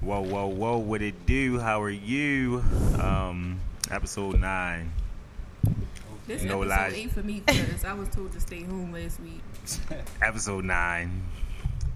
Whoa, whoa, whoa! What it do? How are you? Um, episode nine. This No episode lies. ain't for me because I was told to stay home last week. Episode nine.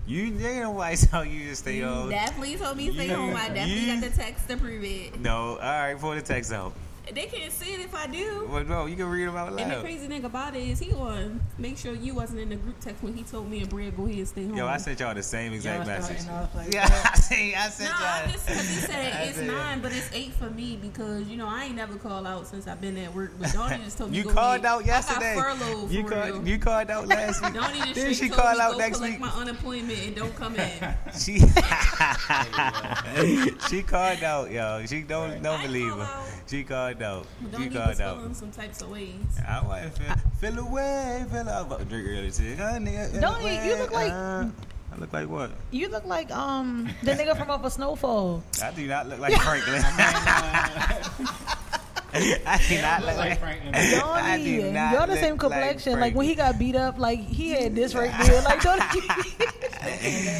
You they don't like how you just stay You on. definitely told me to stay You- home. I definitely you- got the text to prove it. No, all right, pull the text out. They can't see it if I do. Well, no, you can read them out And the loud. crazy thing about it is he on. Make sure you wasn't in the group text when he told me and Brad go ahead and stay home. Yo, I sent y'all the same exact Y'all message. starting off like yeah, that. I see. I no, sent I y'all. just because he I said it's said- nine, but it's eight for me because you know I ain't never called out since I've been at work. But Donnie just told me You go called ahead. out yesterday. I got furloughed. You for called. real. You called out last week. Donnie just Then straight she told called me out go next collect week. my unemployment and don't come in. She she called out, yo. She don't don't I believe call her. out. She called out. She Donnie was called out. feeling some types of ways. I want to feel, feel away, feel up. I'm drinking earlier today. Huh, nigga, feel Don't you- you away, look like- uh, I look like what? You look like um the nigga from Up a Snowfall. I do not look like Franklin. I do not look like Donnie, I do not y'all the look same like complexion. Like, when he got beat up, like he had this right there. Like, don't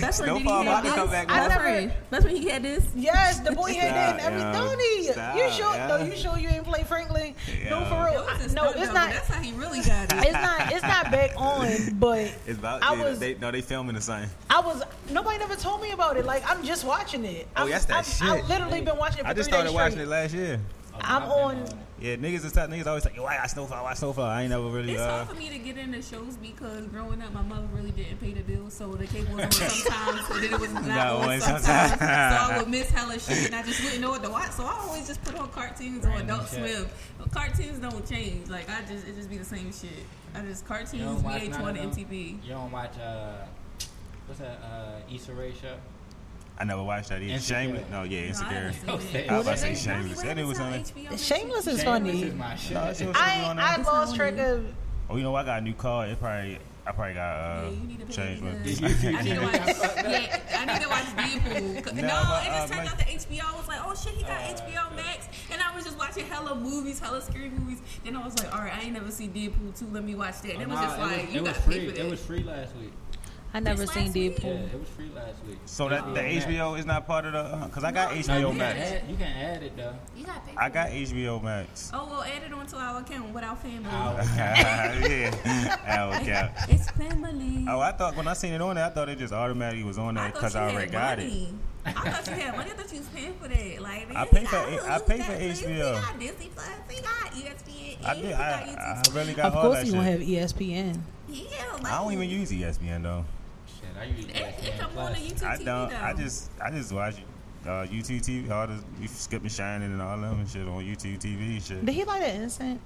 That's when No no he problem. had I this. can come back more. That's when- That's when he had this. yes, the boy had that. And Stop, every yo. Donnie, you Stop, sure? No, yo. you sure you ain't play Franklin? Yo. No, for Yo, real. it's I- his no, stunt it's double. not. That's how he really got it. It's not. It's not back on. But It's about I they, was- they no they filming the same. I was. Nobody never told me about it. Like, I'm just watching it. Oh, I'm, that's that I'm, shit. I've literally been watching it. For I just three days started watching it straight. last year. I'm on. Yeah, niggas is t- niggas always like, yo, I got snowfall, I got snowfall. I ain't never really It's uh, hard for me to get into shows because growing up, my mother really didn't pay the bills, so the cable was on sometimes, and then it was not Not on on sometimes. sometimes. so I would miss hella shit, and I just wouldn't know what to watch. So I always just put on cartoons or Adult Swim. But cartoons don't change. Like I just, it just be the same shit. I just You cartoons, don't watch VH1, none of them? MTV. You don't watch uh, what's that uh, Issa Rae show? I never watched that either. Insecure. Shameless. No, yeah, No, I insecure. haven't seen it. I was about to say What is it? shameless. That nigga was on. Shameless Shameless is funny. is my shit. No, it's on- I I It's lost on track there. of. Oh, you know, I got a new car. It probably, I probably got uh, Yeah, you need to pay changed. me my- good. I need to watch. yeah, I need to watch Deadpool. No, No, but, it uh, just turned my- out that HBO was like, oh shit, he got HBO Max, and I was just watching hella movies, hella scary movies. Then I was like, all right, I ain't never seen Deadpool two. Let me watch that. And it was just Nah, like, it was, you it was got to free. pay for that. It was free last week. I never seen Yeah, Deadpool. it was free last week. So that the Max. HBO is not part of the, because I got No, you HBO can Max. add- You can add it though. you got to pay. I for got it. HBO Max. Oh well, add it onto our account without family. yeah. Oh, okay. It's family. Oh, I thought when I seen it on there, I thought it just automatically was on there I because thought you I, already had got it. money. I thought you had money. I thought you was paying for that. Like I pay for- Hulu, I pay for Netflix, We HBO. got Disney Plus. We got E ESPN. I did. we got I, YouTube. I really got Of all course, that you shit. won't have E ESPN. Yeah, like, I don't even use ESPN though. Shit, I usually It, watch it that come on the plus. YouTube I TV don't. though. I just I just watch uh, YouTube TV. All the we skip and shining and all them and shit on YouTube TV and shit. Did he like that incense?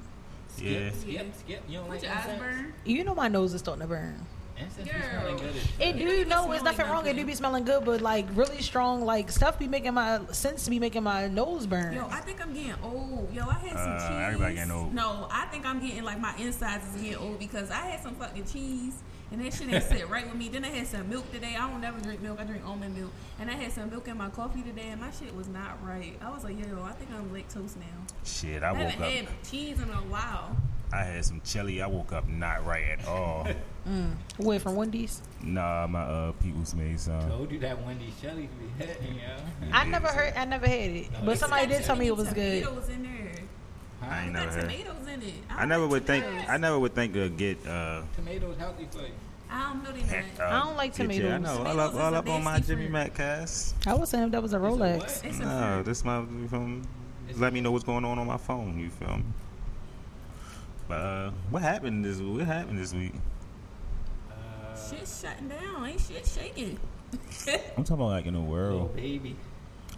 Yeah. Skip, skip. You don't Put like your eyes incense? burn. You know my nose is starting to burn. Incense Girl. is smelling good. as shit. It do you know smell it's like nothing wrong. It do nothing. be smelling good, but like really strong, like stuff be making my sense be making my nose burn. Yo, I think I'm getting old. Yo, I had some Uh, cheese. everybody getting old. No, I think I'm getting like my insides is getting old because I had some fucking cheese and that shit ain't sit right with me. Then I had some milk today. I don't never drink milk. I drink almond milk. And I had some milk in my coffee today and my shit was not right. I was like, yo, I think I'm lactose now. Shit, I I woke haven't up. had cheese in a while. I had some chili. I woke up not right at all. Wait from Wendy's. nah, my uh, people's made some. Told you that Wendy Shelley be hitting, yo. I never heard. I never had it, but it's somebody did tell me it was good. Tomatoes in there. I ain't It never got heard. tomatoes in it. I don't never like would think. tomatoes. I never would think to get. Uh, Tomatoes healthy for you. I don't know they not. uh, I don't like get you. I tomatoes. know. All Tomatoes up, is all a up on my nasty Jimmy fruit. Matt cast. I would say that was a Rolex. It's a No, this my from. Let me know what's going on on my phone. You feel me? But uh, what happened this? What happened this week? Uh, Shit's shutting down. Ain't shit shaking. I'm talking about like in the little world. baby.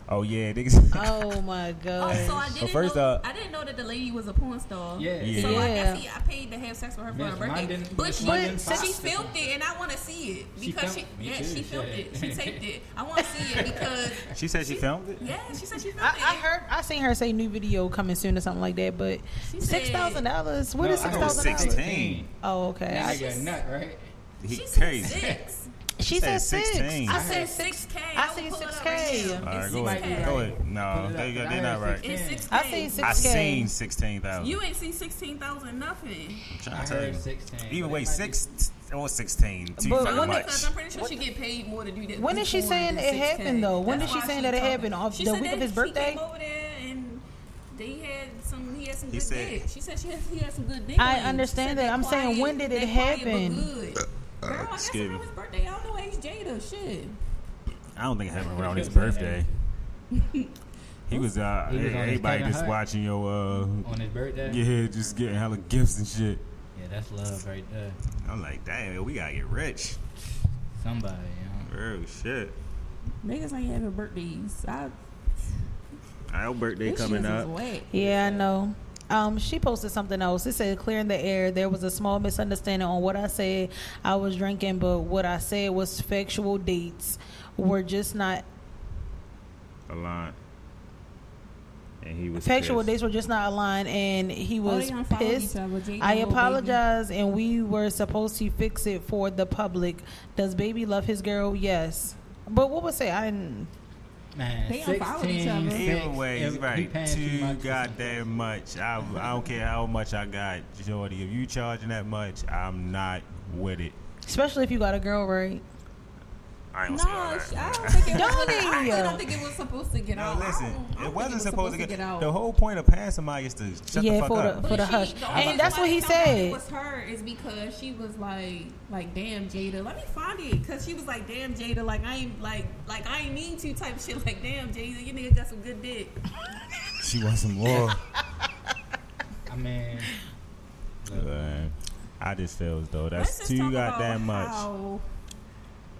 Oh yeah, niggas. Oh my oh, so I god. didn't Well, first know. up- I didn't know that the lady was a porn star. Yeah. Yeah. So I Yeah. guess he, I paid to have sex with her for Miss her birthday, London- but Miss she London but she Fox. filmed it, and I want to see it She because she, filmed- me yeah too, she filmed shit. it, she taped it. I want to see it because She said she filmed it. yeah she said she filmed I, it. I heard. I seen her say new video coming soon or something like that. But She said- six thousand dollars. What No, is I six know thousand dollars? 16. Oh okay. That I- nigga nut, right? He she said crazy. six. she said said six. 16. I I said six k. I said 6K. All right, It's go might be ahead. 6K. Go right. ahead. No, Put it they, up. they I not heard right. It's six k. I seen I 6K. seen sixteen thousand. You ain't seen sixteen thousand nothing. I heard 16. Either but way, it might be- six or sixteen. Too But fucking when much. Because I'm pretty sure she get paid more to do that. When is she before saying than it happened, though? When That's is she why saying that it talking. happened? Off She the said week of that his She birthday? came over there and they had some. He had some He good said- dick. She said she had, he had some good dick. I on him. understand She said that. I'm they saying, quiet- when did it they quiet but happen? good. Girl, I guess Uh, excuse me. around his birthday. I don't know age Jada. Shit. I don't think it happened around his birthday. He was, uh, He was on his everybody fucking just high. watching your, uh, on his birthday. yeah, just getting hella gifts and shit. Yeah, that's love right there. I'm like, damn, we gotta get rich. Somebody. You Oh shit, Niggas ain't having birthdays. I, our birthday coming up. Yeah, I know. Um, she posted something else. It said, "Clearing the air. There was a small misunderstanding on what I said. I was drinking, but what I said was factual dates. Were just not A lot. And he was factual pissed. dates were just not aligned, and he Oh, was pissed. I apologize, and we were supposed to fix it for the public. Does baby love his girl? Yes, but what was say? I didn't. know. Man, They 16, unfollowed each other. six, Either way, if he's you right. paying Too much for goddamn much. I, I don't care how much I got, Jordy. If you charging that much, I'm not with it. Especially if you got a girl, right? I No, ain't sh- gonna say all that. I don't think it was. Donnie! I actually don't think it was supposed to get No, out. I listen. don't- I don't think It wasn't supposed to get, out. The whole point of passing somebody is to shut the yeah, fuck for up. the But for the she- hush, the only reason and that's why what they he found out It said. was her is because she was like, like, damn Jada. Let me find it because she was like, damn Jada. Like I ain't like, like I ain't mean to type shit. Like damn Jada, you nigga got some good dick. She wants some more. I mean, But I just feel as though that's Let's just too talk about goddamn much. how-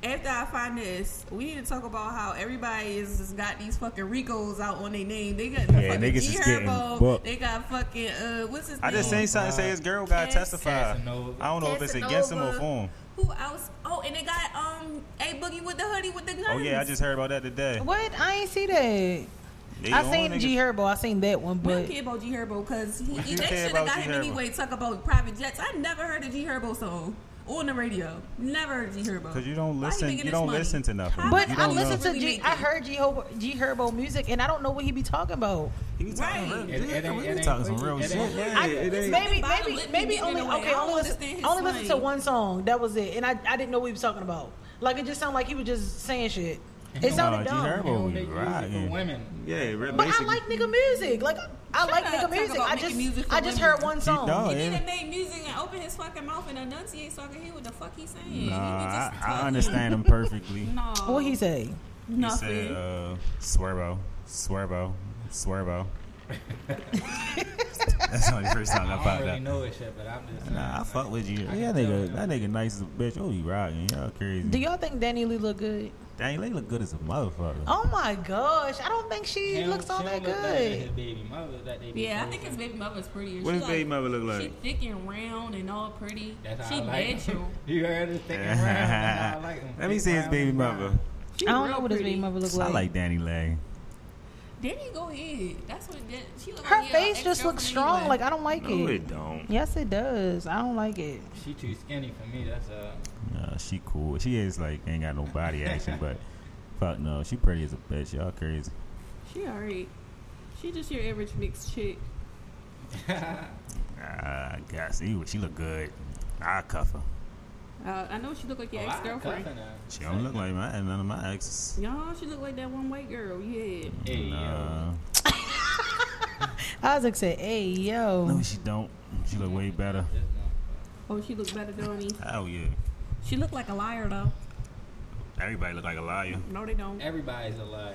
After I find this, we need to talk about how everybody is just got these fucking Ricos out on their name. They got Yeah, fucking niggas is D getting Herbo. booked. They got fucking uh, what's his I name? just seen something say his girl got Cas- testified. Casanova. I don't know if it's against him or for him. Who else? Oh, and they got um a boogie with the hoodie with the guns. Oh yeah, I just heard about that today. What? I ain't see that. They I the seen only G niggas- Herbo. I seen that one, We don't but care about G Herbo because he, We he, they care should have about got G him Herbo. anyway. Talk about private jets. I never heard a G Herbo song on the radio. Never heard G Herbo. Cause you don't Why he listen. making You this don't money? listen to nothing. How but you much I don't money listened he really to G. making? I heard G Herbo, G Herbo music, and I don't know what he be talking about. He was talking Right. real- It- it ain't- he it was ain't talking some crazy. real It shit. ain't- Yeah, I, it ain't- maybe, Bottom maybe, lip maybe music only in a way. I okay. don't Only listen, understand his only listen to slang. one song. That was it, and I, I didn't know what he was talking about. Like it just sounded like he was just saying shit. It Nah, Nah, sounded G dumb. They don't Herbo make was music for rocking. women. Yeah, it really But I basically- like nigga music. Like I, I like up, nigga talk music. about I making just, music for I just women. heard one He song. dumb. He Oh, Yeah. need to make music and open his fucking mouth and enunciate so I can hear what the fuck he's saying. Nah, I, he be just I talking. understand him perfectly. No, What he say? he nothing. said, uh, "Swervo, Swervo, Swervo." That's the only first time I I don't found really out. know it shit, but I'm just. Nah, I fuck with you. I Yeah, can tell nigga, him. that nigga nice as a bitch. Oh, you rocking? Y'all crazy. Do y'all think Danny Lee look good? Dang, they look good as a motherfucker. Oh my gosh, I don't think she She don't- looks all she that don't look better than his good. baby mother that they be yeah, I dating. think his baby mother's prettier. What She his baby mother look She like? thick and round and all pretty. That's how she I like natural. him. you heard her thinking round. That's how I like him. Let me see his Round baby and mother. round. She I don't real know what his pretty. baby mother look I like. like Danny Lang. Then he go ahead. That's what that, she look Her like. face just looks strong. Like I don't like No, it. it don't. Yes, it does. I don't like it. She too skinny for me. That's uh. Nah, she cool. She is like ain't got no body action, but fuck no, she pretty as a bitch. Y'all crazy. she alright. She just your average mixed chick. Ah, God, see what she look good. I cuff her. Uh, I know she look like your oh, I ex girlfriend. cuffing her. She don't look like my none of my exes. Y'all, she look like that one white girl. Yeah. Hey, Nah. Isaac said, "Hey, yo." No, she don't. She look way better. yo. This Oh, she look better, Donnie. Oh yeah. She look like a liar though. Everybody look like a liar. No, they don't. one- Everybody's a liar.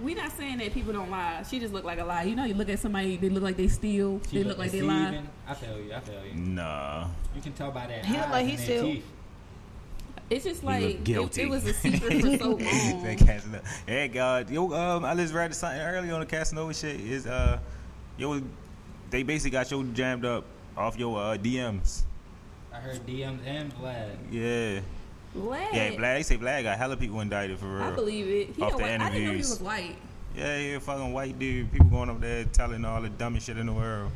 We not saying that people don't lie. She just look like a lie. You know, you look at somebody, they look like they steal, She they look like they lie. deceiving. I feel you. I feel you. Nah. You can tell by that. He look like he still- teeth. It's just You like look it- guilty. It, was a secret for so long. That Casanova. Hey God, yo, um, I just read something earlier on the Casanova shit. Is uh, yo, they basically got yo jammed up off your uh, DMs. I heard DMs and Vlad. Yeah, Vlad, yeah. Vlad, they say Vlad got hella people indicted for real. I believe it. He Off a the white, I didn't know he interviews. was white. Yeah, yeah, fucking white dude. People going up there telling all the dumbest shit in the world.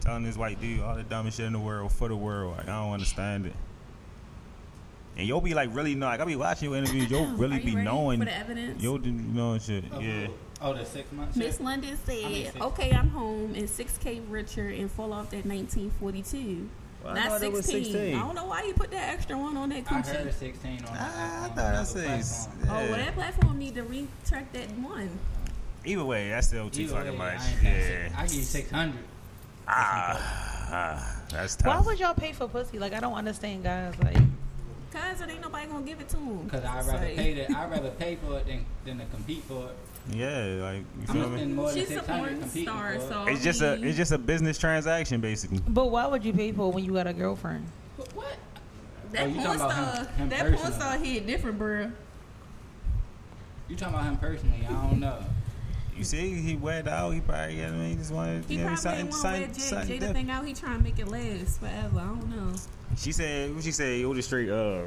Telling this white dude all the dumbest shit in the world for the world. Like, I don't understand it. And you'll be like really know. Like, I be watching your interviews. You'll really Are you be ready knowing. for the evidence. You'll do- you know and shit. Oh, Yeah. Oh, the six months. Miss London said, I mean, six. "Okay, I'm home and 6K richer and fall off that 1942." Well, I Not thought it was 16. 16. I don't know why you put that extra one on that I coochie. heard 16 on. Ah, I, I on thought I another said. s- platform. Oh, well, yeah. that platform need to retract that one. Either way, that's still too Either fucking way, much. I ain't paying Yeah. six- I give you 600. Ah, ah, that's Why tough. would y'all pay for pussy? Like I don't understand, guys. Like Cause it ain't nobody gonna give it to him. Cause I'd rather pay that. I'd rather pay for it than, than to compete for it. yeah, like you I'm feel gonna me? spend more than She's a 600 porn competing star, for it. so It's just a I mean, it's just a business transaction, basically. but why would you pay for it when you got a girlfriend? But what? Oh, that you talking porn about star. him- him that porn personally. star hit different, bruh. You talking about him personally? I don't know. You see, he wet out. He probably, you know, what I mean, he just wanted, He you know, probably something, ain't want to something, wear something Jada, Jada different. thing out. He trying to make it last forever. I don't know. She said, what she say? It was just straight, uh,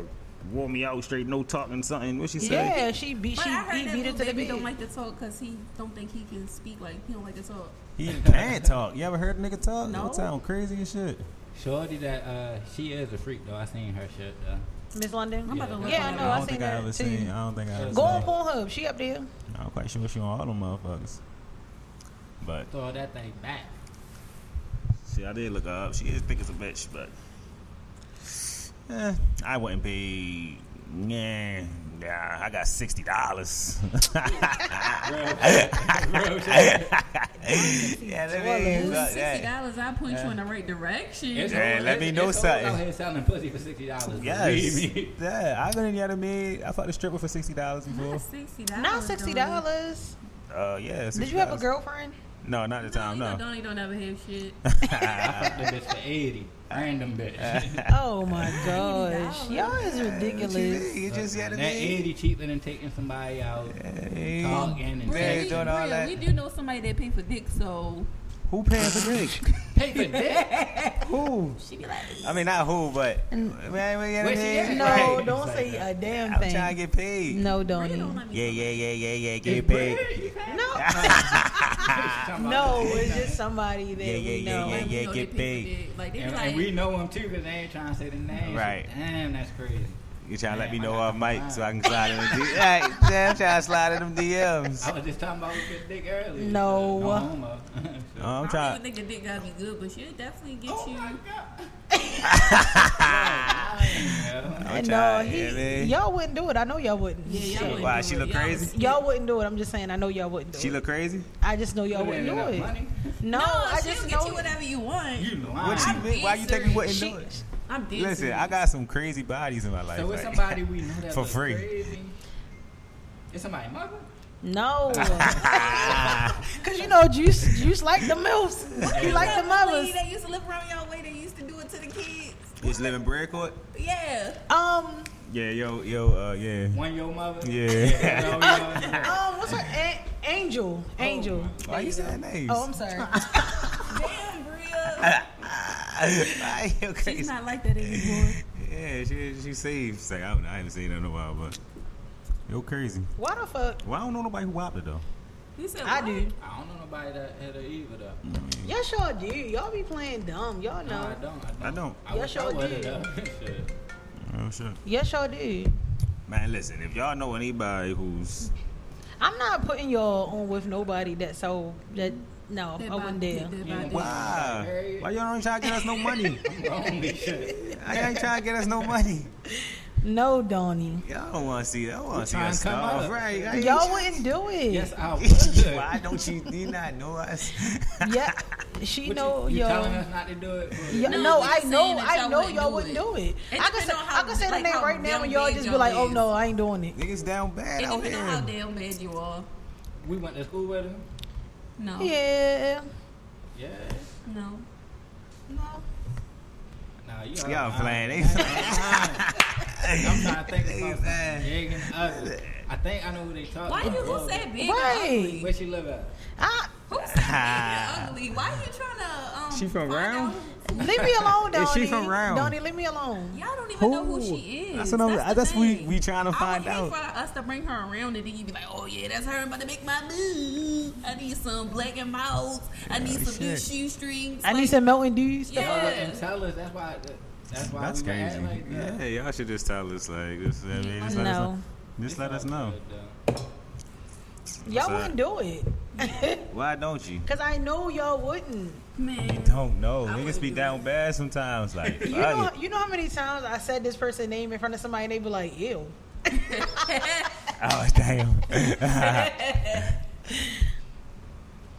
wore me out straight, no talking, something. What she say? Yeah, she beat But she I heard he that beat little it to the baby bed. don't like to talk because he don't think he can speak. Like he don't like to talk. He can't talk. You ever heard a nigga talk? No. That sound crazy as shit. Shorty, that uh, she is a freak though. I seen her shit though. Miss London. I'm about to look. Yeah, I on know. it. I I don't seen think I that ever too. seen. I don't think I ever Go on seen. Pornhub. She up there. I'm quite sure she on all them motherfuckers. But Throw that thing back. see, I did look her up. She is thick as a bitch, but eh, I wouldn't be. Yeah, nah, I got sixty dollars. Real shit. Real shit. yeah, let me Ooh, look Sixty that. dollars. I point you in the right It's direction. Hey, over- let me it's- know it's over something. out here selling pussy for sixty dollars. Yes, yeah, I've been in the other mid. I fucked a stripper for sixty dollars Not before. sixty dollars. Not sixty dollars. Uh, yeah. Did you have a $60. girlfriend? No, not at the time. No, No. you Donnie don't ever have shit. Uh, the bitch for eighty. Random bitch. Oh my gosh, $80. y'all is ridiculous. You just you know what I that mean? eighty cheaper than taking somebody out. Hey, Talking and Yeah, Bruh, taking. doing all bruh, that. We do know somebody that pay for dick, so Who paying for dick? Pay for dick. who? she be like, I mean, not who, but man, we get Where she at? paid. No, Right. don't It's like say a damn I'm thing. trying to get paid. no, "Bruh, Donnie. don't let me Yeah, yeah, yeah, yeah, yeah. It's Get paid. bread. No, Talking about Ah, no, the it's dick. just somebody that Yeah, we yeah, know. yeah, We yeah, know get they pay for paid. dick. Like they be And, like, and we know them too because they ain't trying to say the name. Right. Damn, that's crazy. You trying to let Damn, me I know got off mic mine. so I can slide in the DMs. Right, damn, trying to slide in them DMs. I was just talking about with good dick earlier. So, No. no homo. Uh, So- I'm I don't trying. even think the dick gotta be good, but she'll definitely get oh you. my god. Yeah. I'm And no, trying. he, yeah, man. y'all wouldn't do it. I know y'all wouldn't. Yeah, y'all wouldn't Why, do she it. look Y'all crazy? was- Y'all wouldn't do it. I'm just saying. I know y'all wouldn't do She it. look crazy. I just know y'all Put in wouldn't enough do it. money. No, No, I she'll just get know. you whatever you want. You lying. What she I'm meant? Why you think we serious. wouldn't She- do it? I'm dead. Listen, serious. I got some crazy bodies in my life. so it's like- somebody we know that For look free. Crazy. It's somebody mother. No, because you know, juice, juice like the milfs. You like the That mothers. lady that used to live around y'all way. They used to do it to the kids. It's living bread court. Yeah. Um, Yeah, yo, yo, uh, yeah, One your mother. yeah. One your mother. um, what's her a- angel? Angel. Why you saying names? Oh, I'm sorry. Damn, Bria. Why you She's crazy? not like that anymore. Yeah, she she saved. Say, I, don't- I haven't seen her in a while, but yo crazy. Why the fuck? Well, I don't know nobody who whopped it though. You said I what? do. I don't know nobody that had her either though. Yes, y'all do. Y'all be playing dumb. Y'all No, know. I don't. I don't. I don't. I Yeah, wish I sure would've did. done that shit. Oh shit. Yes, y'all do. Man, listen, if y'all know anybody who's I'm not putting y'all on with nobody that so that no, That I wouldn't body- dare. that Yeah. body. why? Why y'all don't try to get us no money? Lonely shit. I ain't trying to get us no money. No, Donnie. Y'all don't want to see. I want We to see trying us to come starve, up. right? I ain't Y'all try- wouldn't do it. Yes, I Why would. don't you? Do you not know us? Yeah, she What know you, you y'all. telling us not to do it? but- Yeah, No, no, I'm I just know, saying that I y'all know wouldn't y'all do wouldn't it. do it. It I could say, depend on how- I could say the like name how right now, and dumb y'all big just be y'all like, "Oh is." no, I ain't doing it." Niggas down bad It out depends on how here. damn bad you are. We went to school with him. No. Yeah, Yeah. No. no, Nah, you Y'all lying. playing. They Nah, you lying. I'm trying to think They of something. lying. Big and ugly. I think I know who they talking Why you about. gonna say big and ugly? right? Where she live at? I, Who said big and ugly? Why you trying to um? She from find Round? out who- leave me alone, Donnie. Is she from Round? Donnie, leave me alone. Y'all don't even Who? know who she is. That's what I'm- the that's we- thing. we trying to find I out. would hate for us to bring her around and then you be like, oh yeah, that's her. I'm about to make my move. I need some black and mouths. I need Oh, some new shit. shoestrings. I need Like, some Melton Dews. Tell her Yeah. and tell us. That's why. That's why. That's we went crazy. Like that. yeah, y'all should just tell us like, just, I mean, just let us No, know. Just let us know. Good, though. y'all What's wouldn't do it. Why don't you? Cause I know y'all wouldn't. You Man. don't know. I Niggas wouldn't be do down bad sometimes. Like, You fuck know, it. you know how many times I said this person's name in front of somebody and they be like, ew. oh damn.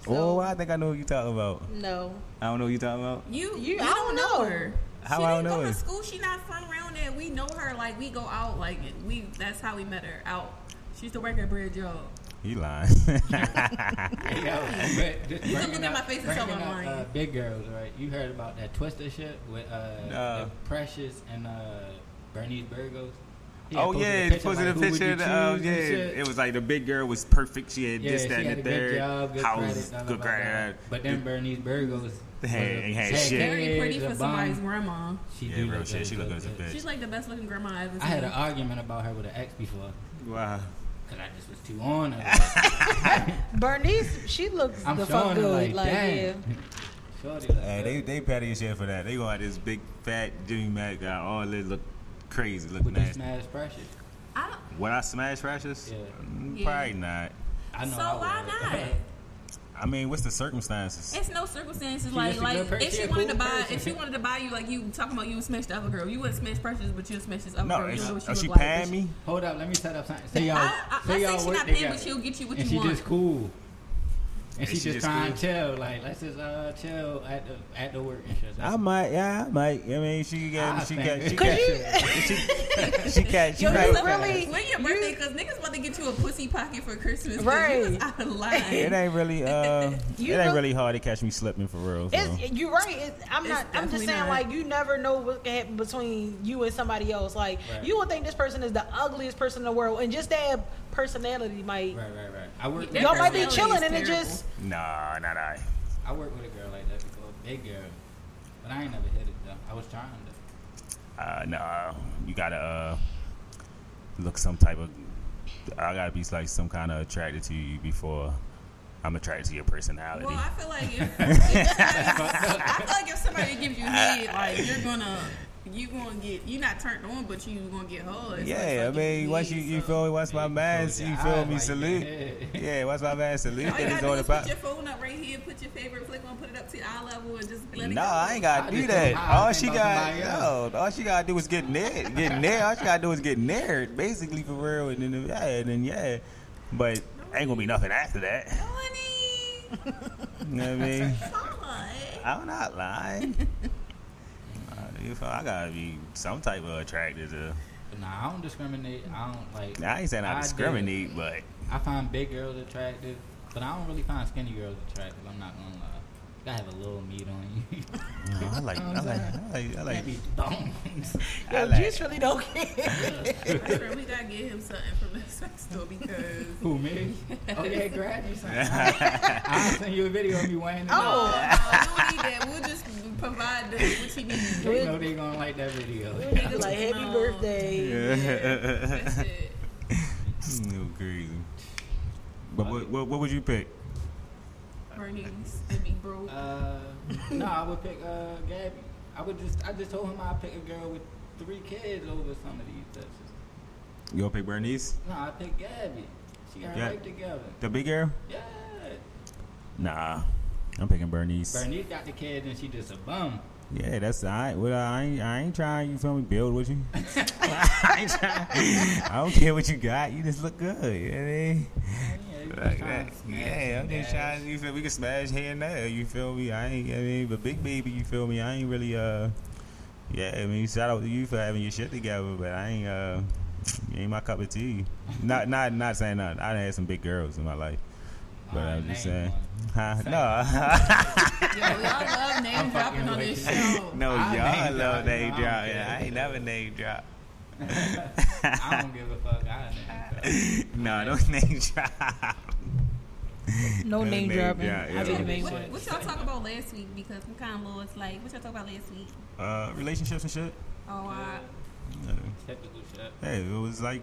oh, I think I know what you talking about. No. I don't know what you talking about. You, You- you, I don't don't know. know her. How she I didn't don't go know her? to school. She not from around there. We know her. Like we go out. Like we. That's how we met her. Out. She used to work at Bridge Job. He lying. You know, but just You can bringing look at up- my face and tell bringing I'm up, lying. uh, Big girls, right? You heard about that twisted shit with uh, No. the Precious and uh, Bernice Burgos. He had oh yeah, posted a it posted like, a who would picture. you Of the, uh, choose yeah, and shit. it was like the big girl was perfect. She had Yeah, this, she that, had and a the good third. job, good House, credit, good credit. But then Bernice Burgos They had- was a- they had had shit. Very kids, pretty a for bum. somebody's grandma. She Yeah, do real look shit. good, She look good as a bitch. She's like the best looking grandma I ever seen. I had an argument about her with an ex before Wow. because I just was too on her. Bernice, she looks I'm the showing fuck her good. like, Like, yeah. dang. Shorty like, Hey, they they petty as shit for that. They gonna have this big fat Jimmy Mac guy. All this look crazy, look with this nasty. mad Precious. I don't, Would I smash rashes? Yeah. Mm, Yeah. Probably not. I know so I why would. not? I mean, what's the circumstances? It's no circumstances. She Like, just a good like person. if She she a wanted cool to buy, person. if she wanted to buy you, like you talking about, you would smash the other girl. You wouldn't smash Precious, but you'd smash this other No, girl. You is don't know is what she, look like, paying but me? Hold up, let me set up something. Say y'all, I, I, say I y'all say she work not paying, together. but she'll get you what and you she want. just cool. And And she, she just just trying cool. to chill, like let's just uh chill at the at the work and shit. I might, yeah, I might. I mean, she got, she got, she Could got, you- she, she got, she Yo, you got. look really. When your birthday, because niggas about to get you a pussy pocket for Christmas. 'cause Right. You was out of line. It ain't really, uh, it You ain't look- really hard to catch me slipping for real. So. It's, you're right. It's, I'm It's not. I'm just definitely saying, not. like, you never know what can happen between you and somebody else. Like, Right. you would think this person is the ugliest person in the world, and just their personality might. Right, right, right. I worked. Their Y'all might be personality chilling, is and it terrible. just. Nah, not I. I worked with a girl like that before, big girl, but I ain't never hit it though. I was trying to. Uh, nah, you gotta uh, look some type of. I gotta be like some kind of attracted to you before I'm attracted to your personality. Well, I feel like if, if somebody- I feel like if somebody gives you head, like you're gonna, you gonna get, you're not turned on, but you gonna get hugged. yeah, I mean, once you, you feel me, once my man, close your you feel eyes me, like salute. that. Yeah, once my man salute, All that you is gotta do all is put about. your phone up right here, put your favorite flick on, put it up to your eye level, and just let it No, go. I ain't I gotta do just that. don't know how All to she think got, about somebody no, all she gotta do is get near, get near. All she gotta do is get near, basically for real, and then yeah, and then yeah. But ain't gonna be nothing after that. Honey, You know what I mean? son. I'm not lying. I do- I gotta be some type of attracted to. Nah, I don't discriminate. I don't like. I ain't saying I, I discriminate, but I find big girls attractive, but I don't really find skinny girls attractive. I'm not gonna lie. Gotta have a little meat on you. no, I like, I like, I like, I like, Uh-huh. Can't be bones. I Yo, like- Juice really don't care. I swear, we gotta get him something from the sex store because. Who me? Okay, grab you something. I'll send you a video of me weighing it. No, out. Oh. no, you don't need that. We'll just provide them what you need. They know they gonna like that video. Niggas like, happy no. birthday. That's yeah. it. no Hmm, crazy. But what, what, what would you pick? Bernice and be broke. Uh, no, I would pick uh Gabby. I would just I just told him I'd pick a girl with three kids over some of these bitches. You gonna pick Bernice, No, I pick Gabby. She got her Yeah. life together. the big girl? Yeah. Nah, I'm picking Bernice. Bernice got the kids and she just a bum. Yeah, that's I. Well, I ain't, I ain't trying. You feel me? Build with you. I, ain't trying. I don't care what you got. You just look good. You know what I mean? Yeah, you just Like trying that. to smash Yeah, I'm and just dash. trying. You feel we can smash here and there. You feel me? I ain't. I mean, but big baby, you feel me? I ain't really. Uh, yeah. I mean, shout out to you for having your shit together, but I ain't. Uh, you ain't my cup of tea. Not, not, not saying nothing. I done had some big girls in my life, but Alright, I'm just name saying. one. Huh? Say No, Yo, y'all love name dropping I'm fucking on with this you. show. no, I y'all name love drop. name No, I drop. don't Yeah, I care. ain't never name drop. I don't give a fuck. I don't No, don't name drop. No No name name dropping. drop, I yeah. didn't make What, one. what y'all talk about last week? Because I'm kind of low. It's like, what y'all talk about last week? Uh, relationships and shit. Oh, I, Yeah. Technical shit. Hey, it was like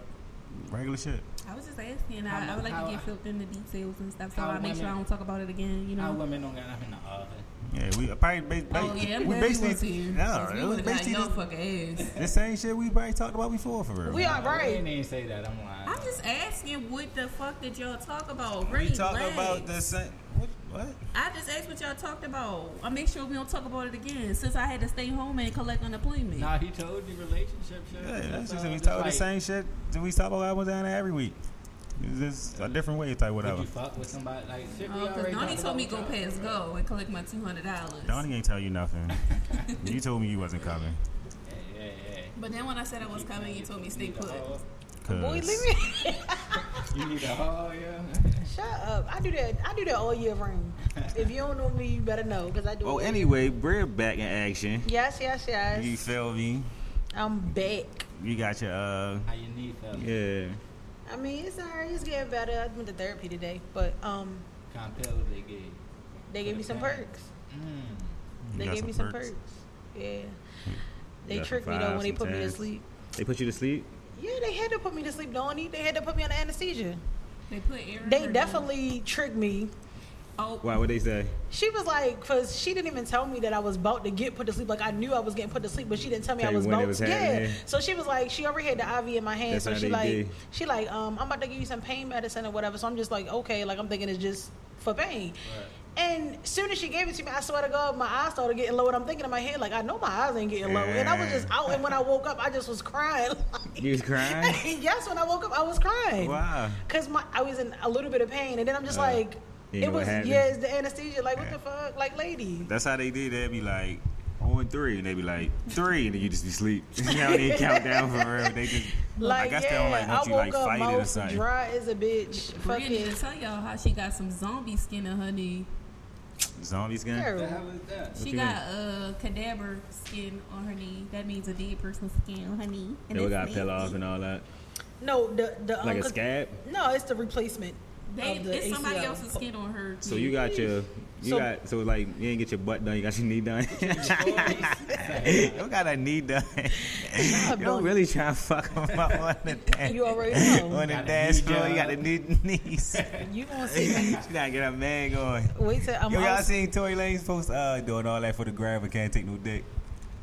regular shit. I was just asking. I, How- I would like how- to get filled in the details and stuff, so how I make sure I women- don't talk about it again. You Our know. women don't got nothing to offer. Yeah, we probably ba- ba- Oh yeah, I'm we glad basically you went to you. yeah, we it was would've got basically your the, fucking ass. the same shit we probably talked about before for real. We are They right. didn't even say that. I'm lying. I'm just asking, what the fuck did y'all talk about? we Ring, talking legs. about the same. What? what? I just asked what y'all talked about. I make sure we don't talk about it again. Since I had to stay home and collect unemployment. Uh, Nah, he told you relationship shit. Yeah, that's just all. we talk about like, the same shit that we talk about that was down there every week. It's just a different way type Would whatever. you fuck with somebody like? Shit, we Oh, already because Donnie talked told me go about y'all. past go and collect my two hundred dollars. Donnie ain't tell you nothing. you told me you wasn't coming. Yeah, yeah, yeah. But then when I said I was coming, you told me stay need a put. hug. 'cause- Boy, leave me. You need a hug, yeah. Shut up. I do that. I do that all year round. If you don't know me, you better know because I do. Oh, it. anyway, Brid back in action. Yes, yes, yes. You feel me? I'm back. You got your uh, How you need felt? yeah. I mean, it's alright. It's getting better. I went to therapy today, but um, Kind of pills they gave. they gave me some perks. Mm. You They got gave me some perks. perks. Yeah. They got some tricked me though fives, when they some put me to tens. sleep. They put you to sleep. Yeah, they had to put me to sleep, Donnie. They had to put me on anesthesia. They put Aaron. They Hernandez- definitely tricked me. Oh, Why? What they say? She was like, because she didn't even tell me that I was about to get put to sleep. Like, I knew I was getting put to sleep, but she didn't tell me Tell I you was when it about was to. Yeah. happening. So she was like, she already had the IV in my hand. That's so how she they like, be. she like, um, I'm about to give you some pain medicine or whatever. So I'm just like, okay, like I'm thinking it's just for pain. Right. And soon as she gave it to me, I swear to God, my eyes started getting low. And I'm thinking in my head, like, I know my eyes ain't getting low. And I was just out. And when I woke up, I just was crying. Ah. You was crying. yes, when I woke up, I was crying. Wow. Cause my I was in a little bit of pain, and then I'm just Uh, like, you know it what was happened? yeah, it's the anesthesia. Like what Yeah. the fuck, like lady. That's how they did. They'd be like on three, and they'd be like three, and then you just be sleep. you don't even count down for real. They just Like I guess yeah, they don't like want I you woke like up fighting or mouth something. dry as a bitch. Fuck Brittany to it. tell y'all how she got some zombie skin in her knee. Zombies gang. The Terrible. hell is that? She you got a uh, cadaver skin on her knee. That means a dead person's skin on her knee. They would got that's fell nasty. off and all that, No, the the um, like a cause- scab. No, it's the replacement. They, of the it's somebody ACL. else's skin on her. So you got your, you So- got so like you ain't get your butt done. You got your knee done. you Stories. don't got a knee done. you done. don't really try to fuck them up on the dance. You already know. on the Got a dance knee floor. You got job. the knee knees. You gonna she see me? gotta get her man going. Wait till I'm Yo, y'all out- seen Tory Lane's post uh, doing all that for the grab and can't take no dick.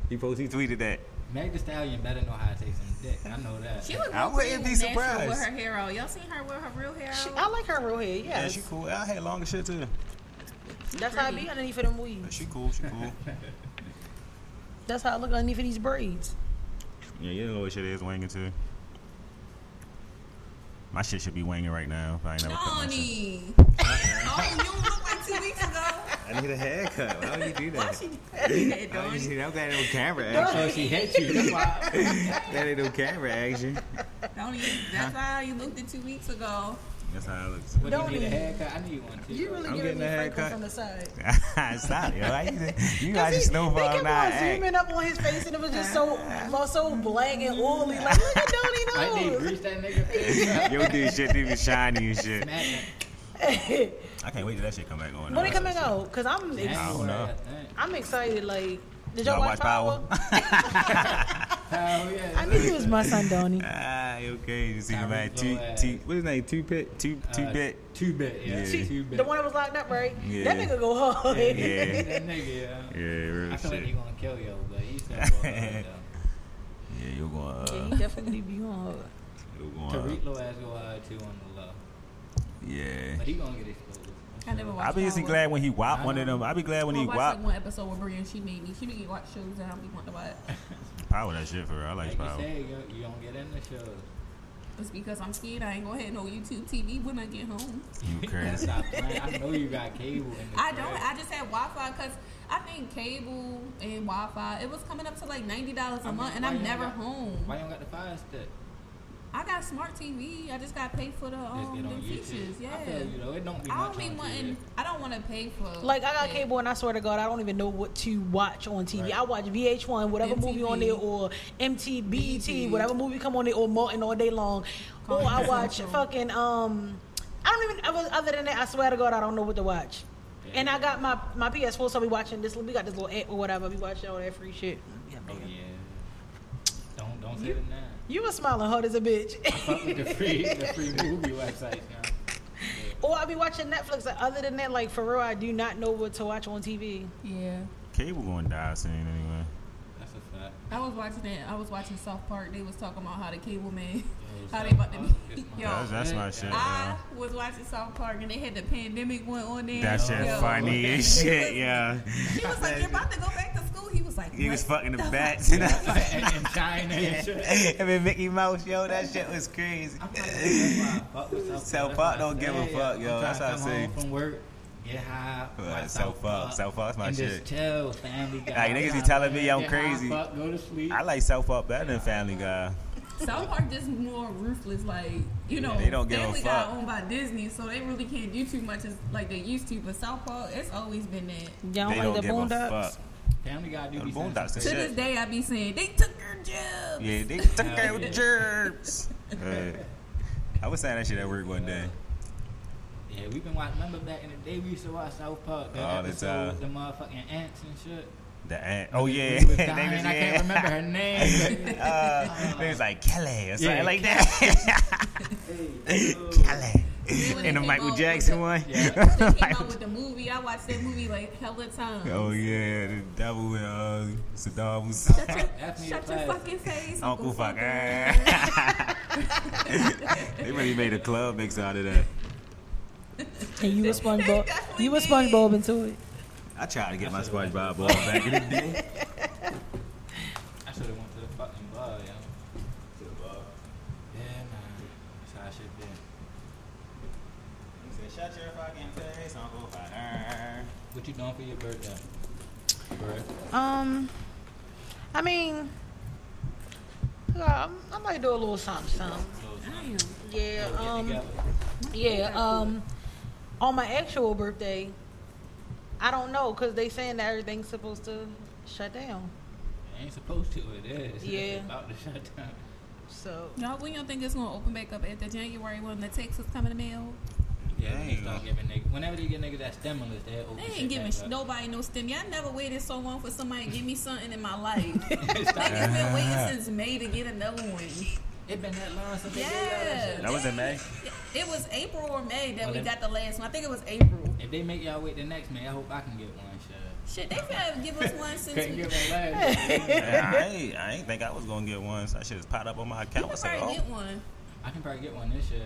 He posted, he tweeted that. Meg Thee Stallion better know how to take some dick. I know that. She look I wouldn't real be natural surprised. with her hair out. Y'all seen her with her real hair She, out? I like her real hair. Yes, Yeah, she cool. I had longer shit too. that's how I be pretty. underneath of them weeds. She cool. She cool. That's how I look underneath of these braids. yeah, your little shit is wanging too. My shit should be wanging right now. If I ain't never cut my shit. Donnie. Uh-huh. oh, you don't look like two weeks ago. I need a haircut. Why would you do Why that? she did that, Why would you Donnie? do that? I'm glad ain't no camera action. So she hit you. That's why. That ain't no camera action. Donnie, that's how you looked at two weeks ago. That's how it looks. What, Don't you need a even- haircut? I need one too. You bro. really I'm giving getting me a Franklin haircut. from the side. Stop it. Why you, you Cause got your he- they snowball kept now. on zooming up on his face, and it was just so, was so black and oily. Like, look at Like Donnie they nose. grease that nigga face up. Yo, dude, shit even shiny and shit. Smack it. I can't wait till that shit come back on. when it coming out? Cause I'm, ex- I don't know. I'm excited. Like, did y'all Y'all watch watch Power? Hell yeah. I knew you was my son, Donnie. Ah, okay. You see the Tyrese man, two, Lowe two, ass. what his name? Two pit, two, two Uh, bit. Two bit, yeah. Yeah. She- Two bit. the one that was locked up, right? Yeah. That nigga go hard. Yeah. that nigga, yeah. Yeah, real I feel like shit. he gonna kill yo, but he's gonna go hard, yeah, you're going. Yeah, Uh, he definitely be on hard. you're though. going. Tariq Loaz go hard too on the low, yeah. but he gonna get exposed. I never watched I be just Howard. glad when he wop I one of know. them. I be glad when I he watched wop. like one episode with Brian. She made me. She made me watch shows that I don't be wanting to watch. Power that shit for real. I Like like you power. said, you, you don't get in the show. It's because I'm scared. I ain't gonna have no YouTube TV when I get home. You crazy. Stop playing. I know you got cable. In the I don't. crib. I just had Wi-Fi because I think cable and Wi-Fi it was coming up to like ninety dollars a I mean, month, and why I'm you never got- home. Why you don't got the fire stick? I got smart TV. I just got paid for the Just um get on the features. YouTube. Yeah. I feel you though. It don't be I much don't be on wanting. TV. I don't want to pay for. Like I got that. cable, and I swear to God, I don't even know what to watch on TV. Right. I watch VH1, whatever movie on there, MTV. or MTV, BET. E whatever movie come on there, or Martin all day long. Or Comedy I watch Central. fucking um. I don't even. other- Other than that, I swear to God, I don't know what to watch. And I got my my PS4, so I be watching this. We got this little app or whatever. I be watching all that free shit. Oh yeah. Don't don't say it now. You were smiling hard as a bitch. Fuck with the free, the free movie websites now. or I be watching Netflix. Like, other than that, like for real, I do not know what to watch on TV. Yeah. Cable gonna die soon anyway. That's a fact. I was watching that. I was watching South Park. They was talking about how the cable man, Yo, how they South about to Park be. is my- Yo, uh, That's, that's my Yeah. shit. I Yeah. was watching South Park and they had the pandemic one on there. That shit Yo. funny as shit. Yeah. She was like, "You're about to go back to school." He was like, He was "What fucking the fuck?" bats and That's like in, in China and shit. I mean, Mickey Mouse, yo, that shit was crazy. I'm trying to- that's why I fuck with South South That's Park why I don't say, give a fuck, I'm yo. trying That's to how I come say. home From work, get high, Right, watch South Park. South Park's my and shit. Just chill, family guy. Like, niggas be Yeah, telling me man, I'm get high, crazy. fuck, go to sleep. I like South Park better than Family Guy. South Park just more ruthless. Like you know, They don't give a Family fuck. got owned by Disney, so they really can't do too much as like they used to. But South Park, it's always been that. Y'all they don't like the don't give a Boondocks? fuck. family guy do The be saying Boondocks some is To Shit. this day, I be saying they took her job. Yeah, they took out germs. Right. I was saying that shit at work one day. crazy- Yeah, we've been watching. Remember back in the day, we used to watch South Park. That All the time. episode, the motherfucking ants and shit. The aunt. Oh yeah, We was They dying, was- I yeah. can't remember her name. Uh, they was like Kelly or something Yeah, like that. Kelly. when And they the came out Michael with Jackson the- one. Yeah. They came out with the movie. I watched that movie like hella times. Oh yeah, the devil with uh, Saddam Shut Hussein. your, That's shut me, your classic. fucking face, Uncle Fuck. Fucker. they really made a club mix out of that. And you were SpongeBob. definitely You were did. SpongeBob into it. I tried to get my SpongeBob ball back in the day. I should have went to the fucking bar, yo. To the bar. Yeah, man. That's how I should be. Shut your fucking face, Uncle Fucker. What you doing for your birthday? Bird. Um, I mean, I, I might do a little something, something. Damn. Yeah. Um. together. Yeah. Um. On my actual birthday, I don't know because they saying that everything's supposed to shut down. It ain't supposed to. It is. Yeah. It's about to shut down. So Y'all, when y'all think it's gonna open back up after January when the checks is coming in the mail? Yeah. When they Dang. start giving niggas, whenever they get niggas that stimulus, they open They shit ain't giving back sh- up. nobody no stem. Y'all never waited so long for somebody to give me something in my life. Niggas been waiting since May to get another one. It been that long since they did that Yeah. That was in May? It was April or May that Oh, we they- got the last one. I think it was April. shit. If they make y'all wait the next May, I hope I can get one. Shit. Shit, they gotta give us one since Couldn't we get one last. year. I ain't, I ain't think I was gonna get one. So that shit just popped up on my You account. I can was like, probably oh, get one. I can probably get one this year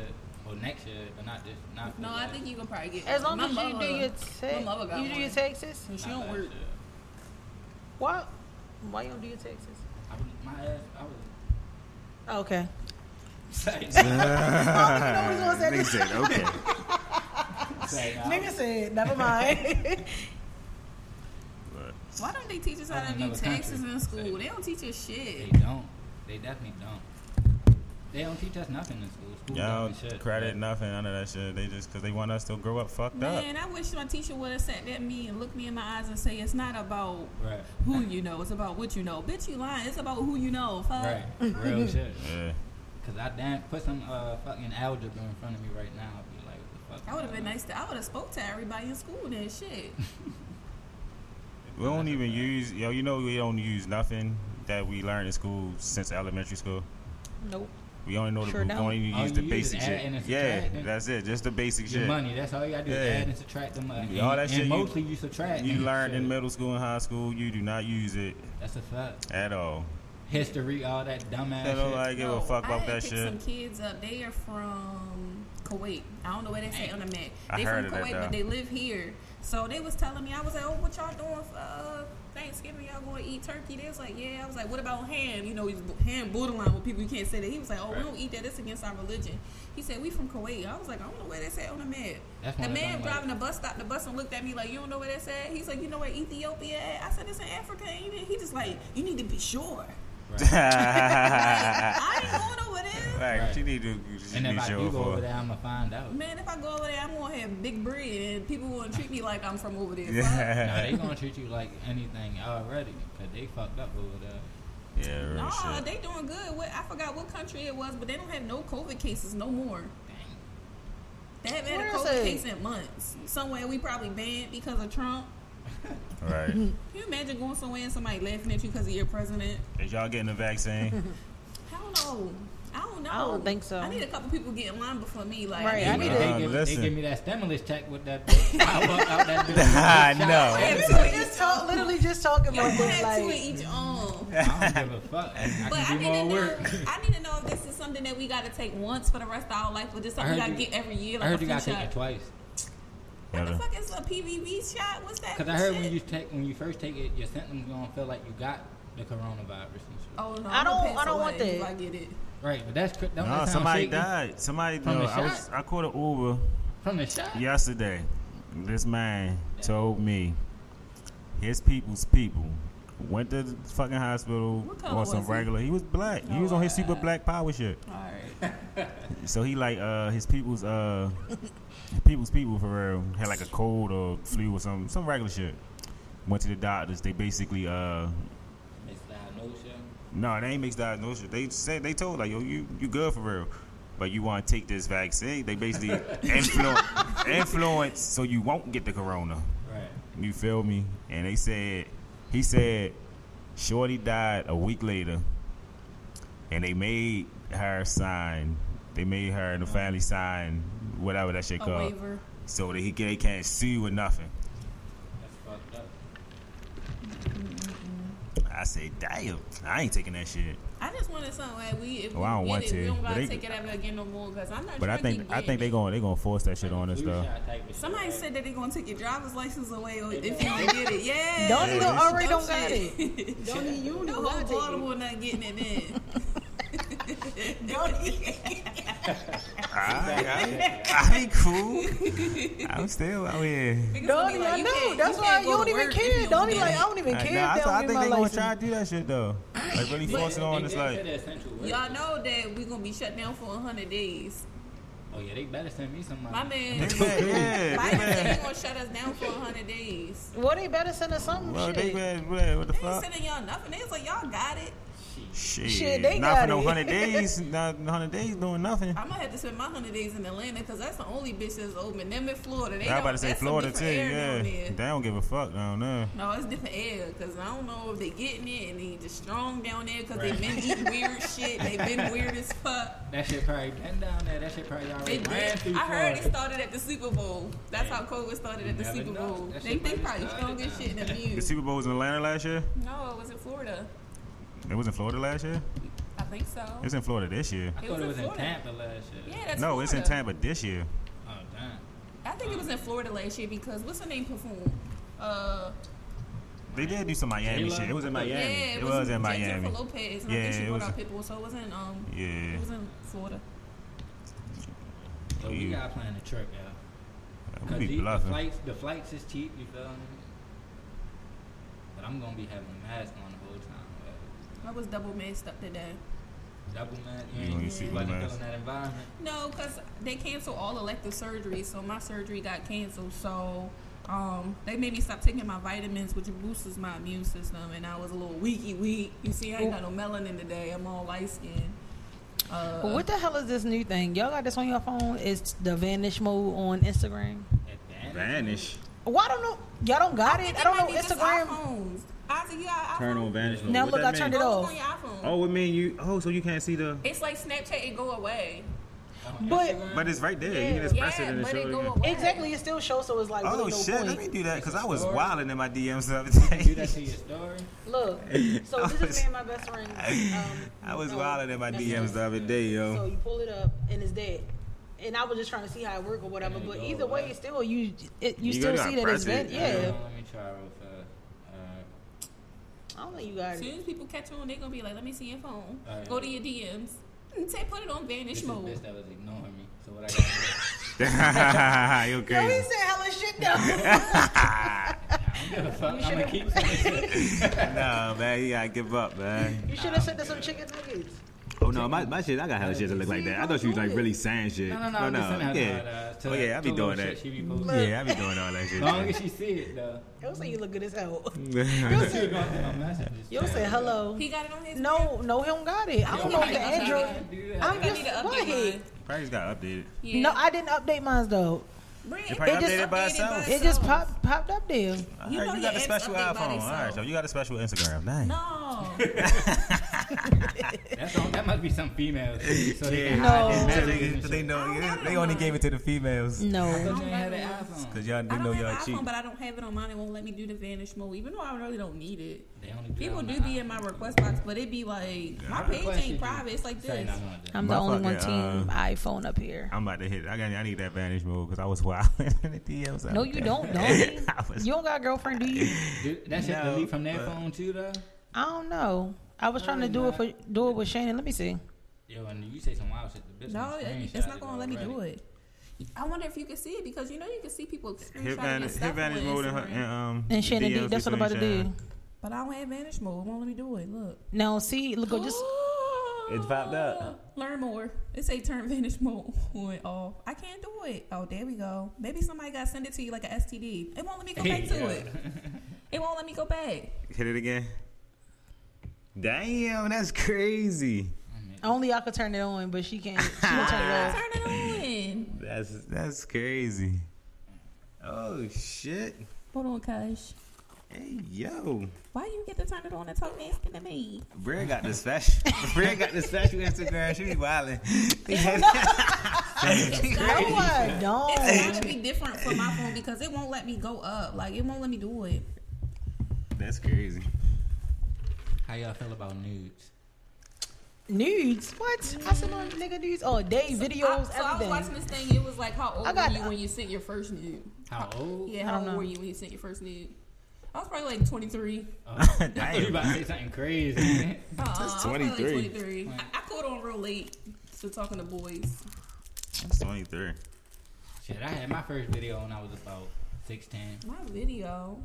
or next year, but not this. Not No, this I last think you can probably get as one. long as My you do mother- your my mother tax, got you do your one. taxes. So she not don't last work. year. Why? Why you don't do your taxes? I was, my ass, I was Oh, Okay. excited. Nigga said, okay. Nigga said, never mind. But Why don't they teach us how I'm to in do another country. taxes in school? They don't teach us They shit. don't. They definitely don't. They don't teach us nothing in school. School y'all don't teach shit. credit nothing under that shit. They just because they want us to grow up fucked up. Man, I wish my teacher would have sat at me and looked me in my eyes and say, "It's not about Right. who you know, it's about what you know." Bitch, you lying. It's about who you know. Fuck. Right. Real shit. Yeah. Cause I damn put some uh fucking algebra in front of me right now. I'd be like, what the fuck? That would have been nice. To, I would have spoke to everybody in school. Then shit. We don't even use yo. You know we don't use nothing that we learned in school since elementary school. nope. We only know the Sure we don't. only use All the you use is basic add shit. and it's yeah, subtract. that's it. Just the basic Your shit. money. That's all you gotta do. Yeah. is Add and subtract them. Money. All that and, shit you- And mostly you, subtract. You and learned in shit. middle school and high school. You do not use it That's a fact. at all. History, all that dumbass They don't shit. like give No, a fuck I about had that picked shit. Some kids up. They are from Kuwait. I don't know where they say on the map. I They heard from of that, Kuwait, though. but they live here. So they was telling me, I was like, "Oh, what y'all doing for uh, Thanksgiving? Y'all going to eat turkey?" They was like, "Yeah." I was like, "What about ham? You know, he's ham borderline with people. You can't say that." He was like, "Oh, we Right. don't eat that. It's against our religion." He said, "We from Kuwait." I was like, "I don't know where they say on the map." That's the one of them, man like- driving the bus stopped the bus and looked at me like, "You don't know where that's at?" He's like, "You know where Ethiopia?" At? I said, "It's in Africa." And you didn't- he just like, "You need to be sure." Right. I ain't going over there. Like, Right. she need to she and if be I sure do go over for. there, I'ma find out. Man, if I go over there, I'm gonna have big bread, and people gonna treat me like I'm from over there. No, Yeah, they gonna treat you like anything already, cause they fucked up over there. yeah, real Fuck. Nah, shit. they doing good. What I forgot what country it was, but they don't have no COVID cases no more. Dang. They haven't had Where a is COVID it? case in months. Somewhere we probably banned because of Trump. Right. Can you imagine going somewhere and somebody laughing at you because of your president? Is y'all getting a vaccine? Hell no, know. I don't know. I don't think so. I need a couple people get in line before me. Like, Right, I I need They, need to- Uh, give, they listen. give me that stimulus check with that. I walked out that building. I Shot. know. We were just talk, literally just talking you about this, have two in like, each own. I don't give a fuck. I But I need can do to more know. work. I need to know if this is something that we got to take once for the rest of our life, or just I something we heard got to you- get every year. Like I heard a you got flu to take it shot. twice. What the Yeah. fuck is a PVB shot? What's that? Because I heard shit? when you take when you first take it, your symptoms gonna feel like you got the coronavirus and shit. Oh no! I I'm gonna don't- pass I don't away want if that. I get it. Right, but that's cr- don't No, that sound somebody shaky? died. Somebody. From no, the I was. I caught an Uber from the shot. yesterday. This man told me his people's people went to the fucking hospital What color on some was he? regular. He was black. he was on his super black power shit. All right. So he like uh his people's uh people's people for real had like a cold or flu or some some regular shit. Went to the doctors. They basically uh It's diagnosed. no, they ain't mixed diagnosis. They said they told like yo you you good for real, but you want to take this vaccine. They basically influ- influence so you won't get the corona. Right. You feel me? And they said, he said, Shorty died a week later, and they made her sign. They made her and the family sign whatever that shit A called, waiver. so that he can, they can't sue you or nothing. That's fucked up. I said, damn, I ain't taking that shit. I just wanted something like we. If Well, I don't we get want it, to, We don't but gotta they- take it ever again no more. Cause I'm not. But sure I think I think they gonna they gonna force that shit on us Flu though. shot type of shit, Somebody right? said that they're gonna take your driver's license away or if you don't get it. Yeah. don't even this- already No don't got shit. it. Don't even you The know whole what Baltimore not getting it in. I, I, I ain't cool. I'm still out here. Don't even I know. That's why you don't even care. Don't even like I don't even Nah, care I, if they thought- I don't give think my they gonna try license. to do that shit though. Like really But force it on they us did say like. the essential workers. oh, Y'all know that we're gonna be shut down for 100 days. Oh yeah, they better send me some money. My man, Biden Yeah, yeah, said he's gonna shut us down for 100 days. Well, they better send us some Well, they shit. bad, bad. What the They ain't fuck? sending y'all nothing. They was like, y'all got it. Shit, Shit, they not for got no it. hundred days. Not hundred days doing nothing. I'm gonna have to spend my 100 days in Atlanta because that's the only bitch that's open. Them in Florida. They I was don't- about to say that's some Florida too. different air Yeah, down they there. don't give a fuck down there. No, it's different air because I don't know if they getting it and they just strong down there because Right. they've been eating weird shit. They've been weird as fuck. that shit probably been down there. That shit probably They already ran did. through. I heard it Florida. started at the Super Bowl. That's how COVID started at the Never Super know. Bowl. That They shit they might probably have strong as started shit in the The news. Super Bowl was in Atlanta last year. No, it was in Florida. It was in Florida last year. I think so. It's in Florida this year. I It thought was it in was in Florida. Tampa last year. Yeah, that's no, Florida. it's in Tampa this year. Oh damn. I think it was in Florida last year because what's her name performed? Uh, They did do some Miami J-Lo? shit. It was in Miami. yeah, it, was, in J- Miami. Jennifer Lopez. And I Yeah, think she it brought was- out Pitbull, so it was in um, Yeah. it was in Florida. So we Yeah. gotta plan a trip, y'all. We Cause be the, the bluffing. flights, the flights is cheap. You feel me? But I'm gonna be having a mask on the whole time. uh, I was double messed up today. Double mask. You You gonna ain't use you super wasn't mask. feeling that environment. No, because they canceled all elective surgeries, so my surgery got canceled. So um, they made me stop taking my vitamins, which boosts my immune system, and I was a little weaky weak. You see, I ain't got no melanin today. I'm all light skinned. Uh, What the hell is this new thing? Y'all got this on your phone? It's the vanish mode on Instagram. Advantage. Vanish. Why don't know? Y'all don't got it? I don't know think it might be just Instagram. iPhones. Ozzy, you got an iPhone? Turn on vanish mode. Now What look, that I turned mean? it Oh, look off. on your iPhone. Oh, it mean you. Oh, so you can't see the. It's like Snapchat. It go away. But But it's right there. you can Yeah. just press it Yeah, and it but show it it go again. away. exactly, it still shows, so it's like Oh really no shit, point. let me do that because I was Story. wilding in my DMs the other do that to day. your story. Look, so this is me and my best friend. Um, I was no, wilding in my that's DMs the other day, it. So yo. you pull it up and it's dead. And I was just trying to see how it worked or whatever, And it but go either way, away. it's still you. It, you, You still gotta see that it's press it. dead. Yeah, Uh, let me try real fast. Uh, I don't think you got As it. soon as people catch on, they're gonna be like, "Let me see your phone. All right. Go to your DMs. And say, put it on this vanish is the mode." bitch that was ignoring me. So what I got? you No, he crazy. said hella shit though. I don't give a fuck. I'm gonna keep saying shit. Nah, man, you gotta give up, man. You should have sent us some chicken nuggets. Oh no, my, my shit, I got hella shit that look like that. I thought you was like really saying shit. No, no, no. I'm just sending her to, yeah. uh, to Oh yeah, I be to doing little that. shit She be posting. Yeah, I be doing all that shit. Long as she see it though. It was like you look good as hell. man. She gonna see my messages. You'll say hello. He got it on his. No, no, he don't got it. I don't know if the Yeah, I Android. Do that. I'm I need just to update what? mine. Probably just got updated. Yeah. No, I didn't update mine though. Bring You probably It just- updated by updated itself. by- It just popped popped up there. All You right, know you got your a ex special update iPhone. by All right, themselves. so you got a special Instagram. Dang. No. That's all, that must be some females. shit, So they can No. hide their Yeah, messages and They, shit. I know, don't got it they on only mine. gave it to the females But No. you ain't had an I don't iPhone. because y'all I they know don't have an y'all iPhone, cheap. but I don't have it on mine. It won't let me do the vanish mode, even though I really don't need it. They only that People on do the be in iPhone. my request box, but it be like my page Request you ain't do. private. It's like So you're this. not gonna do it. I'm the only one Motherfucker, team uh, iPhone up here. I'm about to hit. it. I got. I need that vanish mode because I was wild in the DMs. out No, you there. don't, don't you? I was- You don't got a girlfriend, do you? Dude, that shit No, delete from their but- phone too, though. I don't know. I was Oh, trying to do it for do it with Shannon. Let me see. Yo, and you say some wild shit. The bitch No, gonna it- screenshot it's not gonna let me already. do it. I wonder if you can see it because you know you can see people Hit screenshotting their vanish, hit stuff vanish on mode and, her- Instagram. and um. And Shannon D, DMs that's what I'm about to between do. but I don't have vanish mode. It won't let me do it. Look, Now see, look, I just It popped up. Learn more. It say turn vanish mode on off. I can't do it. Oh, there we go. Maybe somebody got sent it to you like a STD. It won't let me go back to Yeah. it. It won't let me go back. y'all. Hit it again. Damn, that's crazy. only I could turn it on, but she can't. She can turn it off. Turn it on. That's that's crazy. Oh shit. Hold on, Kush. Hey yo, Why you get to turn it on and talk nasty to me? Bria got the special. Bria got the special Instagram. She be wildin'. No, I It's don't. gotta be different for my phone because it won't let me go up. Like it won't let me do it. That's crazy. How y'all feel about nudes? Nudes? What? I sent on nigga nudes all day, videos, I, so I was watching everything. this thing. It was like, how old I got- were you when you sent your first nude? How Uh, old? Yeah, I how don't old know. were you when you sent your first nude? I was probably like 23. Oh, I thought you about to say something crazy. Uh, I was probably like 23. 23. I, I caught on real late to talking to boys. That's 23. Shit, I had my first video when I was about 16. My video.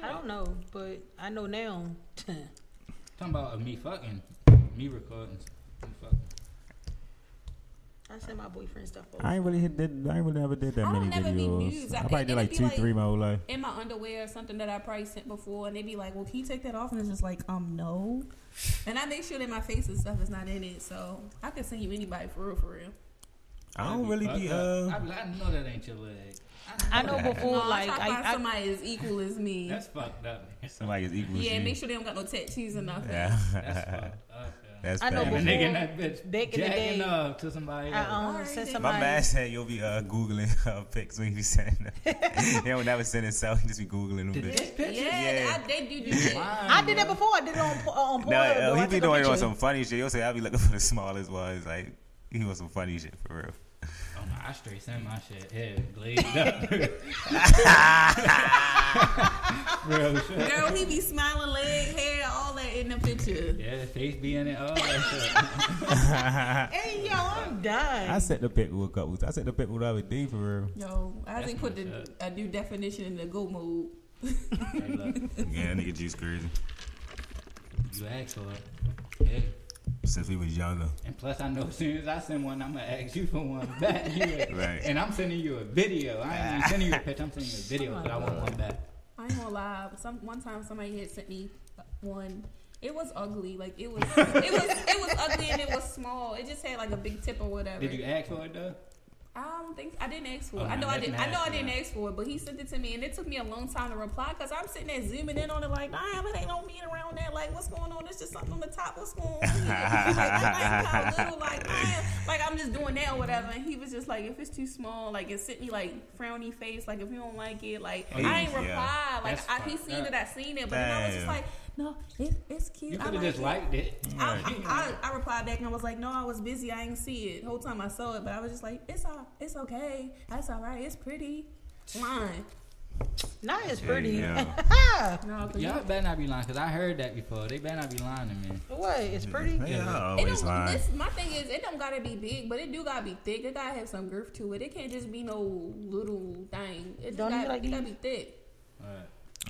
I don't know, but I know now. Talking about uh, me fucking, me recording, me fucking. I sent my boyfriend stuff. I ain't really hit that. I ain't really never did that I many don't never be videos. nudes. I, I probably think did it like be two, like- three my whole life. In my underwear or something that I probably sent before, and they be like, "Well, can you take that off?" And it's just like, "Um, no." And I make sure that my face and stuff is not in it, so I can send you anybody for real, for real. I don't really be. fucked Uh, up. I, I know that ain't your leg. I know before, No, like I'm trying to find I, I somebody as equal as me. That's fucked up. somebody is equal. yeah, to make sure they don't got no tattoos or nothing. That's Yeah. fucked up. Yeah. That's I know bad. And the before- nigga and that bitch back in the jacking day, up to somebody I else. um, Alright, sent then. somebody. My man said you'll be uh, googling uh, pics when you be sending them. they don't never send it self. You just be googling them. Did bitch. this picture? Yeah, Yeah. I, they do do that. Mine, I did that bro. before. I did it on po- uh, on Pornhub. No, uh, though. I he be took a doing it on picture. some funny shit. He'll say I'll be looking for the smallest ones. Like he was some funny shit for real. Oh, no, I straight sent my shit. Yeah, glazed up. Real shit. Girl, he be smiling, leg, hair, all that in the picture. Yeah, face be in it. All that shit. Hey yo, I'm done. I sent the pic with a couple. I sent the pic with the other D for real. Yo, I That's think put messed the, up. a new definition in the go mode. Hey, look, Yeah, that nigga juice crazy. you asked for it. Yeah. Since we was younger. And plus, I know as soon as I send one, I'm gonna ask you for one back. Right. And I'm sending you a video. I ain't even sending you a picture. I'm sending you a video, but I want one back. I ain't gonna lie. Some one time somebody had sent me one. It was ugly. Like it was, it was, it was ugly and it was small. It just had like a big tip or whatever. Did you ask for it though? I don't think I didn't ask for it. Oh, I nah, know I that's didn't. I know I nasty, didn't nah. ask for it, but he sent it to me, and it took me a long time to reply because I'm sitting there zooming in on it like, damn, it ain't no meat around that. Like, what's going on? It's just something on the top. What's going on? Here? like, that might be kinda little, like, damn. like I'm just doing that or whatever. And he was just like, if it's too small, like it sent me like frowny face. Like if you don't like it, like I ain't yeah. reply. Like Oh, That's I, he fucked seen up. that I seen it, but then I was just Damn. like, no, it, it's cute. You I could have like just it. liked it. Right. I, I, I replied back and I was like, no, I was busy. I ain't see it. Whole time I saw it, but I was just like, it's all, it's okay. That's all right. It's pretty. Mine. Not as pretty. Yeah. No, 'cause Y'all you- better not be lying, cause I heard that before. They better not be lying to me. What? It's pretty. They are it always don't, lying. this, my thing is, it don't gotta be big, but it do gotta be thick. It gotta have some girth to it. It can't just be no little thing. It just Don't you gotta, like it gotta be these? thick. Right.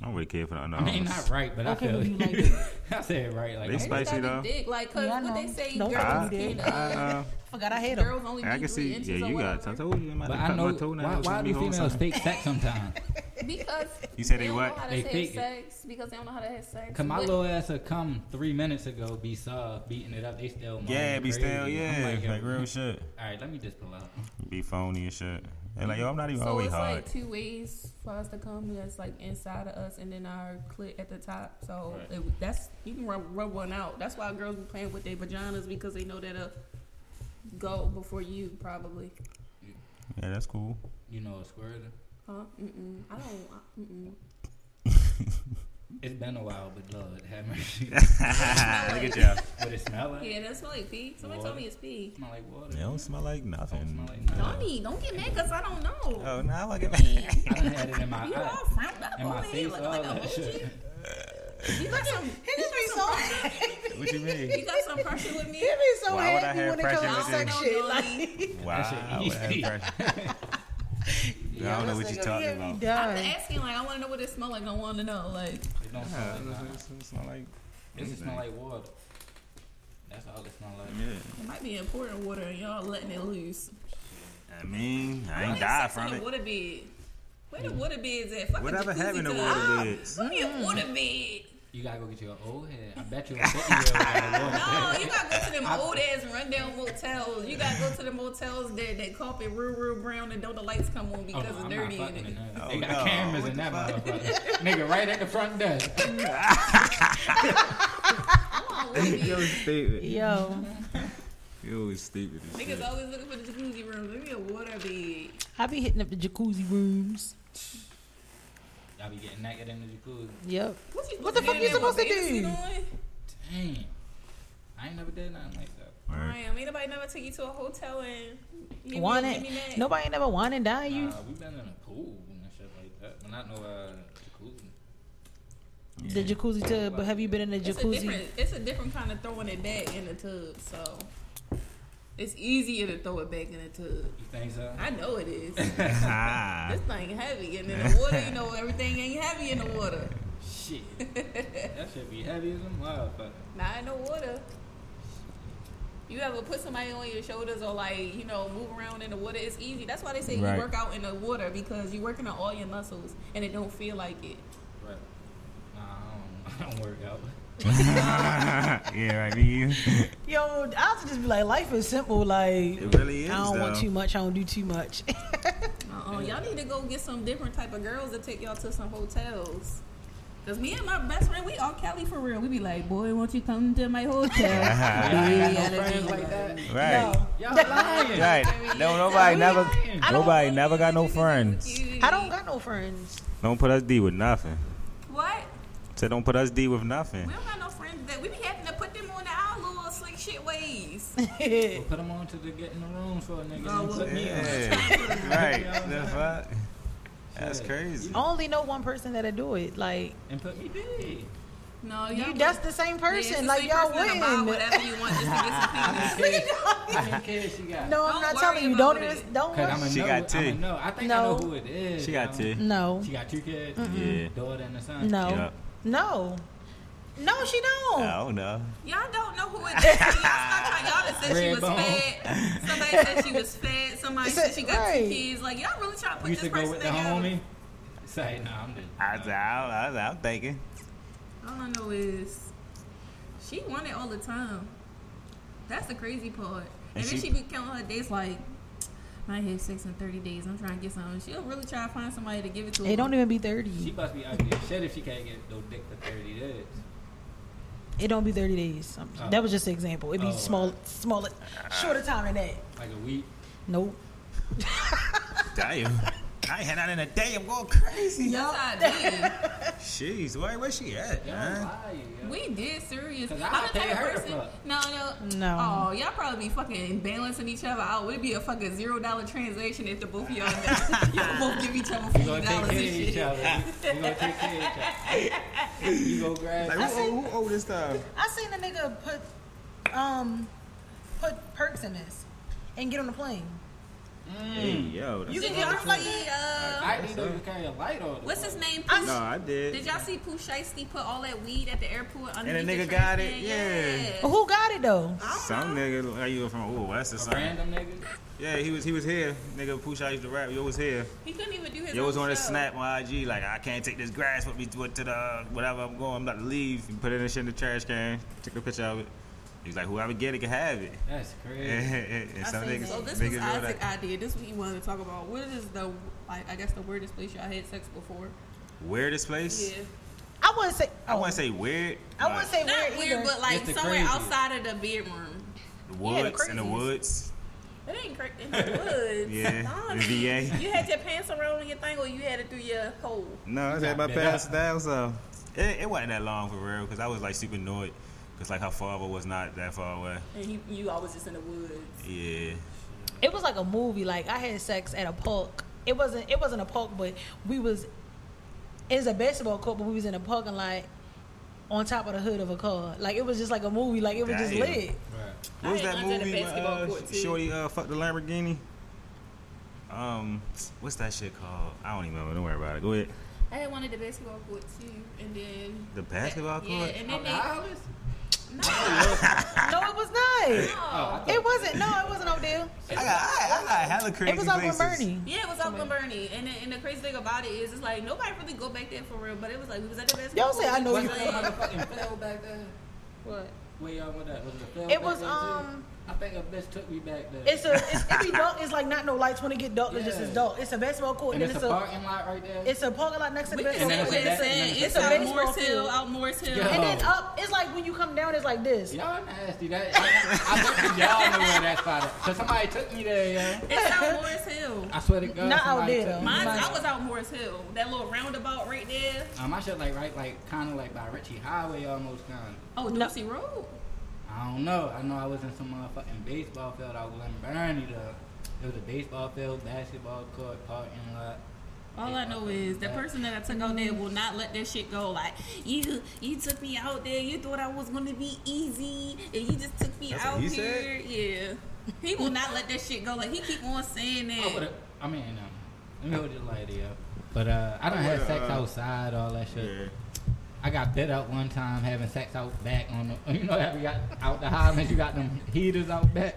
I don't really care for that. No, I mean, not right, but I Okay, feel but you you. liked it. I said right, like Oh. They I It Spicy, just gotta though. be thick, like cause Yeah, I what they know. say, Don't girls, do that. can, uh, I, Forgot I had them. girls only I, I be can three see. inches Yeah, or you got. I whatever. told you, I'm about But to I cut know my why, toenails. why do females fake sex sometimes? because You said they don't what? know how to They have fake it. sex because they don't know how to have sex. Cause my But- little ass had come three minutes ago, be sub, beating it up. They still Yeah, moaning be crazy. still, I'm mm-hmm. yeah, yo, like real shit. All right, let me just pull out. Be phony and shit. And like, yo, I'm not even So always it's Oh, hard. like two ways for us to come. That's like inside of us, and then our clit at the top. So Right. it, that's you can rub, rub one out. That's why girls be playing with their vaginas because they know that'll go before you probably. yeah, that's cool. You know, a squirter. Huh? Mm-mm. I don't. I- Mm-mm. It's been a while, but Lord, have mercy. Look at y'all. Would it smell like? Yeah, that's like pee. Somebody told me it's pee. Smell like water. They don't smell like Don't nothing. smell like nothing. Donnie, don't get mad because I don't know. Oh, now I get I done had it in my you all eye, frowned up in my over here face, oh. like, all like a that shit. emoji. You got some. He just be so What you You mean? got some pressure with me. he be so Why would I happy have when it comes pressure to with sex this? shit. No, Like, Wow, That shit I don't know what you're talking about. I'm Done. asking like I want to know what it smell like. I want to know like. It don't smell Yeah, like nothing. it's- it's not like. It just smell like water. That's all it smell like. Yeah. It might be important water, and y'all letting it loose. I mean, I Why ain't is died sex in from the it. Water bed. Where the water beds at? Fucking Whatever jacuzzi happened to tub. water Ah, beds? Give me a water bed. You gotta go get your old head. I bet you a 50 year old got a water No, head. you gotta go to them old ass rundown motels. You gotta go to the motels that that carpet real real brown and don't the lights come on Oh, because no, it's I'm not dirty in fucking it. in there. Oh, They got no. cameras What in the that motherfucker. Nigga, right at the front desk. Oh, water bed. Yo, stupid. Yo, Yo, stupid. as shit. Niggas always looking for the jacuzzi room. Give me a water bed. I be hitting up the jacuzzi rooms. Y'all be getting naked in the jacuzzi. Yep. What, you What the supposed to fuck you do in there supposed to with fantasy do? on? Damn. I ain't never did nothing like that. Right. Damn, ain't nobody never took you to a hotel and hit me- Want hit it? me back? Nobody ain't never want and die you. Nah, we been in a pool and shit like that. But not no uh, jacuzzi. The jacuzzi tub, but have you been in the It's a jacuzzi? different. It's a different kind of throwing it back in the tub. So it's easier to throw it back in the tub. You think so? I know it is. Ah. this thing heavy, and in the water, you know everything ain't heavy in the water. Shit. that should be heavy as a motherfucker. Not in the water. You ever put somebody on your shoulders or like you know move around in the water? It's easy. That's why they say Right. you work out in the water because you're working on all your muscles and it don't feel like it. Right. Nah, I don't, I don't work out. yeah, right. Me, you. Yo, I will just be like, life is simple. Like, It really is. I don't want though. too much. I don't do too much. Uh-uh. Y'all need to go get some different type of girls to take y'all to some hotels. Cause me and my best friend, we all Cali for real. We be like, boy, won't you come to my hotel? Yeah, I ain't got Yeah, no they friends do. like that. Right. Y'all lying. Right. No, nobody never. lying. I don't Nobody know never you got no because you friends. cute. I don't got no friends. Don't put us D with nothing. What? So don't put us D with nothing. We don't got no friends that we be having to put them on our little slick shit ways. Well, put them on to the get in the room for a nigga. Oh, and well, put me on. Yeah. right. The fuck. That's Shit. crazy. I only know one person that'll do it. Like, And put me big. No, you, Oh, y'all that's the same person. like, y'all win. Buy whatever you want just to get some penis. How many kids she got? No, Don't I'm not worry telling you. about Don't it. even. Don't. Cause I'm worry. a She know, got I'm a two. know. I think No. I know who it is. She got yo. two. no. She got two kids. Yeah. Daughter and a son. No. Yeah. Oh, No. No, she don't. Oh. I don't know. Y'all don't know who it is. Y'all, stop trying- y'all done said she Red was bone. fat. Somebody said she was fat. Somebody Said- said she got right. two kids. Like y'all really trying to put You used to this go person with the together. homie. Say no, I'm just. I, was- I, was- I, am thinking. All I know is she won it all the time. That's the crazy part. And, And then she- she be counting her days like, I have sex in 30 days. I'm trying to get something. She'll really try to find somebody to give it to her. It don't even She be thirty. must be ugly as shit if she can't get no dick for 30 days. It don't be thirty days. I'm- Oh. That was just an example. It be Oh, small, smaller, shorter time than that. Like a week. Nope. Damn. I ain't had that in a day. I'm going crazy. That's how I Jeez, where, where she at, Y'all man? lying, yo. did. We did serious. Cause I I'm the pay type of her person. for- No, no, No. Oh, y'all probably be fucking balancing each other out. Would it be a fucking zero dollar transaction if the both of y'all y'all both give each other We forty gonna take dollars and care of each shit? other. We gonna take care of each other. You go grab. Like, who, who, who owe this stuff? I seen a nigga put, um, put perks in this, and get on the plane. Mm. Hey, yo. That's You can all get the ours like, truth. yeah. I didn't know you carry a light all the uh, What's time. his name? Pooh- No, I did. Did y'all see Pooh Shiesty put all that weed at the airport the underneath the nigga trash got it? can? Yeah. Who got it though? Some nigga look like you were from Ooh West or A something. random nigga? Yeah, he was he was here. Nigga Pusha used to rap. Yo was here. He couldn't even do his Yo own was on show. his snap on IG like I can't take this grass with me to, to the whatever I'm going. I'm about to leave. He put it in shit in the trash can. Took a picture of it. He's like whoever get it can have it. That's crazy. and I some seen niggas, that. So this niggas was do Isaac's that. idea. This is what he wanted to talk about. What is the, like, I guess the weirdest place y'all had sex before? Weirdest place? Yeah. I wouldn't say. I oh, wouldn't say weird. I wouldn't say Not weird, weird, either. but like It's the somewhere craziest. outside of the bedroom. the woods in the crazies. woods. It ain't crazy in the woods. Yeah, Nah, the VA. You had your pants around on your thing, or you had it through your hole. No, I had my Yeah. parents down, so it, it wasn't that long for real. Cause I was like super annoyed. Cause like her father was not that far away. And you, you always just in the woods. Yeah. It was like a movie. Like I had sex at a park. It wasn't. It wasn't a park, but we was. It was a basketball court, but we was in a parking lot, on top of the hood of a car. Like it was just like a movie. Like it was just Damn. lit. Right. What was I that had lunch at a movie? when, basketball uh, court, too. Shorty uh, fucked the Lamborghini. Um, what's that shit called? I don't even remember. Don't worry about it. Go ahead. I had one at the basketball court too, and then The basketball yeah, court? and then they, Dollars? no, it was not. Oh, no, It wasn't. No, it wasn't no deal. I got, I, I got hella crazy It was like with places. Bernie. yeah, it was Oakland Bernie, and then, and the crazy thing about it is, it's like nobody really go back there for real, but it was like we was at the basketball. Y'all say court, I know we you- was Wasn't like- that motherfucking fell back there? What? Where y'all went at? Was it a fell It back was, there, too? um, I think a bitch took me back there. It's a. It's, it be dark. It's like not no lights when it get dark. It's just it's Yeah. dark. It's a basketball court, and and, it's, then it's a, a. parking lot right there. it's a parking lot next to the We can basketball And say then court. what it's a it's saying. ba- and then It's it's a out baseball Morris Hill, field. out Morris Hill. Yeah. And then up, it's like when you come down, it's like this. y'all nasty. That, I, I bet you y'all know where that spot is. Cause somebody took me there, yo. It's out Morris Hill. I swear to God, Not out somebody there, took though. me Mine, back. I was out Morris Hill. That little roundabout right there. Um, I should like right, like kind of like by Richie Highway almost kind of. Oh, No. Lucy Road. I don't know. I know I was in some motherfucking baseball field. I was in Bernie though. It was a baseball field, basketball court, parking lot. All I know is the person that I took out there will not let that shit go. Like you, you took me out there. You thought I was gonna be easy, and you just took me That's what out he here. said? Yeah, he will not let that shit go. Like he keep on saying I, that. would've- I mean, um, let me hold this light up. But uh, I don't have would've, sex uh, outside, all that shit. Yeah. I got bit out one time having sex out back on the. You know how we got out the Highlands, you got them heaters out back.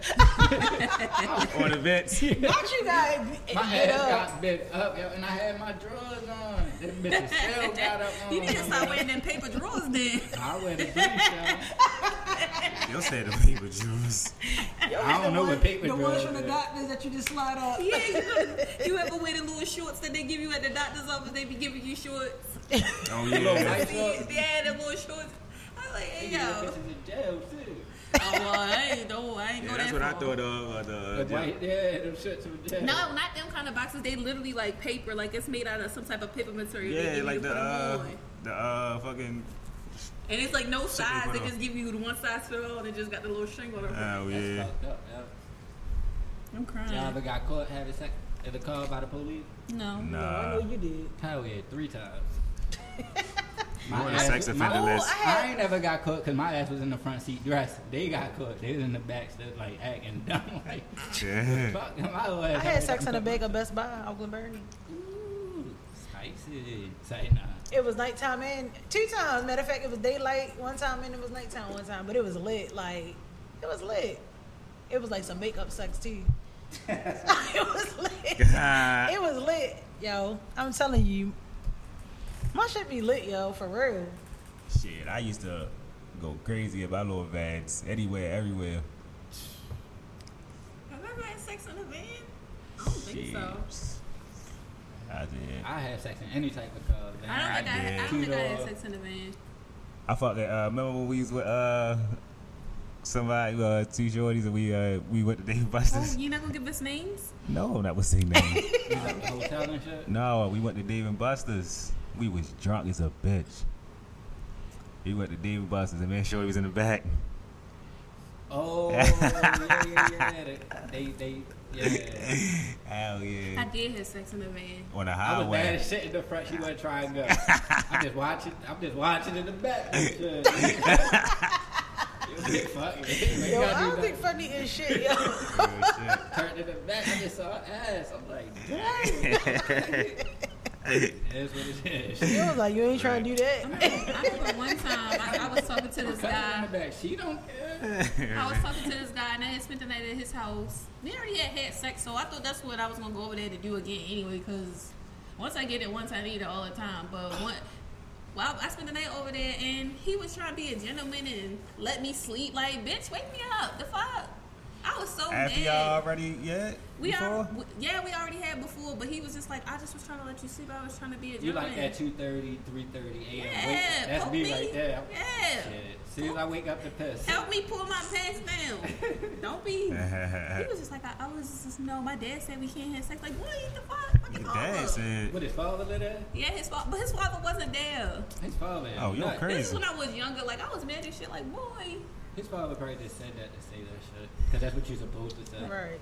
On the vets. Not you guys. My get ass up. got bit up, yo, and I had my drawers on. Them bitches still got up on. you need to stop wearing them paper drawers then. I wear the brief, yo. Yo said the paper juice. I don't know what paper The drawers ones from the is. doctors that you just slide up. Yeah, you, know, you ever wear the little shorts that they give you at the doctor's office? They be giving you shorts. Oh yeah. White shorts. Yeah, the little shorts. I was like, hey, Yeah, yo. bitches in jail too. Oh, well, I ain't, no, I ain't yeah go that's that what I far. thought of. Uh, The the, white, yeah, them shirts in jail. No, not them kind of boxes. They literally like paper, like it's made out of some type of paper material. They give yeah, you like to the put 'em uh, on. the uh, fucking. and it's like no they size. put They on. just give you the one size fit all, and it just got the little string on it. Oh That's yeah. fucked up, yo. I'm crying. Y'all ever got caught having sex at the car by the police? no. Nah. Oh, you did. Hell yeah, three times. You on the sex my- offender list? I ain't never got caught because my ass was in the front seat dressed. They got caught. They was in the back still like acting dumb. Like, Yeah. fuck my old ass. I had sex in a bag of Best Buy, Oakland Bernie. Ooh, spicy. Say nah. It was nighttime and two times. Matter of fact, it was daylight one time and it was nighttime one time. But it was lit. Like it was lit. It was like some makeup sex too. it was lit. It was lit, yo. I'm telling you, my shit be lit, yo, for real. Shit, I used to go crazy about little vans anywhere, everywhere. Have I ever had sex in a van? I don't think so. I did. I had sex in any type of car. I don't think I, I, did. don't think I had Keto. sex in a van. I fucked that. Uh, remember when we was with uh somebody, uh, two shorties, and we uh we went to Dave Oh, Buster's. you not gonna give us names? No, that was his name. You know, the hotel and shit. no, we went to Dave and Buster's. We was drunk as a bitch. We went to Dave and Buster's, and man, shorty was in the back. Oh, yeah, yeah, yeah. They, they, yeah. Hell I yeah. did have sex in a van. On the I was bad highway. as shit in the front. She wasn't trying to go. I'm just watching. I'm just watching in the back. Shit. You big fuck. You ain't Yo, gotta I do don't nothing. think funny is shit, yo. Real shit. Turned to the back. I just saw her ass. I'm like, damn. That's what it is. She I was like, you ain't trying to do that. I remember one time I, I was uh, talking to this cut in guy. the back. She don't care. I was talking to this guy and I had spent the night at his house. We already had had sex, so I thought that's what I was gonna go over there to do again anyway. Because once I get it once, I need it all the time. But one, well, I spent the night over there and he was trying to be a gentleman and let me sleep. Like, bitch, wake me up. The fuck. I was so After mad. y'all already yet? we before? are, yeah, we already had before, but he was just like, I just was trying to let you sleep. I was trying to be a You gentleman. like at 2.30, 3.30 a.m. Yeah, Wake up. That's poke me me. right there. Yeah. Shit. As soon as I wake up to piss. Help me pull my pants down. Don't be. Uh-huh. He was just like, I, I was just no. My dad said we can't have sex. Like, what the fuck? Fucking Your call dad up. said, What, his father live there? Yeah, his father, but his father wasn't there. His father. is Oh, you're nuts. crazy. This is when I was younger. Like, I was mad as shit. Like, boy, His father probably just said that to say that shit. Because that's what you're supposed to say. Right.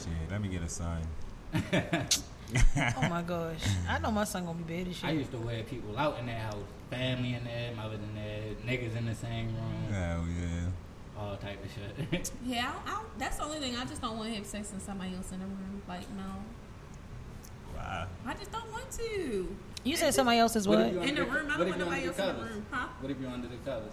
shit, let me get a sign. Oh my gosh. I know my son gonna be bad as I shit. used to wear people out in that house. Family in there, mother in there, niggas in the same room, Oh, yeah. all type of shit. yeah. I, I, that's the only thing. I just don't want to have sex in somebody else in the room. Like, no, Wow. I just don't want to. You said somebody else is what? you In the under room, I don't what if want you nobody under else the in the covers? room, huh? What if you're under the covers?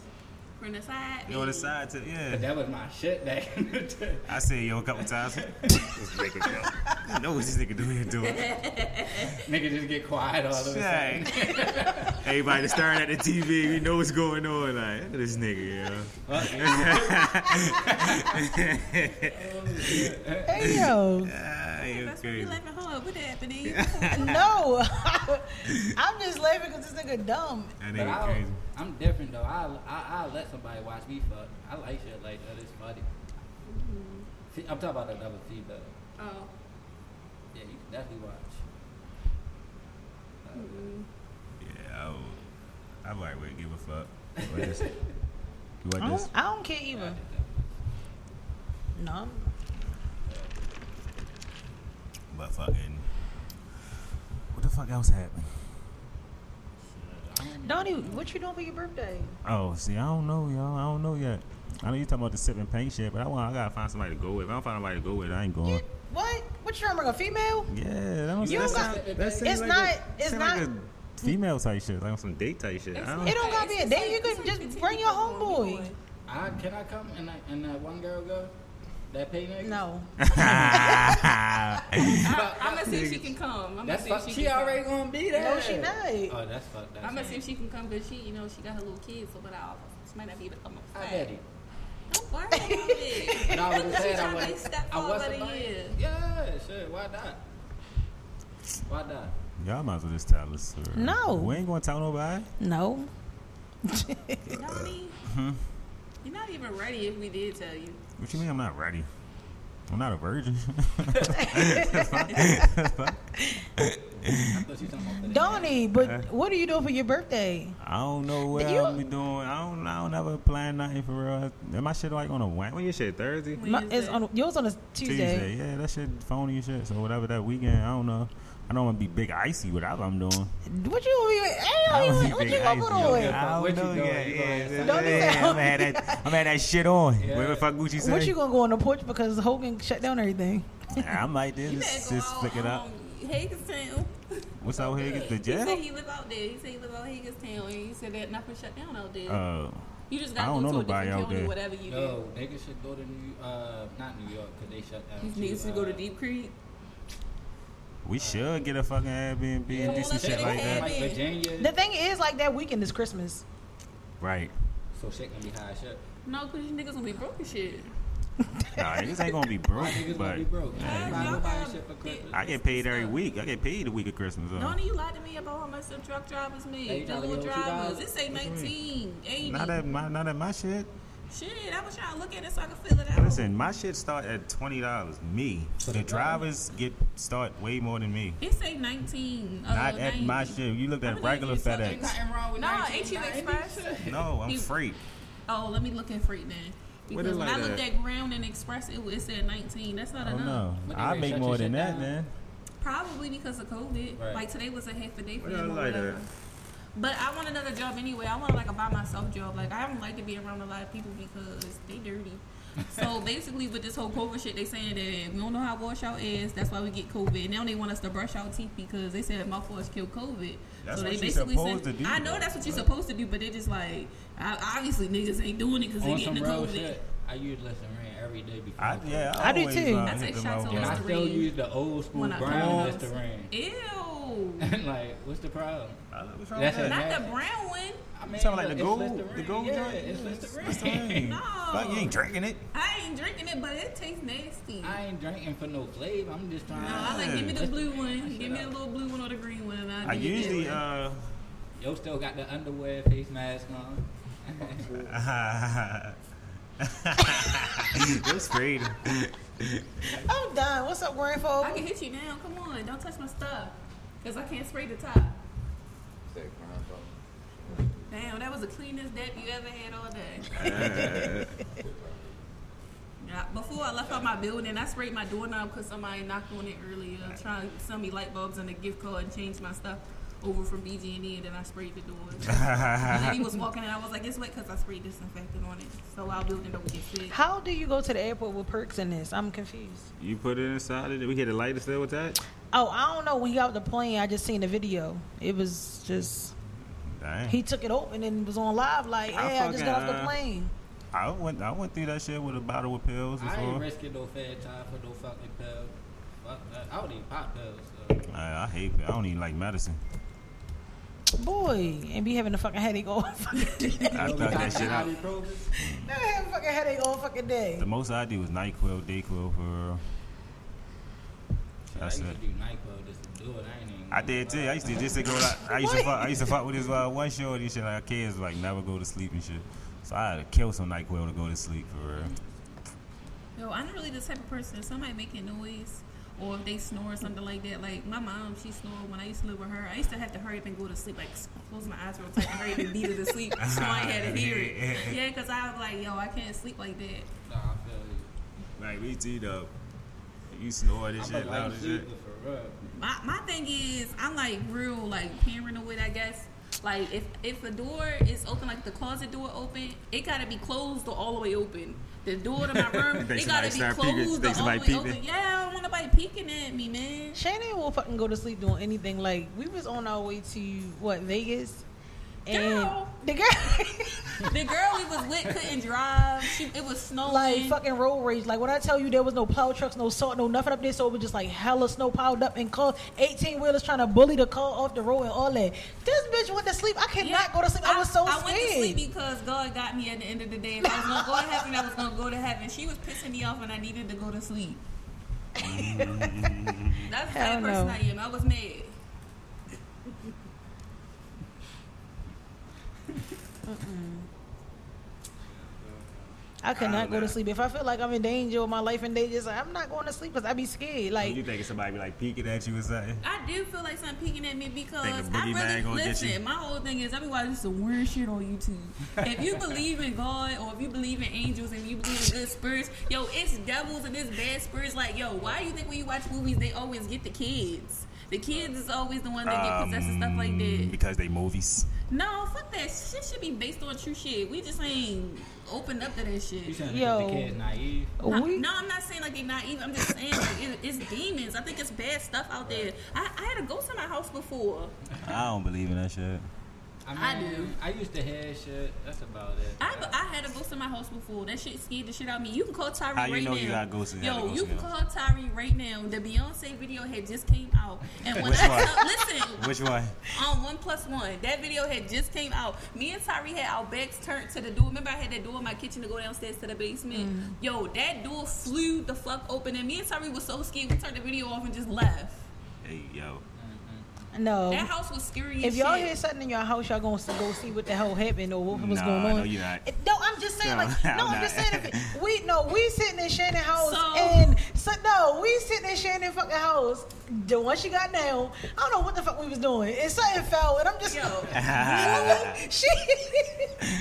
From the side. You on the baby. side to, But yeah. that was my shit back in the day. I said yo a couple times. this nigga go. You know what this nigga doing doing. Nigga just get quiet all of a sudden. Shaq. Everybody staring at the TV. We know what's going on. Like look at this nigga, yo. Fuck it. Hey yo. Ah, you That's what crazy. we laughing hard. What happening? No. I'm just laughing because this nigga dumb. That But nigga I, crazy. I'm different though. I, I I let somebody watch me fuck. I like shit like that. It's funny. See, I'm talking about another female. oh, Yeah, you can definitely watch. Uh, Yeah, I would. I probably wouldn't give a fuck. What this? What I this? don't, I don't care I either. did that. No. I'm- But fucking. What the fuck else happened? Donnie, what you doing for your birthday? Oh, see, I don't know, y'all. I don't know yet. I know you talking about the sip and paint shit, but I want. I gotta find somebody to go with. If I don't find nobody to go with, I ain't going. You, what? What you trying to bring a female? Yeah, that don't. You that don't sound, got- that seem it's like not- A, it's seem Like not- a female type shit, like on some date type shit. I don't. It don't gotta be a date. You It's could like just 15 bring your people going, we homeboy. going. I can I come and I, and that one girl go? That pay nigga? No. I'm gonna see if she can come. I'm That's gonna fuck, see if she can come. already gonna be there. No, she not. Oh, that's fucked. That's I'm gonna see fucked. if she can come, but she, you know, she got her little kids, so but I she might not be able to come up. I bet he. Don't worry about it. And I was She just saying tryna I be was. step I forward was a somebody. year. Yeah, shit. Why not? Why not? Y'all might as well just tell us. Sir. No. we ain't gonna tell nobody. No. You know what I mean? Mm-hmm. You're not even ready if we did tell you. What you mean? I'm not ready. I'm not a virgin. I thought you talking about that. Donnie, but what are you doing for your birthday? I don't know what You- I'll be doing. I don't. I don't ever plan nothing for real. Am I shit like on a Wed- when? your shit Thursday? When- My, Wednesday. it's on yours on a Tuesday. Yeah, that shit phony and shit. So whatever that weekend, I don't know. I don't want to be big icy whatever I'm doing. What you gonna I be? Hey, don't what, be what big you gonna icy. put on? Yeah. I don't What you know doing? yet. You Yeah, gonna yeah, have something? yeah, Don't I'm at that. I'm at that shit on. Yeah. Whatever fuck Gucci say. What you gonna go on the porch because Hogan shut down everything? I might You just better go just out flick it up. on Hagerstown. What's out here? Get the He said jail. he live out there. He said he live out Hagerstown, and you said that nothing shut down out there. Uh, you just I got to don't go know to a nobody different out county, there. whatever you Yo, niggas should go to New. Uh, not New York, cause they shut down. do. These niggas should go to Deep Creek. we should get a fucking Airbnb and do Well, some let's shit get like an that. Airbnb. Like Virginia. The thing is, like that weekend is Christmas. Right. so shit can be high as shit. No, because these niggas gonna be broke as shit. Nah, niggas ain't gonna be broke, Niggas gonna but be broke. Yeah. Buy Y'all nobody got shit for big- Christmas. I get paid every week. I get paid the week of Christmas. though. Donnie, you lied to me about how much some truck drivers Hey, make. you The gotta little get what you drivers. got. This ain't What you mean? 19, 80. Not at my not at my shit. Shit, I was trying to look at it so I could feel it out. Listen, my shit start at twenty dollars. Me, For the the drivers get start way more than me. It say 19. Uh, Not at my 90. shit. You looked I at believe regular you said Ain't FedEx. nothing wrong with No, 1990. Express. No, I'm You- free. Oh, let me look at freight then. What Because it when like I looked that? at ground and express, it, it said 19. That's not Oh enough. no, But they I done make shut more your than shit that, down. man. Probably because of COVID. Right. Like today was a half a day for What them y'all or like whatever. that? But I want another job anyway. I want like a by myself job. Like I don't like to be around a lot of people because they dirty. So basically, with this whole COVID shit, they saying that we don't know how to wash our ass. That's why we get COVID. Now they want us to brush our teeth because they said mouthwash kill COVID. That's so what they you basically supposed said, to do, I know though, that's what you're but- supposed to do, but they just like I, obviously niggas ain't doing it because they On some getting the real COVID. shit, I use Listerine every day before. I, bed. yeah, I do always, too. uh, I hit take the shots mouth on and I wash. Listerine. still use the old school When I brown cough. Listerine. Ew. like, what's the problem? What's wrong That's with it. that? Not the brown one. I mean, You talking like the it's gold, Listerine. the gold yeah, drink? it's Listerine. Listerine. Fuck, you ain't drinking it. I ain't drinking it, but it tastes nasty. I ain't drinking for no flavor. I'm just trying. no, to I like give me the Listerine. blue one. Shut Give me the up. little blue one or the green one. And I'll I do that usually, one. uh, Yo, still got the underwear, face mask on. uh, that's creative. I'm done. What's up, grandfather? I can hit you now. Come on, don't touch my stuff, cause I can't spray the top. Damn, that was the cleanest dip you ever had all day. Yeah, Before I left out my building, I sprayed my doorknob because somebody knocked on it earlier, trying to sell me light bulbs and a gift card and change my stuff over from BG&E, and then I sprayed the doors. the lady was walking, and I was like, "It's wet because I sprayed disinfectant on it, so our building don't get sick." How do you go to the airport with perks in this? I'm confused. you put it inside it. Did we get a lighter still with that? Oh, I don't know. When he got off the plane, I just seen the video. It was just Dang. he took it open and was on live like, Hmm. I "Hey, I just got off fucking, the uh, plane." I went. I went through that shit with a bottle of pills I ain't before. risking no fair time for no fucking pills. Fuck that. I don't even pop pills. So. I, I hate. it. I don't even like medicine. Boy, and be having a fucking headache all fucking day. I thought that shit out. I have a fucking headache all fucking day. The most I do is Nyquil, Dayquil for real. I That's used to it. do NyQuil just to do it. I ain't even. I did too. I used to just to go. Like, I used to fuck. I used to fuck with this uh, one shorty. Shit, like kids like never go to sleep and shit. So I had to kill some Nyquil to go to sleep for real. No, I'm not really the type of person. If somebody making noise or if they snore or something like that, like my mom, she snored when I used to live with her. I used to have to hurry up and go to sleep, like s- close my eyes real tight and hurry up and beat her to sleep so I ain't Uh-huh. had to hear it. Yeah, because I was like, yo, I can't sleep like that. Nah, I feel Like we teed up. You snore this you. I'm a light sleeper for real. My my thing is, I'm like real like paranoid, I guess. Like if if a door is open, like the closet door open, it gotta be closed or all the way open. The door to my room, Think it somebody gotta be start peeking- closed think or all the somebody way peeping. open. Yeah, I don't want nobody peeking at me, man. Shannon will fucking go to sleep doing anything. Like we was on our way to what Vegas, and Girl. the girl. The girl we was with couldn't drive. She, it was snowing. like fucking road rage. Like when I tell you there was no plow trucks, no salt, no nothing up there, so it was just like hella snow piled up and cars, eighteen wheelers trying to bully the car off the road and all that. This bitch went to sleep. I could Yeah. not go to sleep. I, was so I scared. went to sleep because God got me at the end of the day. If I was gonna go to heaven, I was gonna go to heaven. She was pissing me off, and I needed to go to sleep. That's the Hell type of person no. I am. I was mad. I could I not don't go to know. sleep if I feel like I'm in danger or my life in danger. It's like, I'm not going to sleep because I be scared. Like you thinking somebody be like peeking at you or something? I do feel like something peeking at me because Think the I boogeyman really gonna get you? listen. My whole thing is everybody just some weird shit on YouTube. if you believe in God or if you believe in angels and you believe in good spirits, yo, it's devils and it's bad spirits. Like, yo, why you think when you watch movies they always get the kids? The kids is always the one that get possessed and stuff like Um, that. Because they movies. No, fuck that. Shit should be based on true shit. We just ain't opened up to that You shit. saying Yo. the kid naive? Huh, we, no, I'm not saying like they naive. I'm just saying like, it, it's demons. I think it's bad stuff out there. I, I had a ghost in my house before. I don't believe in that shit. I mean, do. I used to hear shit. That's about it. I, I had a ghost in my house before. That shit scared the shit out of me. You can call Tyree How you right know now. you got ghosts in- had a Yo, ghost you in can your call Tyree right now. The Beyonce video had just came out, and when Which I one? tell- listen, Which one? on One Plus One. That video had just came out. Me and Tyree had our backs turned to the door. Remember, I had that door in my kitchen to go downstairs to the basement. Mm. Yo, that door flew the fuck open, and me and Tyree was so scared we turned the video off and just left. Hey yo. no. That house was scary. as Oh. If y'all shit. hear something in your house, y'all gonna go see what the hell happened or what was Nah, going on. no, you're not. It- no, I'm just saying, No, like, no, I'm I'm, not. just saying, if it- we no, we sitting in Shannon house So- and so no, we sitting in Shannon fucking house. The one she got now, I don't know what the fuck we was doing, and something fell, and I'm just. Yo. Really? she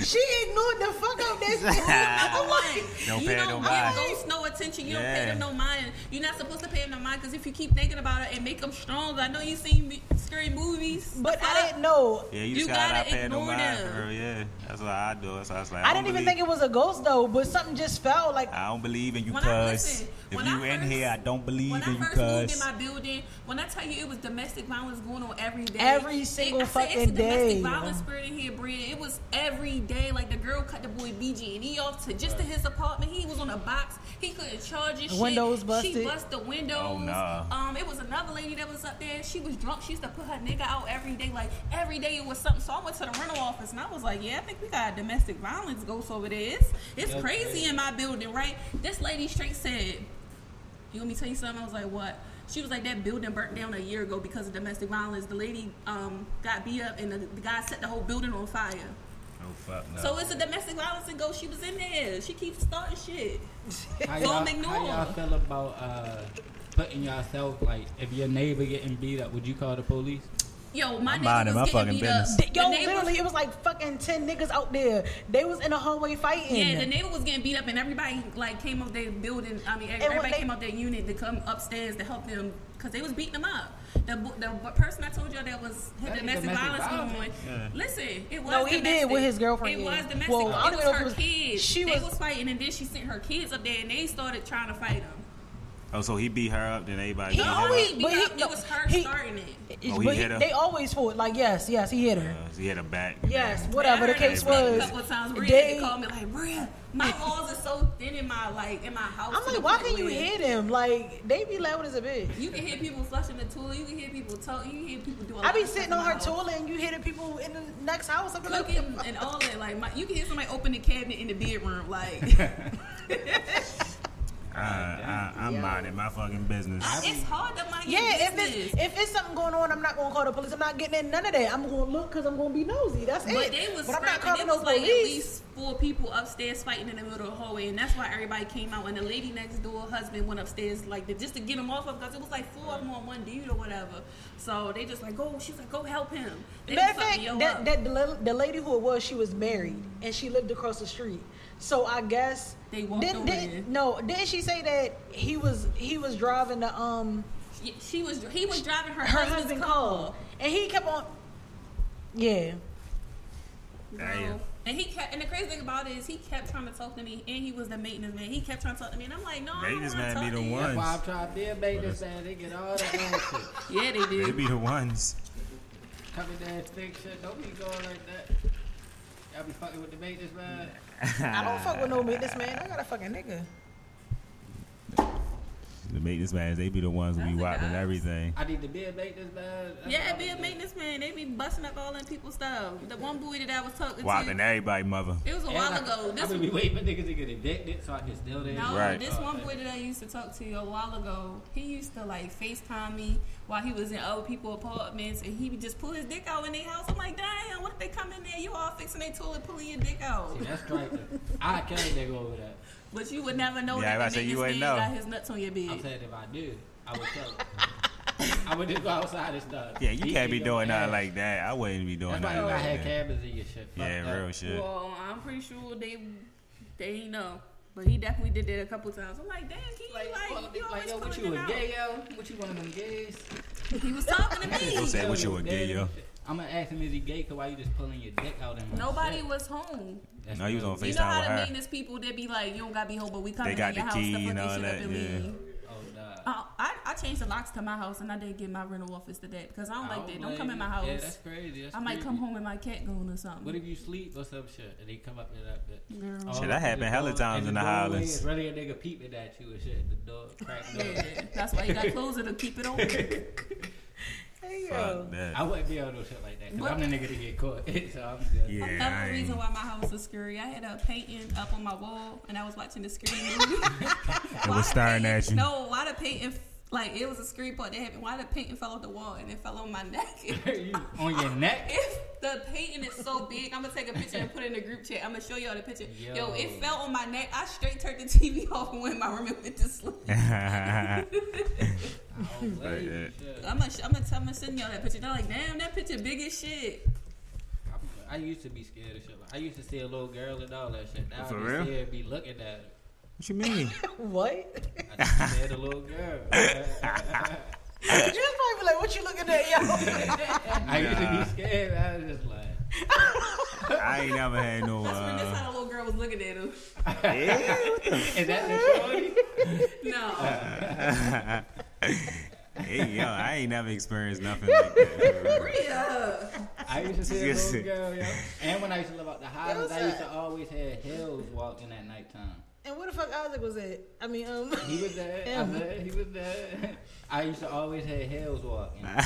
she ignored the fuck out that. I'm like, Don't you pay don't no give mind. ghosts no attention. You don't pay Yeah. them no mind. You're not supposed to pay them no mind because if you keep thinking about it and make them stronger, I know you seen me- scary movies. But the I fuck? didn't know. Yeah, you, You shot I gotta paid no ignore mind, them. girl. Yeah, that's what I do. That's why I was like, I didn't even think it was a ghost though, but something just felt like I don't believe in you, When cuz. I listen, If when you I in first- here, I don't believe When I in you, first moved in cuz. my building, when I tell you it was domestic violence going on every day, Every It- single I said, fucking it's a domestic day. violence spirit in here, Brian. It was every day. Like the girl cut the boy BG and E off to just to his apartment. He was on a box. He couldn't charge his shit. Windows busted. She busted the windows. Oh, nah. Um, it was another lady that was up there. She was drunk. She used to put her nigga out every day. Like every day it was something. So I went to the rental office and I was like, yeah, I think we got a domestic violence ghost over there. It's, it's Yeah, crazy yeah. in my building, right? This lady straight said. You want me to tell you something? I was like, what? She was like, that building burnt down a year ago because of domestic violence. The lady um, got beat up and the, the guy set the whole building on fire. Oh, fuck no. So it's a domestic violence and go. She was in there. She keeps starting shit. How Go y'all, McNeil. how y'all feel about uh, putting yourself like if your neighbor getting beat up, would you call the police? Yo, my I'm minding neighbor my was fucking getting beat business. up. Th- Yo, The neighbor- literally, it was like fucking ten niggas out there. They was in the hallway fighting. Yeah, the neighbor was getting beat up, and everybody like came up their building. I mean, when everybody they- came up their unit to come upstairs to help them because they was beating them up. The, bo- the bo- person I told y'all that was That had is domestic, domestic violence violence. going. Yeah. Listen, it was No, he did domestic. with his girlfriend, It yeah. was domestic. Well, I it don't was know if her it was- kids. she they was- was, fighting, and then she sent her kids up there, and they started trying to fight them. Oh, so he beat her up, then everybody He beat him up. always- He beat Oh, but he- up, no, it was her he- starting it. It's- Oh, he but hit her? they always fought. Like, yes, yes, he hit her. Uh, he had a back. Yes, Yeah. whatever the I heard case that was, A couple of times, Rhea they- they called me like, Rhea, my walls are so thin in my like in my house. I'm to the like, why point can't you where- hit him? Like, they be loud as a bitch. You can hear people flushing the toilet. You can hear people talk. You can hear people doing. I be sitting on her toilet and you hitting people in the next house. I be like, cooking and all that. Like my, you can hear somebody open the cabinet in the bedroom. Like Uh, I, I'm minding my fucking business. it's hard to mind your yeah, if business. it's if it's something going on, I'm not gonna call the police. I'm not getting in none of that. I'm gonna look because I'm gonna be nosy. That's but it. they was but I'm scrapping. not calling It no was like at police. least four people upstairs fighting in the middle of the hallway, and that's why everybody came out. And the lady next door husband went upstairs like to, just to get him off of because it was like four of them on one dude or whatever. So they just like go. She was like, go help him. They Matter of fucking fact, yo that, up. that the, la- the lady who it was, she was married and she lived across the street. So I guess They walked didn't, over didn't, no. Didn't she say that he was he was driving the um she, she was he was driving her, her husband's husband car. car and he kept on yeah. Damn. Girl. And he kept, and the crazy thing about it is he kept trying to talk to me, and he was the maintenance man. He kept trying to talk to me, and I'm like, no, I don't Maintenance want to man talk be to the you. one. That's why I've tried beer bakers and they get all that old shit. Yeah, they They did. be the ones. Cover that thick shit. Don't be going like that. Y'all be fucking with the maintenance man. I don't fuck with no this man. I got a fucking nigga. The maintenance mans, they be the ones who be That's the wiping guys. everything. I need to be a maintenance man. That's Yeah, what it be I a would do. maintenance man. They be busting up all in people's stuff. The one boy that I was talking Wiping to, everybody, mother. it was a And while I- ago. I This would be waiting for niggas to get evicted so I can still there. No, Right. this one boy that I used to talk to a while ago, he used to like FaceTime me while he was in other people's apartments and he would just pull his dick out in their house. I'm like, damn, what if they come in there? You all fixing their toilet, pulling your dick out. See, that's striking. I kill a nigga over that. But you would never know Yeah, I that was about to the say, you niggas ain't man know. got his nuts on your I'm bed. saying if I did, I would tell him. I would just go outside and stuff. Yeah, you Beat can't be your doing ass. nothing like that. I wouldn't be doing That's why nothing you got like had that. cameras in your shit. Fuck Yeah, that. real shit. Well, I'm pretty sure they they ain't know, but he definitely did that a couple times. I'm like, damn, he like, well, you like, always yo, what pulling you it a out. gay yo? What you one of them gays? He was talking to Don't me. say what you a gay yo. I'm gonna ask him is he gay? Cause why you just pulling your dick out and Nobody was home. That's No, you was real on weird. You Face know time how with the her. maintenance people they be like, you don't gotta be home, but we coming got in your the house key to fuck and your all shit that, up and yeah. leave. Oh nah. Uh, I, I changed the locks to my house and I did get my rental office today because I don't like that. Don't blame come in you. my Yeah, that's house. crazy. That's I might creepy. come home with my cat gone or something. What if you sleep or some shit and they come up in that bit? Girl. Oh, Shit, that happened hella and times in the doorway Highlands. is Really, a nigga peeping at you and shit. The door crack door. Yeah, that's why you got clothes to keep it open. Hey yo. Fuck that. I wouldn't be on no shit like that because What? I'm the nigga to get caught. so I'm good. Yeah, I Another ain't- reason why my house is scary. I had a painting up on my wall, and I was watching the scary movie. It was Why the staring painting- at you. No, why the painting? Like it was a scary part that happened. Why the painting fell off the wall and it fell on my neck? you on your neck? if the painting is so big, I'm gonna take a picture and put it in the group chat. I'm gonna show y'all the picture. Yo. Yo. it fell on my neck. I straight turned the TV off and went in my room and went to sleep. I don't blame you. Like Oh, shit. I'm gonna, sh- I'm gonna, tell- I'm gonna send y'all that picture. They're like, damn, that picture big as shit. I'm- I used to be scared of shit. Like, I used to see a little girl and all that shit. Now For I real? just scared be looking at her. what you mean? What? I just scared a little girl. you probably be like, what you looking at, yo? Nah, I used Nah. to be scared. I was just like, I ain't never had no. That's when this Uh, how the little girl was looking at him. yeah, what the is that the shorty? No, hey, yo, I ain't never experienced nothing like that. Rhea. I used to see a Yes. little girl, yo. And when I used to live out the highlands, I used to always have hills walking at nighttime. And where the fuck Isaac was at? I mean, um, He was there. I Yeah. bet he was there. I used to always have hills walking, like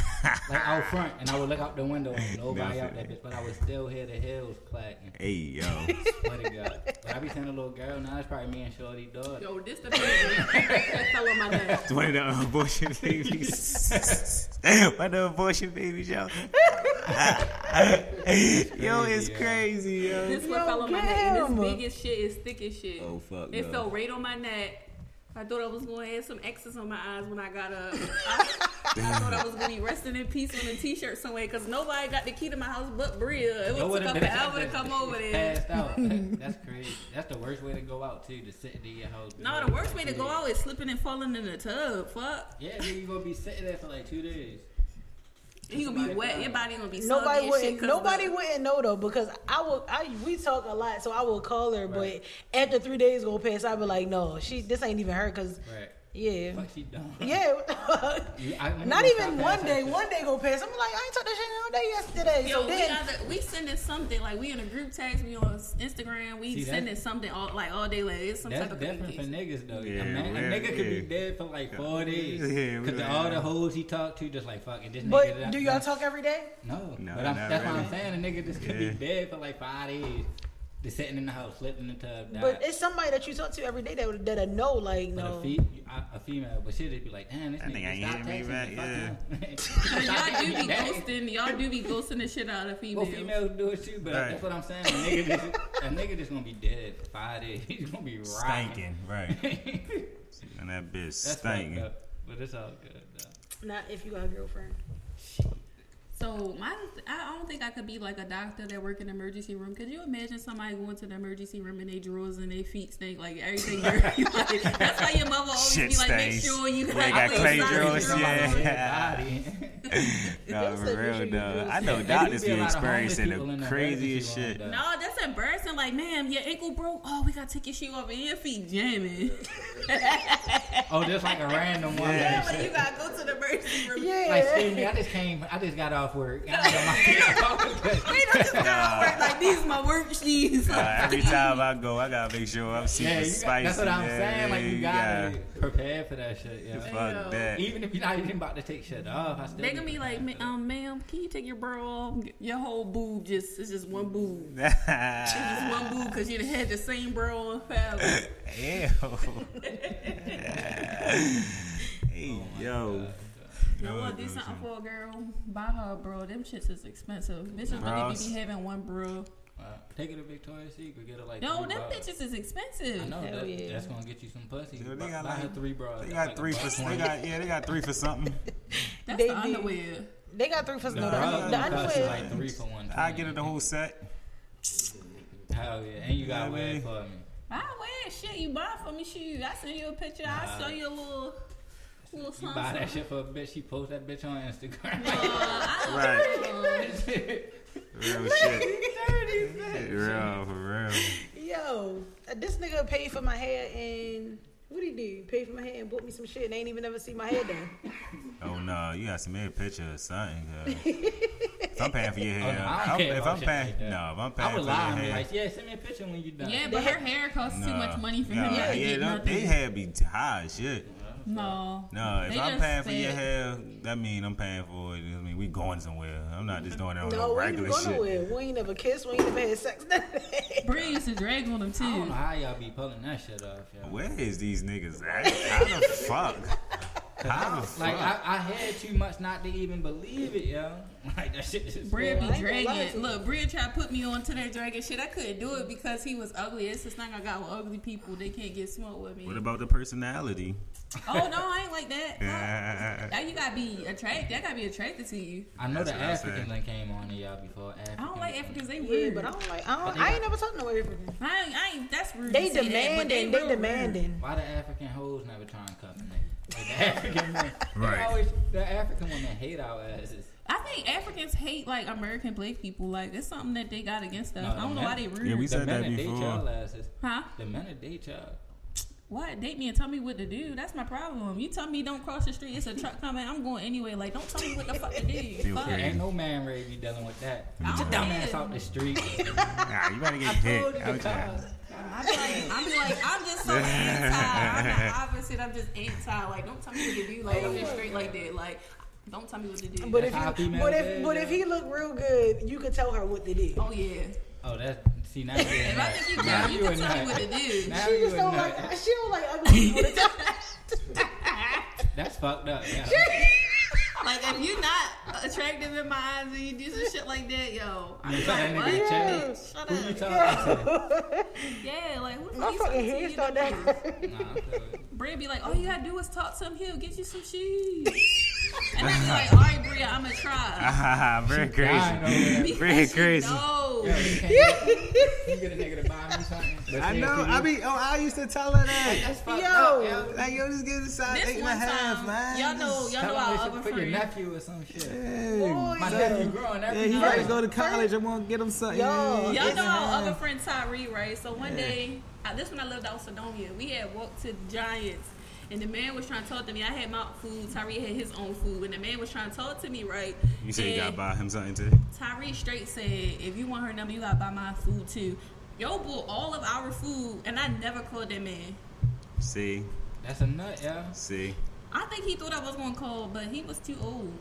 out front, and I would look out the window and nobody out that bitch, but I would still hear the hills clacking. Hey, yo. Swear to God. But I be seeing a little girl now. It's probably me and Shorty dog. Yo, this the that fell on my neck. It's one of the abortion babies. one of the abortion babies, yo. yo, it's yo. crazy, yo. This one fell on my neck. And this big as shit is thick as shit. Oh, fuck, It no. fell right on my neck. I thought I was going to have some X's on my eyes when I got up. I, I thought I was going to be resting in peace on a t-shirt somewhere because nobody got the key to my house but Bria. It would took her forever to come over there. Passed out. That's crazy. That's the worst way to go out too. To sit in your house. No, the worst way to go out is slipping and falling in the tub. Fuck. Yeah, then you gonna be sitting there for like two days. You gonna be wet. Your body gonna be soggy nobody and shit wouldn't. 'cause Nobody the- wouldn't know though because I will. I we talk a lot, so I will call her. But after three days go past, I'll be like, no, she. This ain't even her because Right. yeah, Fuck, she dumb. yeah. what the fuck? You- I- Not I even passed one that day. shit. One day go past. I'm like, I ain't talk that shit all day yesterday. Yo, so we, then either, we sending something like we in a group text, we on Instagram, we See, that's- sending something all like all day. Like it's some That's type of different for communication. niggas though. Yeah, a, man, a we're- nigga could yeah. be dead for like four days. Yeah, we Cause were- all the hoes he talked to just like fucking this nigga. But that- do y'all talk every day? No. No, but I'm, not that's what I'm really. saying. A nigga just could Yeah. be dead for like five days. Just sitting in the house, slipping in the tub. Died. But it's somebody that you talk to every day that that I know, like But no. a, fe- I- a female, but she'd just be like, damn, this That nigga nigga, ain't stop hitting me texting back, me, yeah. fuck him. Y'all do be ghosting. That- Y'all do be ghosting the shit out of Well, females. females do it too, but Right. that's what I'm saying. A nigga, just, a nigga just gonna be dead for five days. He's gonna be rocking. Stinking, right. And that bitch That's stinking. fucked up, But it's all good though. Not if you got a girlfriend. So my, I don't think I could be like a doctor that work in the emergency room. Could you imagine somebody going to the emergency room and they drawers and they feet stink like everything? dirty? like, that's why your mother always Shit be like, make stains. sure you They got, got clay drawers, drawers. yeah. Dead body. No, Those for are real, usually though. those- I know There do doctors be a be lot of homeless experiencing people in the the craziest emergency shit. room, No, that's embarrassing. Like, ma'am, your ankle broke. Oh, we gotta take your shoe off and your feet jamming. Oh, just like a random one. Yeah. Like, you gotta go to the emergency room. Yeah. Like, excuse me, I just came, I just got off work. I don't know my- Wait, I just got off work. Like, these my work shoes. Uh, every time I go, I gotta make sure I'm super yeah, you got, spicy. that's what I'm yeah, saying. Like, you yeah, gotta prepare for that shit. you Yeah. gotta- Yo. Fuck that. Even if you're not even about to take shit off, I still. They gonna be like, "Ma- um, ma'am, can you take your bra off? Your whole boob just, it's just one boob. It's just one boob because you done had the same bra on forever. Ew. hey, Oh yo. Y'all Good, wanna do good something shit. for a girl? Buy her a bra. Them shits is expensive. Bitches really Bras. be having one bra. Uh, take it to Victoria's Secret, get it like. No, three them bras. bitches is I expensive. know Hell that, yeah. that's gonna get you some pussy. Dude, they Buy- got buy like- her three bras. They That's got like a three buck for they twenty. got yeah they got three for something. That's They the did. underwear. They got three for The no. The, bras the cost you underwear. like three for one. I get it the whole set. Hell yeah, and you Yeah, got wear man. it for me. I wear shit. You buy for me shoes. I send you a picture. I Nah. show you a little, little You something. buy that shit for a bitch. She post that bitch on Instagram. Uh, Right. I, Real shit. Real for real. Yo, uh, this nigga paid for my hair and what he do? Paid for my hair and bought me some shit and ain't even never see my hair done. Oh no, you got to submit a picture or something. 'cause If I'm paying for your hair, Oh, no, I don't I'm- care if about I'm shit like paying, that. no, if I'm paying I for would your lie and be hair, like, yeah, send me a picture when you done. yeah, but her hair costs too nah, much money for nah, him. Yeah, to get no, nothing. they hair be t- high as shit. No. No, if They I'm just paying for your said- hair, that mean I'm paying for it. I mean, we going somewhere. I'm not just doing it on No, no we ain't regular even go shit. nowhere. We ain't never kissed. We ain't never had sex. nothing. Bree used to drag on him I don't Oh know too. how y'all be pulling that shit off, y'all. Where is these niggas at? How the fuck? How the Like fuck? I, I had too much not to even believe it, yo. Like that shit is. Bria I be ain't gonna lie to dragging. you. Look, Bria tried to put me on to that dragon shit. I couldn't do it because he was ugly. It's just not I got with ugly people. They can't get smoked with me. What about the personality? oh no, I ain't like that. No. Yeah. Now you gotta be attracted. I gotta be attracted to you. I know That's the what I said. Africans that came on to y'all before. Africans. I don't like Africans. They yeah, rude. but I don't like. I, don't, I ain't never talked no African. I ain't, I ain't, that's rude. They to say that, but demanding. real They rude. demanding. Why the African hoes never try and cuff a nigga? Like the African men. They Right. always, the African women hate our asses. I think Africans hate like American black people. Like it's something that they got against us. No, I don't know no. why they rude. Yeah, we The said that men that date before. y'all asses. huh? The men that date y'all. What? Date me and tell me what to do. That's my problem. You tell me don't cross the street. It's a truck coming. I'm going anyway. Like don't tell me what the fuck to do. Feel Fuck. free. Ain't no man ready to be dealing with that. I Get your don't dumb care. ass out the street. Nah, you better get I hit. told you I'm to trying. cause. I be like, I be like, I'm just so anti. I'm not opposite. I'm just anti. Like don't tell me what to do. Like I'm just straight like that. Like don't tell me what to do. But That's how if you, females but is, if, but yeah. if he looked real good, you could tell her what they did. oh yeah. Oh, that see now. You're If I think you Now down, you you can a tell me nut. what to do. Now She you just a don't nut. like. She don't like ugly people. to tell- That's fucked up. Yeah. Like if you're not attractive in my eyes and you do some shit like that, yo, You I'm tell that like, nigga to what? check it. Shut Who you up. talking to? Yeah, like who the fuck My you fucking talking to? head You start don't know. that. Nah, I'm good. Brad be like, all you gotta do is talk to him. He'll get you some shoes. and I be like, all right, Bria, I'ma try. Ah, Very dying over there. crazy. Because Very she crazy. knows. Yo, you can't get- you get a nigga to buy me something. I know. I be. Oh, I used to tell her that. That's fucked Yo. up, yo. Like, yo, just give it a size This eight and a one half, time, man. y'all know, y'all know Tell him our this other for your friend. nephew or some shit. Yeah, My Boy, nephew growing yeah every he night. got to go to college. I'm gonna get him something. Yo. Yeah, Y'all eight know and a our other half. friend Tyree, right? So one Yeah. day, I, this when I lived out in Sodonia, we had walked to Giants, and the man was trying to talk to me. I had my food, Tyree had his own food, and the man was trying to talk to me, right? You said you And gotta buy him something too. Tyree straight said, if you want her number, you gotta buy my food too. Yo bought all of our food, and I never called that man. See, That's a nut, yo. see, I think he thought I was gonna call, but he was too old.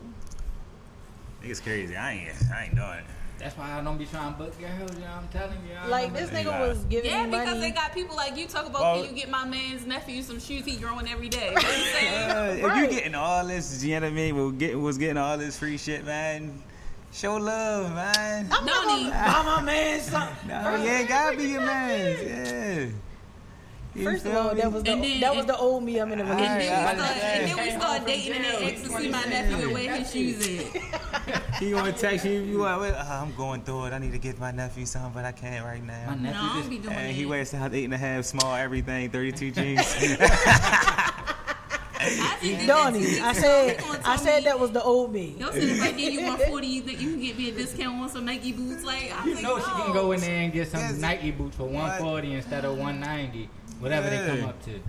niggas crazy. I ain't, I ain't doing it. That's why I don't be trying to book girls, yo. I'm telling you. I Like don't- this nigga was giving Yeah, me because money. they got people like you talk about Well- can you get my man's nephew some shoes he growing every day. You know what I'm saying? Uh, if you Right. getting all this, you know what I mean? Was getting, was getting all this free shit, man. Show love, man. I'm not Noni. gonna buy my man something. No, you ain't gotta be your man. Yeah. You First of feel all, me? that was the, And then- that was and- the old me. I'm in a All relationship. And right, then I we start, and then we understand. start dating and then ex to see my nephew and wear his shoes in. He gonna text you. You like, "Well, uh, I'm going through it. I need to get my nephew something, but I can't right My now. No, I nephew don't be just. doing And he that. wears size eight and a half, small, everything, 32 jeans. I think that Donnie, that's- I said He gonna tell I said me, that was the old me. Yo, since right there you want forty, you think you can get me a discount on some Nike boots? Like I You think know no. she can go in there and get some Yes. Nike boots for 140 instead of 190, whatever they Yeah. come up to.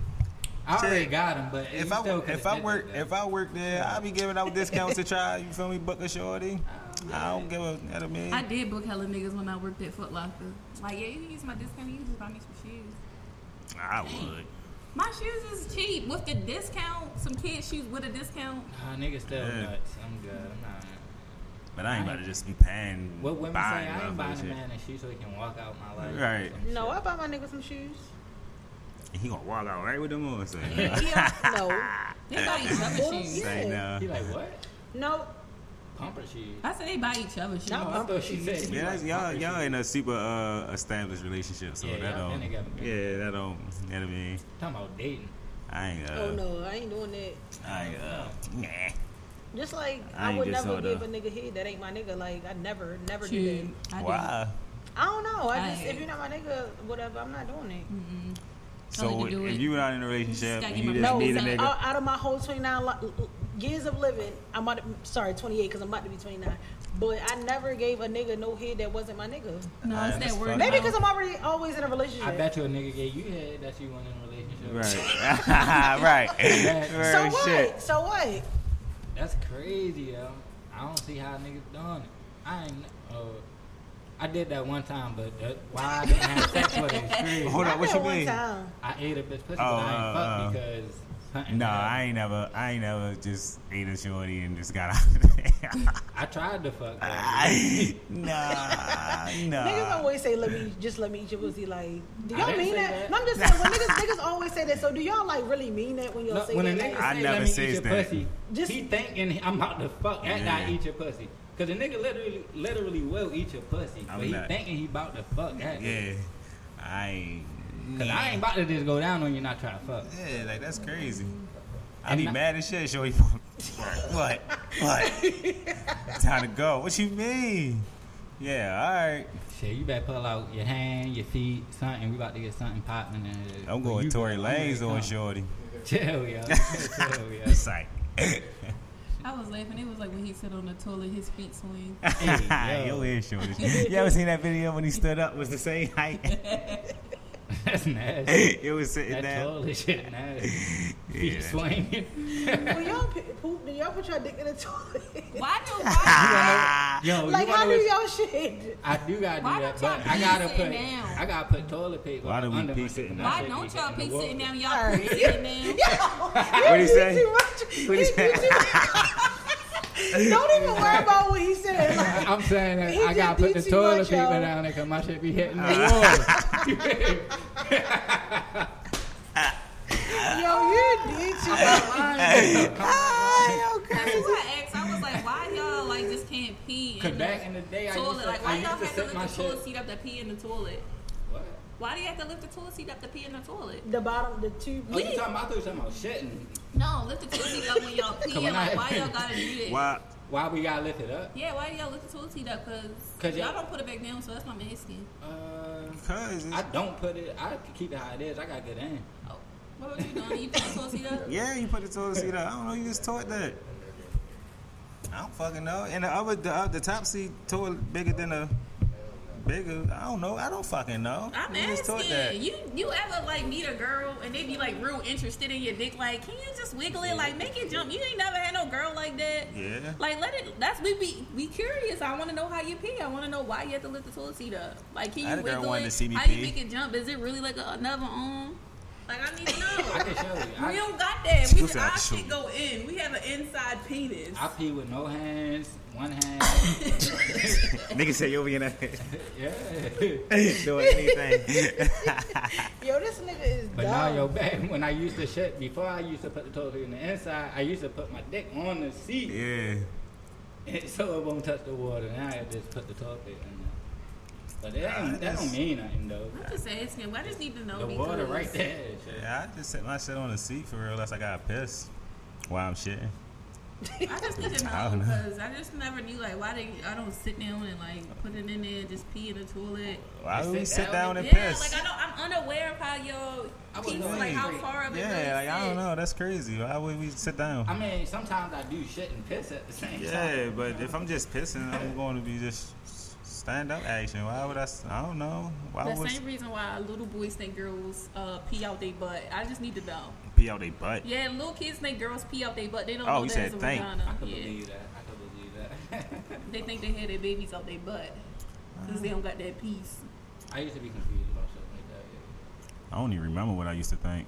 I already got them, but if you I still wo- could if I work if I work there, I be giving out discounts to try. You feel me, book a shorty. I don't give a. You know what I mean, I did book hella niggas when I worked at Foot Locker. Like, yeah, you can use my discount. You can just buy me some shoes. I would. My shoes is cheap with the discount. Some kids' shoes with a discount. Ah, niggas still Yeah. nuts. I'm good. I'm not. But I ain't about to just be paying. What women say, buying I ain't motherfucking buying a shit. man a shoe so he can walk out my life. or Right. some No, shit. I bought my nigga some shoes. He gonna walk out right with them on. So, no, They buy each other shoes. say no. He like, what? no, Pumper shoes. I said they buy each other shoes. No, Oh, I thought she said. he Yeah, like that's, y'all, pumper y'all shoes. in a super uh, established relationship, so Yeah, that y'all don't. been together. Yeah, that don't. You know what I mean? Talking about dating. I ain't. Uh, oh no, I ain't doing that. I ain't. Uh, nah. Just like I I, ain't would get never sold give a out. nigga head that ain't my nigga. Like I never, never do Shoes. that. I do. Why? I don't know. I I just ain't. if you're not my nigga, whatever. I'm not doing it. So you do if it. you not in a relationship Just gotta and get you my just No, need a money. nigga, out, out of my whole 29 li- l- l- years of living, I'm about to, sorry 28 because I'm about to be 29. But I never gave a nigga no head that wasn't my nigga. Uh-huh. No, it's That's that word. fucked Maybe No. because I'm already always in a relationship. I bet you a nigga gave you head that you want in a relationship. right, right, so Real what? shit. So what? That's crazy, yo. I don't see how niggas doing it. I ain't. Uh, I did that one time, but that, why I didn't have sex with it is crazy. Hold I on, what did you one mean? time. I ate a bitch pussy, but Oh, I ain't uh, fucked because. something No, happened. I ain't never. I ain't never just ate a shorty and just got out. I tried to fuck. Her. I, nah, nah. Niggas always say, "Let me just let me eat your pussy." Like, do I y'all didn't mean say that? that. No, I'm just saying, when niggas, niggas always say that. So, do y'all like really mean that when y'all Look, say when a that? nigga Like, I say, never "Let me eat says your that. pussy," Just- he thinking I'm about to fuck that Yeah. guy eat your pussy. Cause the nigga literally, literally will eat your pussy, I'm but he not. thinking he about to fuck that. Yeah, I ain't. Cause I ain't about to just go down on you not trying to fuck. Yeah, like that's crazy. I And be not- mad as shit. Show you what? What? Time to go. What you mean? Yeah, all right. Shit, you better pull out your hand, your feet, something. We about to get something popping. In here. I'm going You- Tory I'm Lanez ready to on come. shorty. Chill, yo. Chill, yo. It's like, I was laughing. It was like when he sit on the toilet, his feet swing. Hey, yo. Your head short. as shit. You ever seen that video when he stood up was the same height? That's nasty. it was sitting That down. toilet shit nasty. Feet Yeah. swinging. Well, y'all p- poop. Do y'all put your dick in the toilet? Why do why? Ah. Yo, you like wanna how do know- y'all shit? I do gotta do Why that, don't but y'all I gotta pee put sitting down? I gotta put toilet paper. Why do we under pee my- sitting my down? Why shit don't be y'all getting be the water. sitting down? Y'all be sitting down. What'd he say? Too much. You What'd he do say? too much. Don't even worry about what he said. Like, I'm saying that He I gotta just put the beat you toilet much, paper yo. down there because my shit be hitting the wall. yo, you did too much. That's what I asked. I was like, why y'all like just can't pee Cause in back the in the day, I used toilet? to, Like, I why y'all have used to to set lift my the toilet shit. seat up to pee in the toilet? What? Why do you have to lift the toilet seat up to pee in the toilet? The bottom, the two. Oh, you talking about? I thought you talking about shitting. No, lift the toilet seat up when y'all pee. Come on, Like, I- why y'all gotta do that? Why? Why we gotta lift it up? Yeah, why do y'all lift the toilet seat up? Cause, 'Cause y'all y'all- don't put it back down, so that's my man skin. Uh, Because I don't put it. I can keep it how it is. I gotta get in. Oh, what were you doing? You put the toilet seat up? yeah, you put the toilet seat up. I don't know. You just taught that. I don't fucking know. And the other, the, uh, the top seat toilet bigger than a bigger. I don't know. I don't fucking know. I'm You just taught that. asking you. You ever like meet a girl and they be like real interested in your dick? Like, can you just wiggle it? Like, make it jump. You ain't never had no girl like that. Yeah. Like, let it. That's we be we curious. I want to know how you pee. I want to know why you have to lift the toilet seat up. Like, I can had you a girl wiggle wanted it? to see me how pee. you make it jump? Is it really like a, another arm? Like, I need to I know. can show you. we I, don't got that. We Listen, I our can show shit you. go in. We have an inside penis. I pee with no hands, one hand. Nigga said you over here yeah. doing anything. Yo, this nigga is But now, dumb. yo, back when I used to shit, before I used to put the toilet in the inside, I used to put my dick on the seat. yeah. so it won't touch the water. Now I just put the toilet in there. But that, Ah, ain't, that that's- don't mean nothing though. I'm just asking. I just need to know The because water right there. is shit. Yeah, I just set my shit on the seat for real. Unless I got pissed while I'm shitting. I just didn't I know don't know. because I just never knew like why they I don't sit down and like put it in there and just pee in the toilet. Why They would we sit sit down down and yeah, Oh, piss? like I don't I'm unaware of how y'all I pee wouldn't know like how either. far of it yeah, really like I sit. don't know. That's crazy. Why would we sit down? I mean, sometimes I do shit and piss at the same time. Yeah, but if I'm just pissing, I'm going to be just stand up action. Why would I? s- I don't know. Why The would same reason why little boys think girls uh, pee out their butt. I just need to know. pee out their butt? Yeah, little kids think girls pee out their butt. They don't Oh, know you that said it's a think. I vagina. could Yeah. believe that. I could believe that. They think they had their babies out their butt because they don't got that piece. I used to be confused about shit like that. yeah. I don't even remember what I used to think.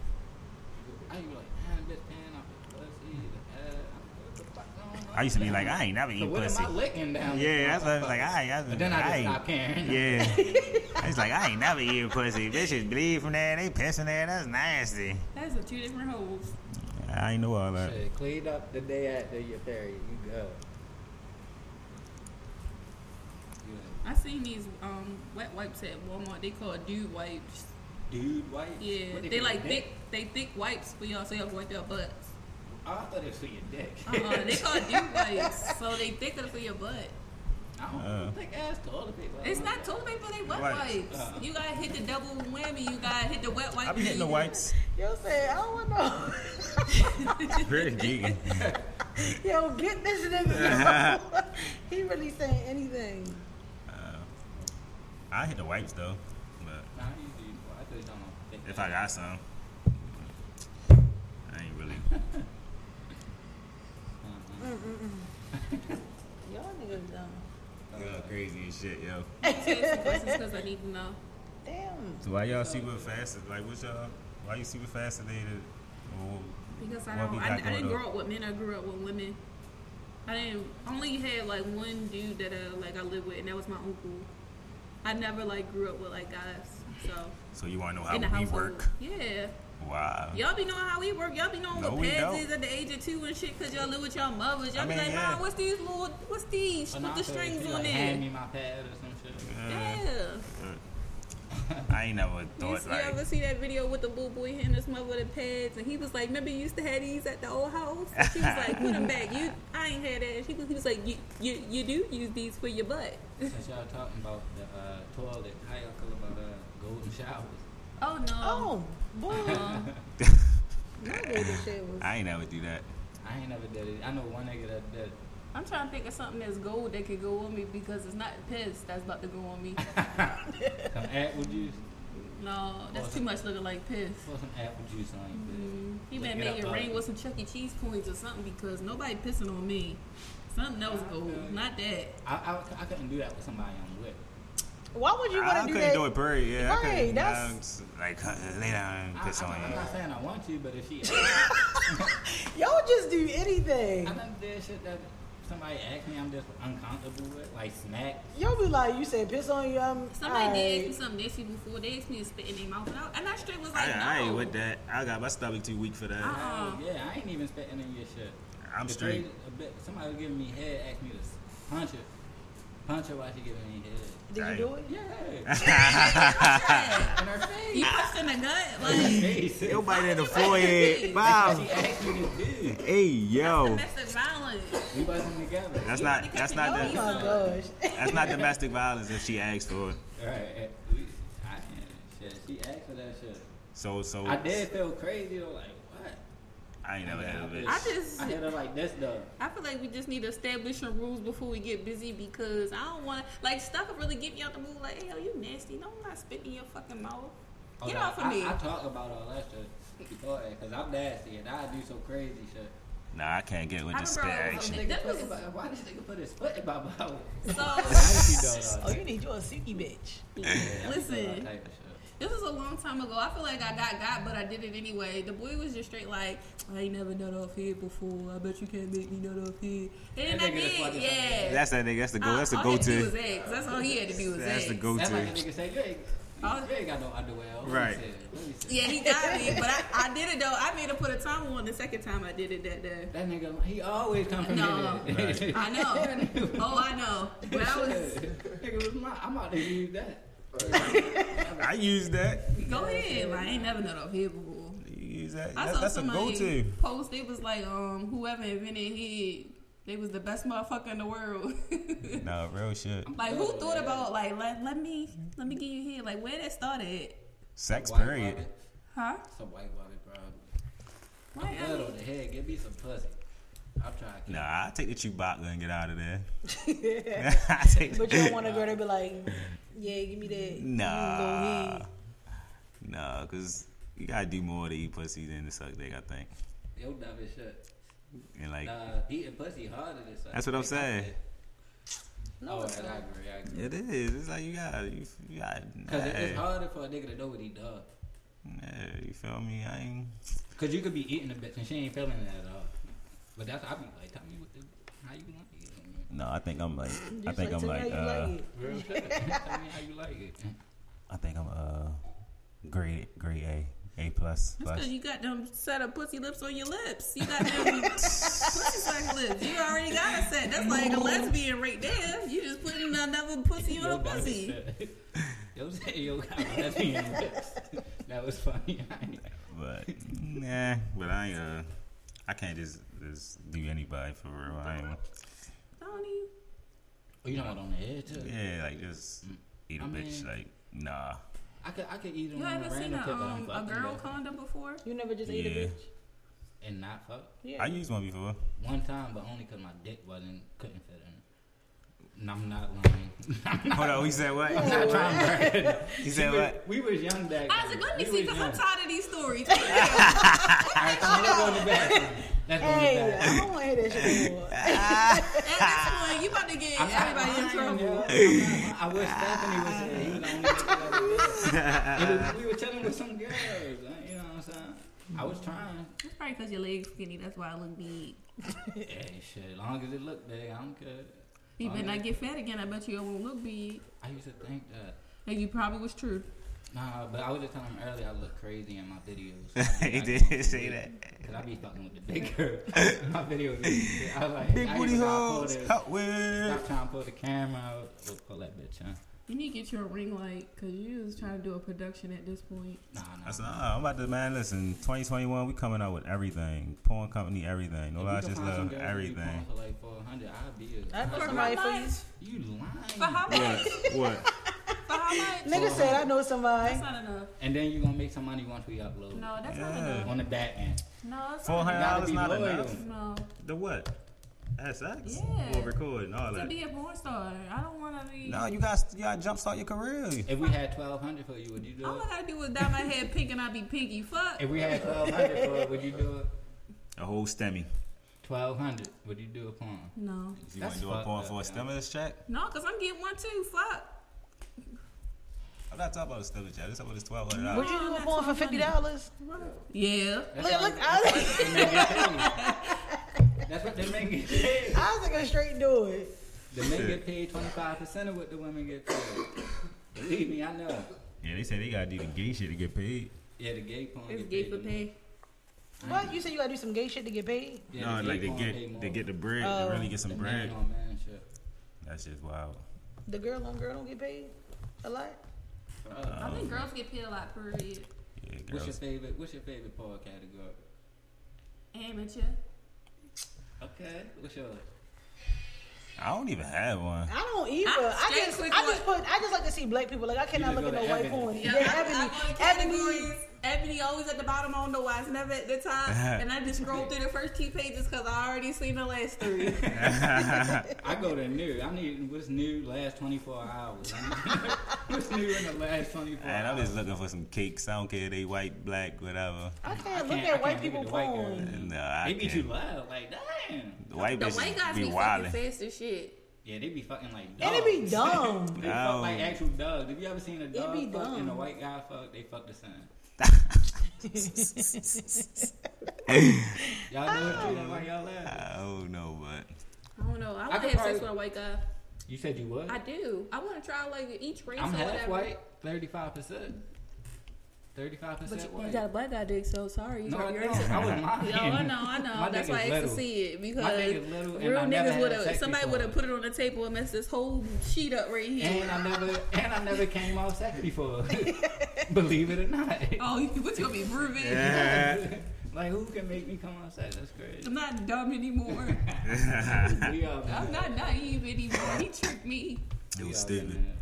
I used to be like, man, bitch, pan off the pussy, the ass. What the fuck going on? I used to be like, I ain't never so eating what pussy. am I licking down? Yeah, this that's what I was motherfucker? like. I, I, But then I just ain't- stopped caring. Yeah, I was like, I ain't never eating pussy. Bitches bleed from there. They pissing there. That's nasty. That's a two different holes. I ain't know all that. Shit, clean up the day after your period. You go. I seen these um, wet wipes at Walmart. They call dude wipes. Dude, white. Yeah, What they, put like your thick. They thick wipes for y'all so y'all can wipe your butts. Oh, I thought it was for your dick. Uh-uh, they call dude wipes, so they thicker for your butt. I don't Uh. think ass toilet paper. It's not toilet paper. They wet Wipes. wipes. You gotta hit the double whammy. You gotta hit the wet wipe. Uh-huh. I be and hitting the then wipes. Yo said, I don't know. Very geeking. Yo, get this nigga. yo. he really saying anything. I hit the wipes though, but Nah, you do. I thought you were talking about thick if I got some, I ain't really. Y'all niggas dumb. Y'all crazy and shit, yo. you ask some questions because I need to know. Damn. So why y'all super fast? Like, what's y'all? Why you super fascinated? Or Because I What we don't. got I, I going didn't on? grow up with men. I grew up with women. I didn't only had like one dude that uh, like I lived with, and that was my uncle. I never like grew up with like guys. So So you want to know how in the we household, work? yeah. Wow. Y'all be knowing how we work. Y'all be knowing No, what we pads don't. is at the age of two and shit because y'all live with y'all mothers. Y'all I be mean, like, yeah. Mom, what's these little, what's these? But Put nah, the I thought you strings like, on Hand there. me my pad or some shit. Uh, Yeah. I ain't never You, thought see, you like. ever see that video with the boo boy hitting his mother with the pads? And he was like, remember you used to have these at the old house? And she was like, put them back. You, I ain't had that. And she was, he was like, you, you, you do use these for your butt. Since y'all talking about the uh, toilet, how y'all feel about uh, golden showers? Oh, no. Oh, boy. Uh, My baby shit was. I ain't never do that. I ain't never did it. I know one nigga that did. I'm trying to think of something that's gold that could go on me because it's not piss that's about to go on me. Some apple juice. No, Oh, that's too much looking like piss. Put some apple juice on Mm-hmm. You your better bitch. make it rain with some Chuck E. Cheese coins or something because nobody pissing on me. Something else gold, not that. I, I, I couldn't do that with somebody I'm with. Why would you I want to do couldn't that? do it, period. Yeah, I Right, couldn't. that's- I'm s- like uh, lay down and I, piss I, on I'm you. not saying I want to, but if she, Y'all just do I anything. done did shit that somebody asked me, I'm just uncomfortable with, like snack. Y'all be like, you said piss on you. Um, Somebody did ask me alright. something nasty before. They asked me to spit in their mouth, and I, and I straight was like, I, no. I ain't with that. I got my stomach too weak for that. Uh-uh. Yeah, I ain't even spitting in your shit. I'm If straight. they- a bit- Somebody was giving me head, asked me to s- punch her. Punch her while she giving me head. Did you do it? Yeah. Shit. in her face. you punched in the gut, In like. her face. Yo, bite in the forehead. Wow. She asked me to do. Hey, yo. Domestic violence. We wasn't together. That's not. That's not the. Oh my gosh. That's not domestic violence if she asks for it. Right. At least I can't. Shit, she asked for that shit. So so. I did feel crazy though, like what? I ain't never had a bitch. I just, I hit her like this though. I feel like we just need to establish some rules before we get busy because I don't want to, like, stuff will really get me out the mood. Like, hell, you nasty. No, I'm not spitting in your fucking mouth. Get Although off of Oh, I, me. I talk about all that shit before because I'm nasty and I do some crazy shit. Nah, I can't get with I the spit remember I was This action. Shit, Oh, nigga that put was- his- Why this nigga put his foot in my mouth? so, How Oh, did you you need your Suki bitch. do that? listen. Type of shit. This was a long time ago. I feel like I got got, but I did it anyway. The boy was just straight like, I ain't never nut off head before. I bet you can't make me nut off head. And then That I nigga just did, wanted something. yeah. That's that nigga. That's the go. Uh, That's the all he had to go-to. do was eggs. That's all he had to do was That's the eggs. That's like a go-to. nigga say, you ain't, Oh. you ain't got no underwear. on." Let me Right. see it. Let me see it. Yeah, he got me, but I, I did it though. I made him put a timer on the second time I did it that day. That nigga, he always come from No. here. I know. Oh, I know. But I was. nigga was my, I'm about to use that. I use that. Go ahead. Like, I ain't never nut off head before. You Use that. I That's, saw that's a somebody go-to. post. It was like, um, whoever invented head, they was the best motherfucker in the world. No, real shit. Like who thought about like let, let me let me get you here like where that started, Sex White period. woman. huh? Some white woman, probably. Like, I Blood on mean, the head, give me some pussy. I'm trying to Nah, I take the Chewbacca and get out of there. I take But the, you don't want a girl to be like, yeah, give me that. nah, nah, cause you gotta do more to eat pussy than to suck dick. I think, Yo, dumb as shit. and like Nah, eating pussy harder than sex. that's what I'm saying. No, oh, and I agree, I agree. It is. It's like you gotta, you, you gotta. Because nah, it's harder for a nigga to know what he does. nah, you feel me? I ain't. Because you could be eating a bitch and she ain't feeling it at all. But that's, I be like, tell me what the, how you like it. No, I think I'm like. You I think just I'm tell like. me how you Uh, like it. Real shit. tell me how you like it. I think I'm uh, grade grade A, A plus That's plus. because you got them set of pussy lips on your lips. You got them pussy suck lips. You already got a set. That's like a lesbian right there. You just putting another pussy on a dumb as pussy. shit. Yo, say yo, got lesbian lips. That was funny. But nah, but I ain't. Uh, I can't just just do anybody for real. I ain't. Tony, oh, you don't want on the head, too? Yeah, like just eat a I bitch. mean- Like nah. I could, I could eat on you a ever seen random a, kid that I'm um, a fucking girl with condom before? You never just ate Yeah. a bitch. and not fuck. Yeah. I used one before. One time, but only 'cause my dick wasn't couldn't fit in. And I'm not lying. I'm not, Hold on, he said I'm what? not trying to brag. He We said was- what? We was young back then. Isaac, let me we see was because young. I'm tired of these stories. All right, so let's go in the bathroom. Let's go in the Hey, bathroom. I don't want to hear that shit anymore. At this point, you about to get I'm not everybody in lying, trouble. yo. I'm not- I wish Stephanie was here. He was the only nigga that ever did. It was- We were chilling with some girls. like, You know what I'm saying? I was trying. It's probably because your legs skinny. That's why I look big. Hey, shit. As long as it looked big, I don't care. You Oh, better yeah. not get fat again. I bet you it won't look big. I used to think that. And you probably was true. Nah, but I was just telling him earlier I look crazy in my videos. I He be did acting say weird. that. Cause I be fucking with the big girl. my videos. be- I was like, I used to pull hoes. the- Hot whip. Stop trying to pull the camera out. We'll pull that bitch, huh? You need to get your ring light because you was trying to do a production at this point. Nah, nah. I said, nah, I'm about to man. Listen, 2021, we coming out with everything, porn company, everything. No If lie, you can just find some love girl who everything. be pulling For like 400, I'll be a- I know For somebody how for you. much? You lying. For how much? What? For how much? Nigga said I know somebody. That's not enough. And then you're gonna make some money once we upload No, that's not Yeah. enough. on the back end. No, it's Four not hundred enough. dollars be not loyal. enough. No. The what? Have sex? Yeah. Or recording all To that? be a porn star, I don't want to be. No, you got you got to jumpstart your career. If we had twelve hundred for you, would you do All it? I gotta do is dye my hair pink and I be pinky. Fuck. If we had twelve hundred for it, would you do it? A whole stemmy. Twelve hundred, would you do a porn? No. You want That's to do a fucked porn up, for a yo. stimulus check? No, because I'm getting one too. Fuck. I'm not talking about a stimulus check. This about this twelve hundred Would dollars. you do a that's porn for not fifty funny. dollars? Yeah. That's Look, why- look, Isaac, They make it paid. That's what they make it paid. Isaac can straight do it. The men get paid twenty five percent of what the women get paid. Believe me, I know. Yeah, they say they gotta do the gay shit to get paid. Yeah, the gay porn. It's get gay paid for the pay. What you said? You gotta do some gay shit to get paid. most. Yeah, no, the like they gay porn pay get more. they get the bread. Oh. they really get some The bread. Man on man shit. That shit's wild. The girl on girl don't get paid a lot. I think girls get paid a lot, period. Yeah, What's your girls. favorite? What's your favorite porn category? Amateur. Okay, what's yours? I don't even have one. I don't either. I'm I straight just, I quick just put, I just like to see black people. Like I cannot just look go at no to white Ebony. porn. Yeah, Yeah, I'm- I'm Ebony, on the Ebony. categories. Ebony always at the bottom. I don't know why it's never at the top. Uh-huh. and I just scroll through the first two pages because I already seen the last three. I go to new. I need what's new last twenty four hours. what's new in the last twenty four And hours? I'm just looking for some cakes. I don't care if they white, black, whatever. I can't, I look can't- I at can't white look people at the white porn. girl. No, I they be can't. too loud. Like damn. The white the bitches white guys be be, wildin'. fucking fast as shit. Yeah, they be fucking like dogs. And it be Oh. dumb. They fuck like No. actual dogs. Have you ever seen a dog be fuck and a dumb. white guy fuck? They fuck the same. Y'all know what I'm talking about, y'all laugh. I don't know, but I don't know. I want to could have probably- sex with a white guy. You said you would. I do. I want to try like each race I'm or half whatever. white, thirty five percent. Thirty five But percent you, you white. got a black guy dick, so sorry. no, I you're, don't. I was lying. Yo, I know, I know. My That's dick why I is used to little. see it My because dick is little, and real I never niggas had would sex have somebody before. would have put it on the table and messed this whole sheet up right here. And I never, and I never came off sex before. Believe it or not. oh, you, what you gonna be groovy? like who can make me come off sex? That's crazy. I'm not dumb anymore. We all been I'm there. not naive anymore. He tricked me. it We was all been stupid. there.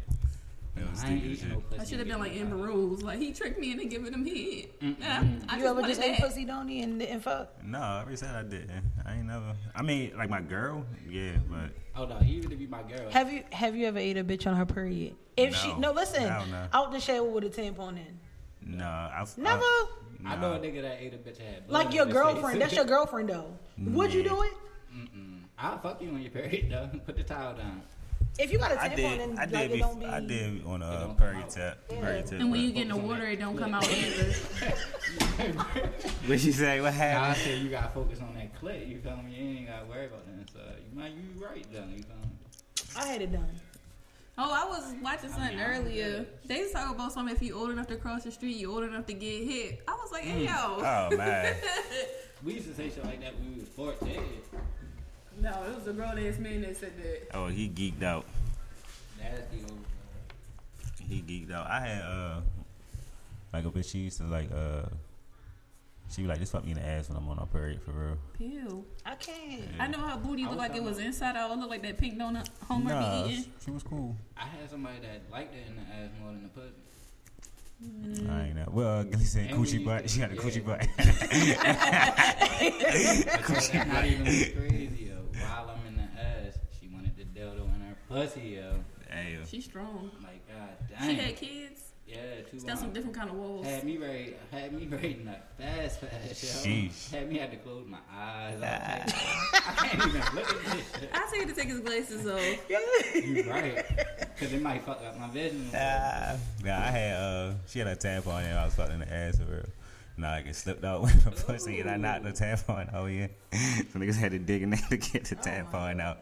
It was I ain't stupid as eating shit. no pussy I should have been again. like Amber Rules. Like he tricked me into giving him head. And I, I You ever wanted just ate that. pussy, don't you, and, and fuck? No, I already said I did. I ain't never. I mean, like my girl, yeah, but eh. Oh no, he would be my girl. Have you have you ever ate a bitch on her period? If she No. no, listen, Hell no. out the shower with a tampon in. no, I've Never. I, I know a nigga that ate a bitch head. like your girlfriend. That's your girlfriend though. Would you do it? Mm. I'll fuck you on your period though. Put the towel down. If you got a I tampon in, did. I like did. it Be, don't be. I did on don't a come prairie out. tip. Prairie tip. And when you but- get in the water, it don't come out either. what she say? What I happened? said you gotta focus on that clit. You feel me? You ain't gotta worry about that. So you might you right though. You feel me? I had it done. Oh, I was watching something earlier. They was talking about something if you old enough to cross the street, you old enough to get hit. I was like, hey, yo. Oh man, We used to say shit like that when we was fourteen. No, it was a grown ass man that said that. oh he geeked out. That's the old. He geeked out. I had uh, like a bitch. She used to like uh, she be like just fuck me in the ass when I'm on a period for real. Ew. I can't. I know her booty was looked like it talking was inside out. It looked like that pink donut Homer Nah, be eating. she was cool. I had somebody that liked it in the ass more than the pussy. Mm. I ain't know. Well, Gilly said And we coochie used butt. to- She got a yeah. coochie butt. But that's not even what's crazy, yo. While I'm in the ass, she wanted the dildo in her pussy, yo. Damn. She's strong. Like, god She damn. had kids. yeah, two She's got some arms. different kind of walls. Had me ready, had me ready to nut fast, fast, yo. Sheesh. Ah. Had me had to close my eyes. all type of shit. I can't even look at this shit. I tell you to take his glasses off. You right? Because it might fuck up my vision. Ah, nah, I had uh, she had a tampon and I was fucking the ass of her. Nah, I get slipped out with my pussy and I knocked the tampon. Oh yeah, so niggas had to dig in there to get the tampon out.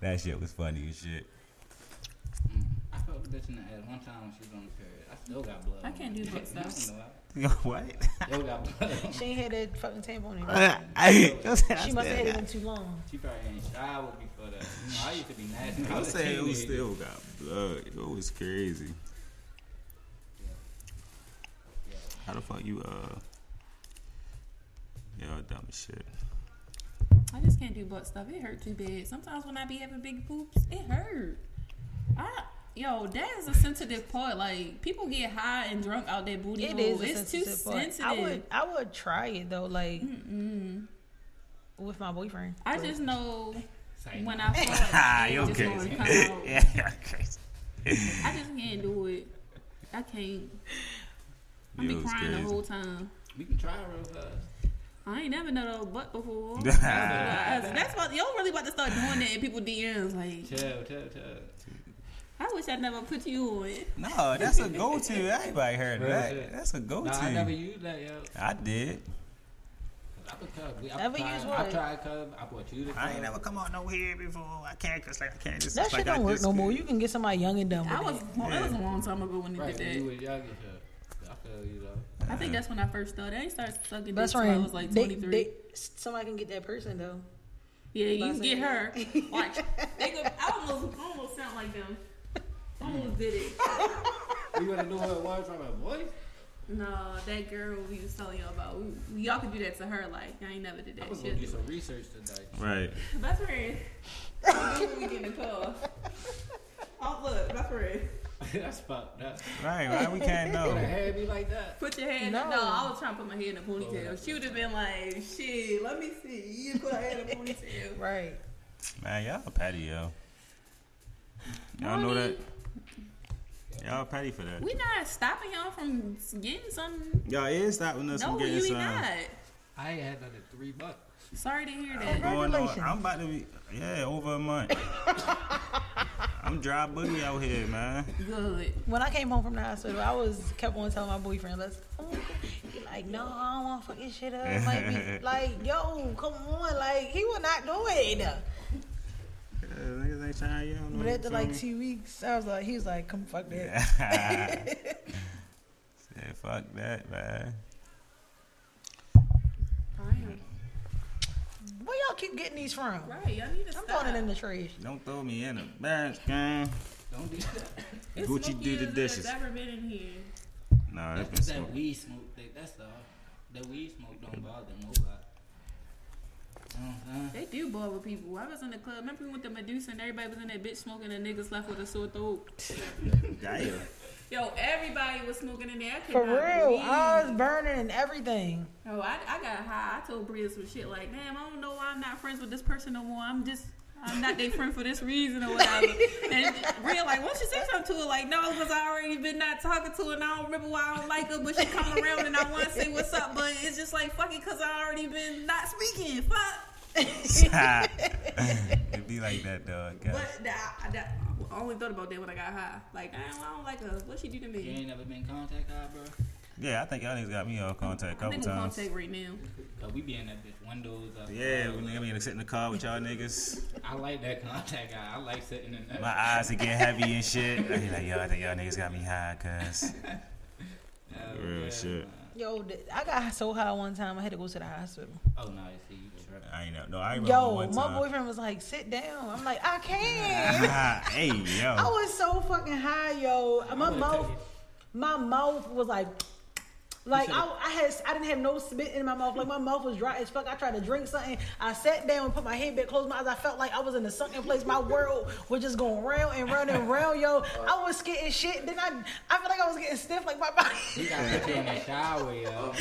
That shit was funny as shit. Mm. I fucked a bitch in the ass one time when she was on the period. I still got blood. I on can't my do dick. butt stuff. I don't know Yo, what? why. Still got blood. on my- She ain't had that fucking tampon in. Yo, said I She must have had still it in too long. She probably ain't showered before that. You know, I used to be nasty. got- I I'm was a saying who teenager. still got blood. It was crazy. How the fuck you uh? Yo, dumb as shit. I just can't do butt stuff. It hurt too bad. Sometimes when I be having big poops, it hurt. I Yo, that is a sensitive part. Like people get high and drunk out their booty It hole. is. a it's too sensitive part. sensitive. I would. I would try it though, like with my boyfriend. I just know Say when I feel like Ah, my you head just okay? wanna come out. yeah, you're crazy. I just can't do it. I can't. I You be was crying crazy. the whole time. we can try real fast. I ain't never know those butt before. That's what I- That's what y'all really about to start doing that in people DMs. Like, Tell, tell, tell. I wish I never put you on. it. No, that's a go-to. Everybody heard Real that. shit. That's a go-to. Nah, I never I, used that, yo. did. I put Cub. We- I Never tried- used I what? tried Cub. I bought you the Cub. I ain't never come out no here before. I can't cause like I can't just. That like shit I don't work just no could. more. You can get somebody young and dumb. I with was. it. Well, it was a long time ago when they Right, when did you that. was young and shit. I feel you, though. I think that's when I first started. I started sucking dick Best till I friend. was like They, 23. they, somebody can get that person though. yeah, you About can to get say her. Watch. They go, I almost, I almost sound like them. I almost did it. You would have knew who it was from her voice. No, that girl we was telling y'all about. we- Y'all could do that to her. Like, I ain't never did I that was gonna shit. do some research tonight. Right. Best friend. I knew when we get in the car. Oh, look, best friend. That's fucked up. Right. Right. We can't Would know. have had me like that. Put your hand No. in. No, I was trying to put my hand in a Oh, ponytail. She would have been like, shit, let me see. You put her hand in a ponytail. Right. Man, y'all petty yo. Y'all know that. Y'all petty for that. We not stopping y'all from getting something. Y'all is stopping us No, from getting uh, you some. not. I ain't had none in three months. Sorry to hear I'm that. going on. Congratulations. I'm about to be yeah over a month. I'm dry boogie out here, man. Good. When I came home from the hospital, I was kept on telling my boyfriend, "Let's." go." He like, no, I don't want to fucking shit up. Like, be, like, yo, come on, like he would not do it. Yeah, niggas ain't trying, you don't know. But after you feel like me? two weeks, I was like, he was like, come fuck that. Said fuck that, man. Where y'all keep getting these from? Right, y'all need to I'm stop. throwing it in the trash. Don't throw me in the back, man. Don't do that. It's Gucci smokier do the than dishes. It's ever been in here. Nah, that's That's been just smoke. that weed smoke thing. That's all. That weed smoke don't bother nobody. Uh-huh. They do bother people. I was in the club. Remember we went to Medusa and everybody was in that bitch smoking and niggas left with a sore throat. Damn. Yo, everybody was smoking in there. I For could not real, believe- eyes burning and everything. Yo, Oh, I, I got high. I told Bria some shit like, damn, I don't know why I'm not friends with this person no more. I'm just, I'm not their friend for this reason or whatever. and Bria like, won't you say something to her? Like, no, because I already been not talking to her and I don't remember why I don't like her, but she come around and I want to say what's up, but it's just like, fuck it, because I already been not speaking. Fuck. it be like that, dog. God. But that, I- that, I only thought about that when I got high. Like, I don't, I don't like her. What she do to You me? ain't never been in contact high, bro? Yeah, I think y'all niggas got me off contact a I couple think we times. contact right now. Cause we be in that bitch windows up. Yeah, when nigga be sitting in the car with y'all niggas. I like that contact guy. I like sitting in that. My eyes are getting heavy and shit. I be like, yo, I think y'all niggas got me high, cuz. Uh, Real shit. Yo, th- I got so high one time, I had to go to the hospital. Oh no, you see, you tripping. I ain't know. No, I remember Yo, one my time. boyfriend was like, sit down. I'm like, I can't. hey, yo. I was so fucking high, yo. My would've mouth, taken- my mouth was like, like should've- I, I had, I didn't have no spit in my mouth. Like my mouth was dry as fuck. I tried to drink something. I sat down, put my head back, closed my eyes. I felt like I was in a sunken place. My world was just going round and round and round, yo. I was getting shit. Then I, I feel like I was getting stiff, like my body. He got put you in the shower, yo.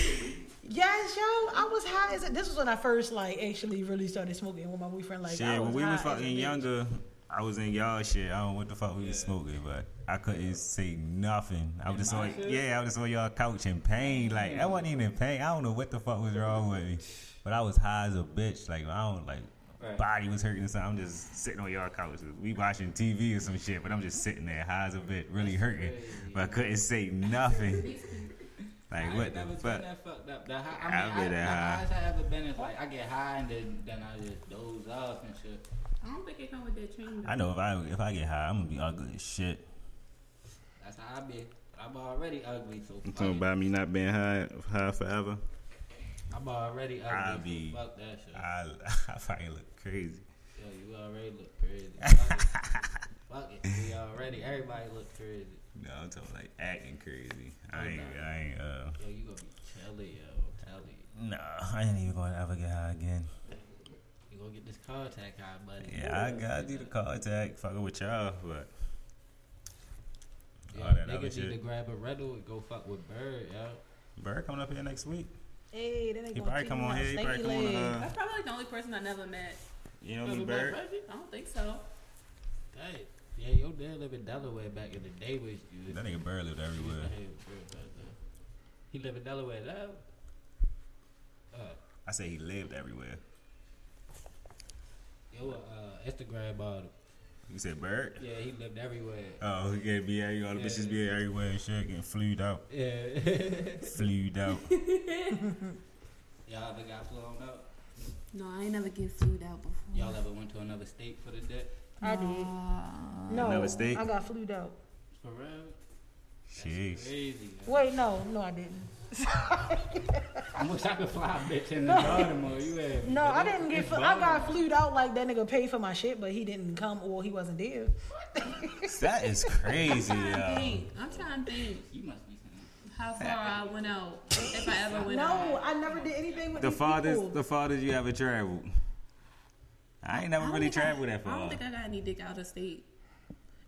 Yes, yo. I was high as. A, this was when I first like actually really started smoking with my boyfriend. Like, I Shit, when we high was as a fucking bitch. younger, Oh, I was in y'all shit. I don't know what the fuck we was smoking, but I couldn't say nothing. I was just my on, shit? yeah, I was just on y'all couch in pain. Like I wasn't even in pain. I don't know what the fuck was wrong with me, but I was high as a bitch. Like I don't like. Right. Body was hurting, so I'm just sitting on y'all couch. We watching TV or some shit, but I'm just sitting there high as a bitch, really hurting, but I couldn't say nothing. like I what ain't the never fuck? been that fucked up. The high, I've I mean, I, been the that highest I ever been is like I get high and then, then I just doze off and shit. I don't think it come with that treatment. I know if I if I get high, I'm gonna be ugly as shit. That's how I be. I'm already ugly, so You fuck it. me not being high, high forever. I'm already ugly. I so be- fuck that shit. I, I probably look crazy. Yo, you already look crazy. Fuck it. Fuck it. We already. Everybody look crazy. No, I'm talking like acting crazy. I ain't, Okay. I ain't, uh, Yo, you gonna be chilly, yo. Tell you. no, I ain't even gonna ever get high again. You gonna get this contact high, buddy. Yeah, I gotta do the contact, fucking with y'all, but other Niggas need to shit. grab a rental and go fuck with Bird, yo. Bird coming up here next week. Hey, that ain't He gonna probably keep come me on out here. He snaky probably come on. leg. Uh, That's probably the only person I never met. you know Ever me, met Bird. Reggie? I don't think so. Dang. Yeah, your dad live in Delaware back in the day with you. That nigga Bird lived everywhere. He live in Delaware now? Uh, I say he lived everywhere. your uh, Instagram bottom. You said Bird. Yeah, he lived everywhere. Oh, he can't be everywhere. All the bitches be everywhere and shit, getting flued out. Yeah. Flued out. Y'all ever got flown out? No, I ain't never get flued out before. Y'all ever went to another state for the day? I did. No, Another state? I got flued out. For real? That's Jeez. crazy. yo. Wait, no, no, I didn't. I wish I could fly a bitch in the Baltimore. You had No, I didn't get. It's Fl- I got Baltimore. flued out like that nigga paid for my shit, but he didn't come or he wasn't there. That is crazy, I'm trying to yo. think. I'm trying to think You must be saying. how far I went out if I ever went out. No, I never did anything with The these farthest, people. the farthest you ever traveled. I ain't never I don't really think I- traveled that I far. don't think I got any dick out of state.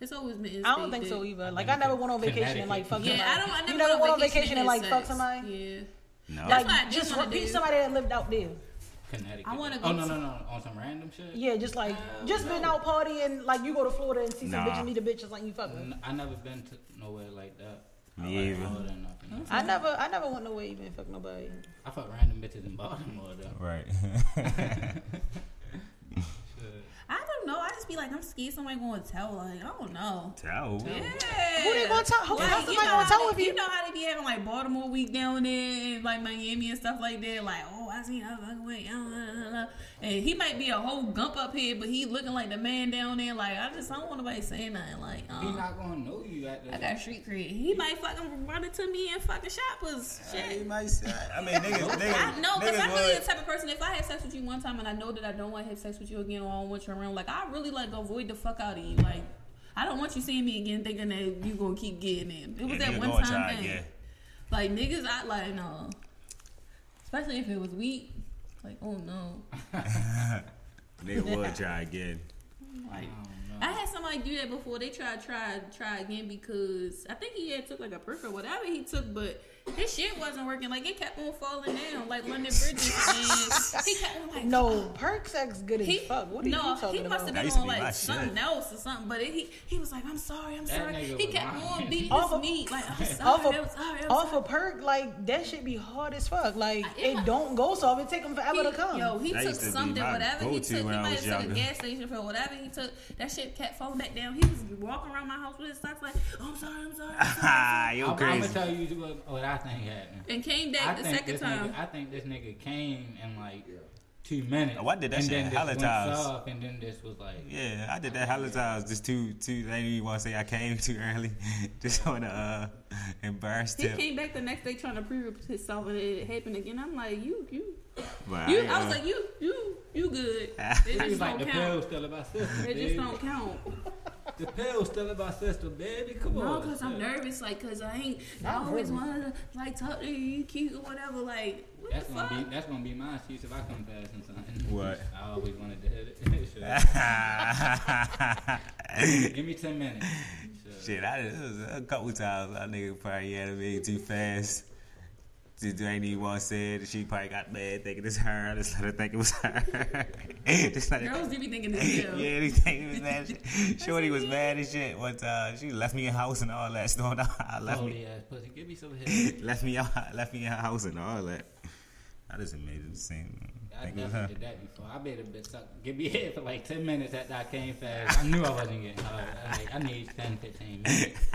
It's always been. in I don't state think dick. so either. Like I never went on vacation and like fuck Yeah, somebody. I don't. I never you never went on vacation, and had like fuck sex. somebody. Yeah. no. That's what I Like just just wanna repeat do. somebody that lived out there. Connecticut. I wanna Oh go no to- no no! On some random shit. Yeah, just like just been out partying. Like you go to Florida and see some Nah. bitch and meet a bitch just like you fucking. N- I never been to nowhere like that. I Me like either. Florida and nothing else. I never, I never went nowhere even fuck nobody. I fuck random bitches in Baltimore though. Right. Shit. I don't know. I just be like, I'm scared somebody gonna tell. Like, I don't know. Towel. Yeah. Who they gonna tell? Who Like, how's you somebody know gonna how tell they- if you? You know how they be having like Baltimore week down there and like Miami and stuff like that. Like, oh, I seen her fucking with, uh, uh, uh, uh. and he might be a whole gump up here, but he looking like the man down there. Like, I just I don't want nobody saying nothing. Like, He um, not gonna know you at I the. got street cred. He might fucking run into me and fucking shoppers. Shit. I mean, niggas, I niggas, know, because niggas I'm really would- the type of person. If I have sex with you one time and I know that I don't want to have sex with you again or I don't want you around, like I really like avoid the fuck out of you. Like I don't want you seeing me again, thinking that you gonna keep getting in. It was Yeah, that niggas one gonna time try, thing. yeah. Like niggas, I like no. Especially if it was weak. Like oh no. Nigga would try again. Like I don't know. I had somebody do that before. They tried, tried, try again because I think he had took like a perk or whatever he took, but his shit wasn't working. Like it kept on falling down, like London Bridges, and he kept on like No, perk sex good as He, fuck. What are no, you talking he about? must have That been used to on be my like shit. something else or something. But it, he he was like, "I'm sorry, I'm That sorry." nigga He was kept on lying. beating Off his of- meat like, "I'm off sorry, I'm sorry, a I'm off sorry." a perk like that should be hard as fuck. Like I- it, it- don't go soft. It take them forever He- to come. Yo, he That took used to be something, my whatever he go-to took. He when I might was have took younger. a gas station for whatever he took. That shit kept falling back down. He was walking around my house with his socks like, "Oh, "I'm sorry, I'm sorry." I'm sorry, I'm Ah, sorry. yo, I'm, I'm gonna crazy. tell you what, what I think happened. And came I back the think second this time. Nigga, I think this nigga came in like two minutes. Oh, I did that and shit then this hella went times. soft, and then this was like. Yeah, I did that hella times. Just too, too. They didn't even want to say I came too early. Just want to uh, embarrass He them. came back the next day trying to prove himself, and it happened again. I'm like, "You, you, But you." ain't I was gonna- like, "You, you, you good?" It It just was like the don't count. pill still about sister. It just baby. don't count. The pill still about sister, baby. Come No, on. because I'm sis. nervous, like, because I ain't, I always want to, like, talk to you, you cute or whatever, like, what That's the gonna fuck? be that's gonna be my excuse if I come fast and something. What? I always wanted to hit it. Shit. Give me ten minutes. Shit. Shit, I it was a couple times that nigga probably had me too fast. Just ain't even want to say it. She probably got mad thinking it's her. Just let her think it was her. just let her Girls do be thinking this, yeah, yeah. they think it was mad. shit. Shorty was mad as shit. One time, she left me in house and all that. Stormed out. Left Oh, me, Holy ass pussy. Give me some head. left me out. Left me in her house and all that. I just made it seem. I Think it was her. definitely did that before. I made a bitch suck. Give me head for like 10 minutes after I came fast. I knew I wasn't getting hard. I, was like, I need 10, 15 minutes.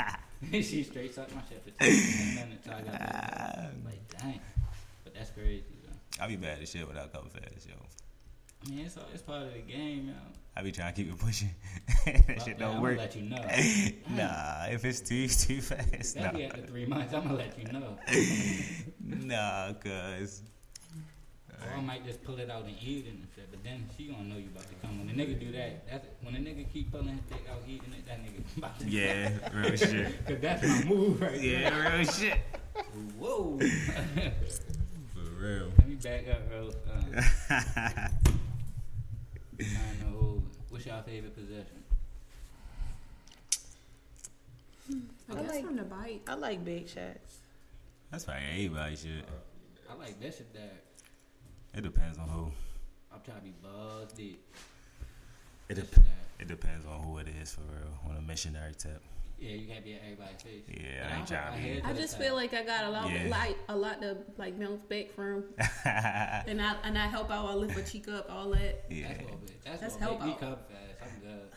she straight sucked my shit for 10 minutes. So I got back. like, dang. But that's crazy, though. I be bad as shit when I come fast, yo. I mean, it's, all- it's part of the game, yo. I be trying to keep it pushing. that shit I'm don't going work. to let you know. Nah, if it's too too fast, nah. That'd be after three months. I'm going to let you know. Nah, cuz. Or I might just pull it out and eat it and shit. But then she going to know you about to come. When the nigga do that, that's, when the nigga keep pulling his dick out eating it, that nigga about to Yeah, real shit. Cause that's my move right there. Yeah, real shit. Whoa. For real. Let me back up, bro. Uh, I know. What's your favorite possession? I I guess like- from the bike. I like big shots. That's probably everybody shit. I like that shit that It depends on who. I'm trying to be buzzed dick. It, That dep shit that, it depends on who it is for real. On a missionary tip. yeah, you gotta be at everybody's face. Yeah, But I ain't don't trying to like be- head I to just the feel side. like I got a lot, Yeah. like a lot to like bounce back from, and I and I help out. I lift my cheek up, all that. Yeah. That's what bit. That's, That's what help make me out. come fast. I'm good.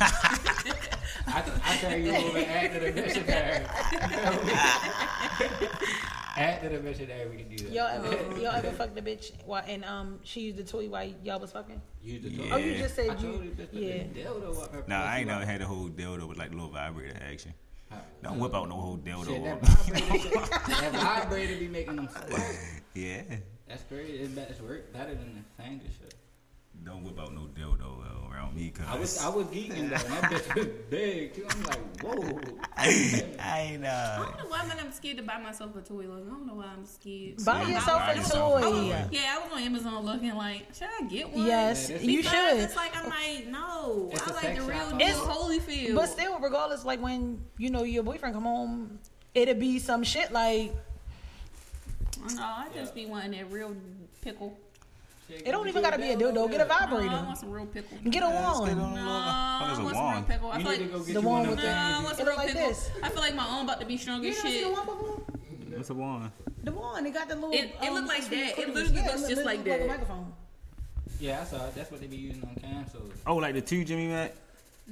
I can I carry you over after the missionary. after the missionary, we can do that. Y'all ever y'all ever fucked a bitch while and um she used the toy while y'all was fucking? Use the Yeah. Oh, you just I said told you you. just put Yeah. the dildo up her Nah, I pussy ain't never while- had a whole dildo with like little vibrator action. Uh, Don't whip out no whole Shit, dildo. that on- vibrator, shit- that vibrator be making them squirt. yeah. That's crazy. It's, be- it's work better than the finger shit. Don't whip out no dildo uh, around me, cause I was I was geeking though. and That bitch was big too. I'm like, whoa. I ain't I uh. don't know why, man. I'm scared to buy myself a toy. Like I don't know why I'm scared. Buy Yeah, yourself buy a yourself a toy. toy. Yeah, I was on Amazon looking like, should I get one? Yes, Yeah, that's- you Because should. It's like I'm like, no. It's I a like sex the shop. real deal, It's- Holyfield. But still, regardless, like when you know your boyfriend come home, it'll be some shit like no, I just be wanting that real pickle. it don't even gotta be a dildo. Get a No, I vibrator. want some real pickle. Get a No, wand. I there's want a some real wand. pickle. I You feel need to like go get the you one one of with them Nah, I things. want It some real like pickle. this. I feel like my arm about to be strong You as don't see shit. the wand before? What's the one? The wand. It got the little. It- it um, look like screen that. It corners. literally looks it just literally like look that. a microphone. Yeah, I saw it. That's what they be using on consoles. Oh, like the two Jimmy Mac.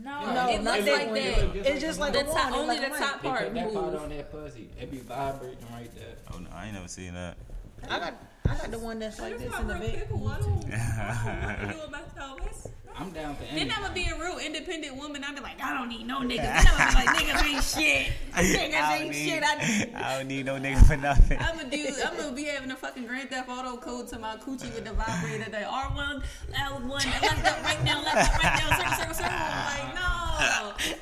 No, No, it not looks that like one. that. It's just like The a top- wand. It only like the a top mic. They part put that part moves. on that pussy. It be vibrating right there. Oh no, I ain't never seen that. I got I got the one that's like That's this my in the real bed. pickle. I don't, I don't know what to do about that. That's- I'm down for anything. Then I would be a real independent woman. I'd be like, I don't need no niggas. Then I would be like, niggas ain't shit. Niggas I don't ain't need- shit. I, I don't need no nigga for nothing. I'm gonna do. I'm gonna be having a fucking Grand Theft Auto code to my coochie with the vibrator. The R1, L1, left up, right down, left up, right down, circle, circle, circle. I'm like, no. Then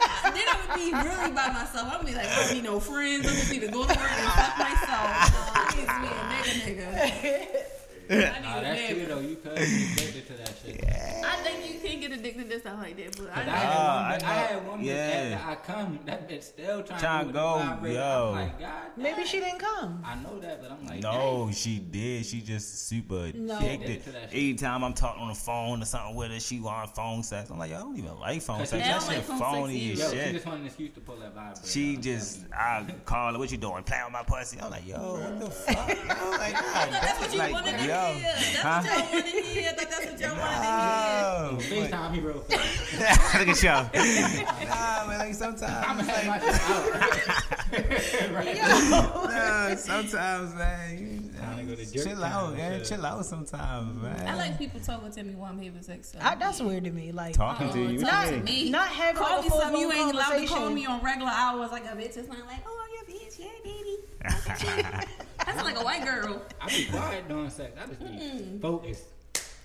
I would be really by myself. I'm gonna be like, I don't need no friends. I'm just need to go to work and fuck myself. No, I need to be a nigga, nigga. I need Nah, a that's man. true though. You could be addicted to that shit. I think you can get addicted to stuff like that, but I Cause I know. Ah, had one, I I, know. had one bitch Yeah. after I come, that bitch still trying, Tryna to go, go, vibrator. yo. I'm like, God, damn. Maybe she didn't come. I know that, but I'm like, No, she did. She just super No. addicted. Addicted to that shit. Anytime I'm talking on the phone or something with her, she want phone sex. I'm like, yo, I don't even like phone Cause sex. she- I That don't shit like phone sex phony dang. as either. Yo, she shit. just wanted an excuse to pull that vibrator. She I'm just, I call her, what you doing? Playing with my pussy. I'm like, yo, what the fuck? yo? Like, God, That's what you like, wanted to hear. yo. That's Huh? what y'all wanted to hear. That's what y'all wanted to hear. Oh, telling you. FaceTime me real quick. look at y'all. Nah, man, like I'm sometimes, gonna have my shit out. right. no, sometimes, man, you, Trying to go to jerk chill out, time, man, shit. chill out sometimes, man. Oh, I like people talking to me while I'm having sex. so- I, that's weird to me. Like talking to you. Talk to yeah. me. not having call like me a full something you blown ain't allowed to call conversation. me on regular hours. Like a bitch is not like, oh, you're a bitch, yeah, baby. That's a chick. That's like a white girl. I be quiet during sex. I just be focused.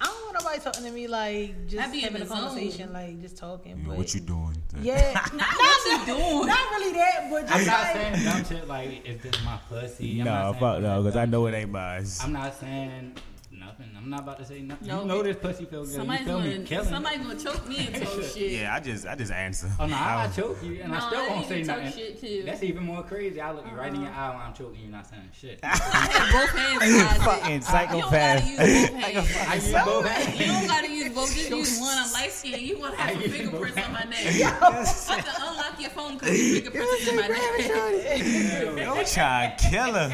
I don't want nobody talking to me like I just be in having a the zone. conversation, like just talking. Yeah, but What you doing? Yeah, Not what you doing. not really that, but I'm just not like saying dumb shit like is this my pussy. I'm No, not fuck saying no, because I know it ain't mine. I'm not saying nothing. I'm not about to say nothing. No. You know this pussy feel good. Somebody's you feel me gonna, killing. it. somebody's gonna choke me and talk shit. Yeah, I just, I just answer. Oh no, I, I I, choke you and I No, still I didn't won't say even talk nothing. shit, Uh-huh. too. That's even more crazy. I look you right in your eye while I'm choking you, not saying shit. I I have both hands. tied. fucking You don't gotta psychopath. use both hands. use both You hands. don't gotta use both. Just use one. I'm light skinned. You gonna have I some use fingerprints both on my neck. Fucking unlock your phone because your fingerprints is in my neck. Yo, try to kill her.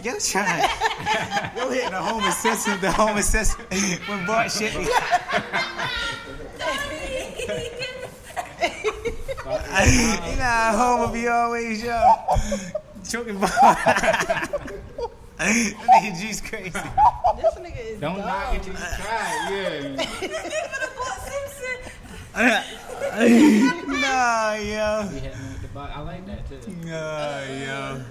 Yo, try. Yo, hitting the home assistant. The home assistant when bought shit. you know, how home will be always yo choking bar. Nigga, G's crazy. this nigga is Don't dumb. knock it till you try. it, Yeah. Nah, yo, You hit me with the butt. I like that too. nah, yo.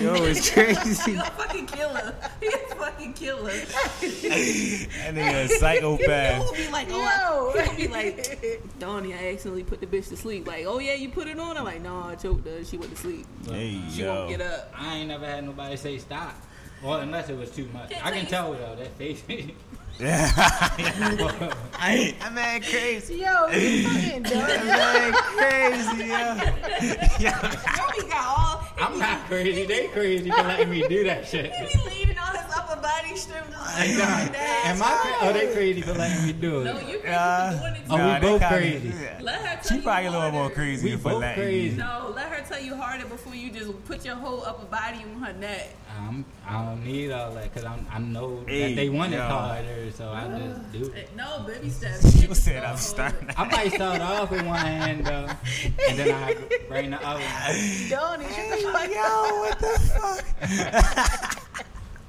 Yo, it's crazy. He's a fucking killer. He's a fucking killer. That nigga a psychopath. He'll be like, oh, I, he'll be like, Donnie, I accidentally put the bitch to sleep. Like, oh yeah, you put it on. I'm like, no, I choked her. She went to sleep. Hey, She won't get up. I ain't never had nobody say stop. Well, unless it was too much. Can't I can taste. tell though that face. That man crazy. Yo, you fucking dumb. That man crazy, yo. Joey got all. I'm not crazy. They crazy for letting me do that shit. He be leaving all his upper body stripped just like Nah, Am I? Cra- oh, they crazy for letting me do it. No, you crazy Uh, for doing it. Oh, we too. they both kinda- crazy. yeah. Let her tell She you probably a little more harder. crazy We for both Latin. crazy. No, let her tell you harder before you just put your whole upper body on her neck. I'm, I don't need all that because I'm. I know Hey, that they want it yo. harder, so I just do Eh, it. No, baby steps. You said I'm starting. I might start off with one hand though, and then I bring the other. One. Donnie, shut the fuck up. Yo, what the fuck?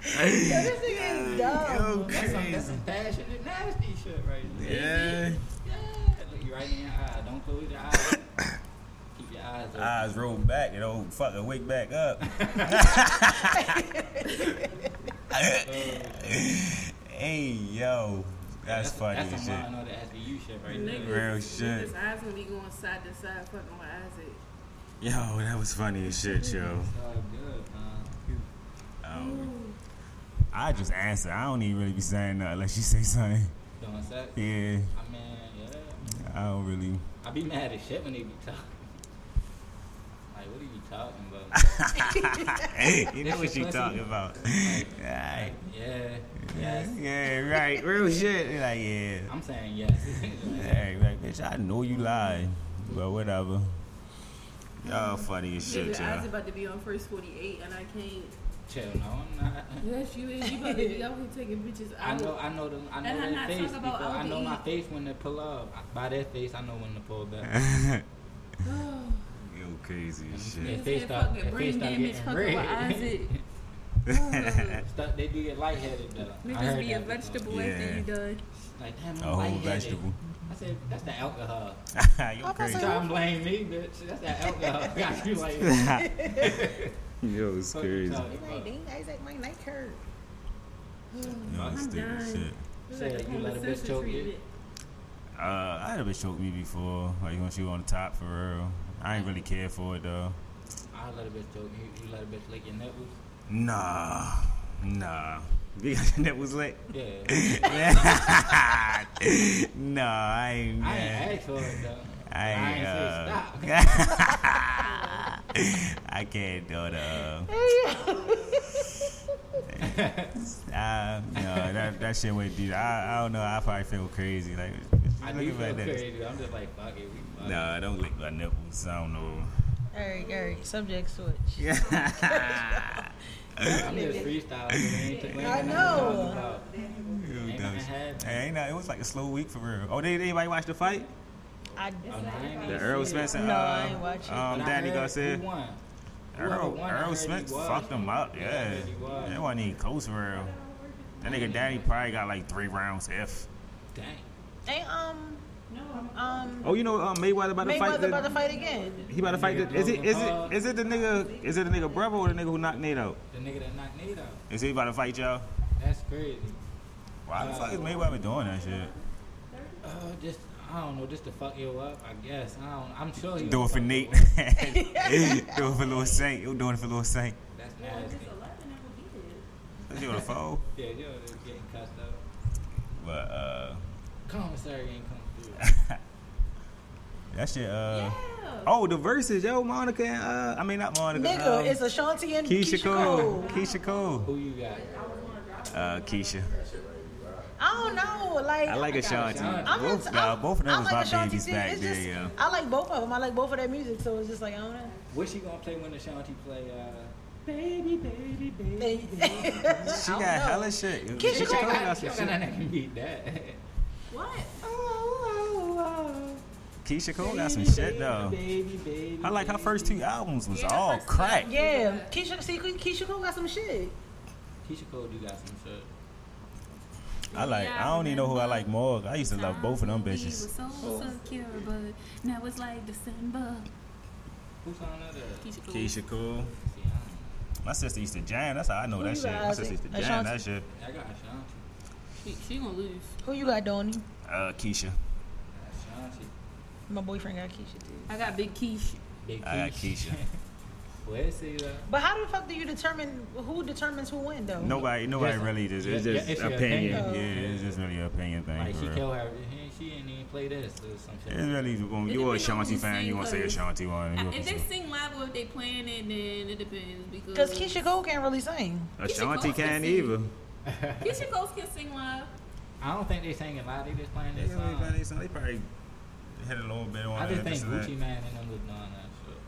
This nigga is dumb. Yo, That's some, that's crazy. some passionate, nasty shit right there. Yeah. Yeah, look you right in your eye. Don't close your eyes. Keep your eyes open. Eyes rolled back, it don't fucking wake back up. hey, yo. That's funny That's as some shit. I know the SVU shit right Nigga, there. Real his Oh, shit. eyes would be going side to side, fucking with Isaac. Yo, that was funny as shit, It's yo. all good, man. Um, I just answer. I don't even really be saying nothing unless you say something. Doing sex. Yeah, I mean, yeah. I don't really. I be mad as shit when they be talking. Like, what are you talking about? you know what That's your pussy. you talking about. Like, Right. yeah, yes. Yeah, right. Real shit. You're Like, yeah. I'm saying yes. Like, Hey, like, bitch, I know you lied, but whatever. Y'all funny as shit, Nigga, y'all. Isaac about to be on first 48, and I can't. chill, no, I'm not. Yes, you is. You about to be out here taking bitches I out. know, I know them. I know And I'm their not face talking before. about I know my LBE. face when they pull up. By their face, I know when to pull back. Oh. Yo, crazy as Their shit. face said start, fucking their face brain start damage, getting fucking with Isaac. red. Stuff- they do get lightheaded though. I Niggas heard be a that before. vegetable Yeah. after you done. Like, damn, I'm A whole lightheaded. vegetable. I said, that's the alcohol. Yo, crazy. Try and blame me, bitch. That's that alcohol. Got you like, Yo, it's fuck crazy. you talking about. Isaac, my neck hurt. Yo, it's stupid as shit. Said you let a bitch choke you. Uh, I had a bitch choke me before, like when she was on the top for real. I ain't really care for it though. I let a bitch choke you. You let a bitch lick your nipples. Nah, nah. You got your nipples lit? Yeah. nah, I ain't. I mad. ain't asked for it though. I I ain't. ain't uh, say I can't do it. Uh, uh, no, that that shit went deep. I, I don't know. I probably feel crazy. Like, I look do at my feel nipples. crazy. I'm just like, fuck it. We fuck Nah, don't lick my nipples. I don't know. All right, all right. Subject switch. it. I'm just freestyling. It ain't took- I ain't nothing to talk know. about. Ain't nothing happened. Hey, ain't that- it was like a slow week for real. Oh, did anybody watch the fight? I, Oh, no, I ain't The even Earl see it. Spencer. No, uh, I ain't watching. Um, But I Danny heard Garcia. Who won? Whoever Earl, won, I Earl heard Smith he was. fucked him up. Yeah, I Yeah, heard he was. that wasn't even close for real. That nigga Danny probably got like three rounds if. Dang. ain't um, um, Oh, you know um, Mayweather about to fight. Mayweather The, about to fight again. he about to fight. The, is it is Uh, it is it the nigga is it the nigga brother or the nigga who knocked Nate out? The nigga that knocked Nate out. Is he about to fight y'all? That's crazy. Why the fuck is Mayweather doing that shit? Uh, just I don't know, just to fuck you up, I guess. I don't. I'm sure you Do it for Nate. do it for Lil Saint. You doing it for Lil Saint? That's nasty. Is he on the phone? Yeah, you're just getting cussed up. But uh, Commissary ain't come through. that shit. Yeah. Uh, oh, the verses, yo, Monica and uh, I mean not Monica. Nigga, um, it's Ashanti and Keisha Keisha, Cole. Cole. Keisha Cole. Who you got? Uh, Keisha. I don't know, like. I like Ashanti. Ashanti. I'm Both, not- nah, I'm- both of I them was like my Ashanti babies too. back It's there, just- yo. I like both of them. I like both of their music, so it's just like I don't know. What's she gonna play when Ashanti play? Uh, They- She got hella shit. Keisha she Cole don't got got she some don't shit. got nothing that can beat that. What? Oh, Keisha Cole got some Oh, Baby, shit though. Baby, baby, I like her first two albums was Yeah, her all first two crack. albums. yeah, Keisha. See, Keisha Cole got some shit. Keisha Cole do got some shit. I like. I don't even know who I like more. I used to love both of them bitches. So secure, but now it's like December. Who song that is? Keisha Cole. Keisha Cole. See, I My sister used to jam. That's how I know Who Oh, that you shit. got, My sister used Isaac? to jam that Ashanti? shit. don't know. I got Ashanti. She, she gonna lose. Who you got, Donnie? Uh, Keisha. Ashanti. My boyfriend got Keisha too. I got Big Keisha. Big I got Keisha. Keisha. Well, uh, it say that. But how the fuck do you determine who determines who win though? Nobody, nobody Just- really does. It's yeah, just it's your opinion. opinion. Yeah, it's just really an opinion thing. Like for she real. killed her. Hey, She didn't even play this or some shit. It's really when It you're a depends on who Shanti fan, sing you want to say a first. Shanti one. you I- gonna If they say- sing live or if they playing it, then it depends because Because Keisha Cole can't really sing. A Keisha Cole Shanti can can't sing. either. Keisha Cole can sing live. I don't think they singing live. They just playing They this song. really- they probably had a little bit on I just it, think this and that. Gucci Man and them was doing that shit.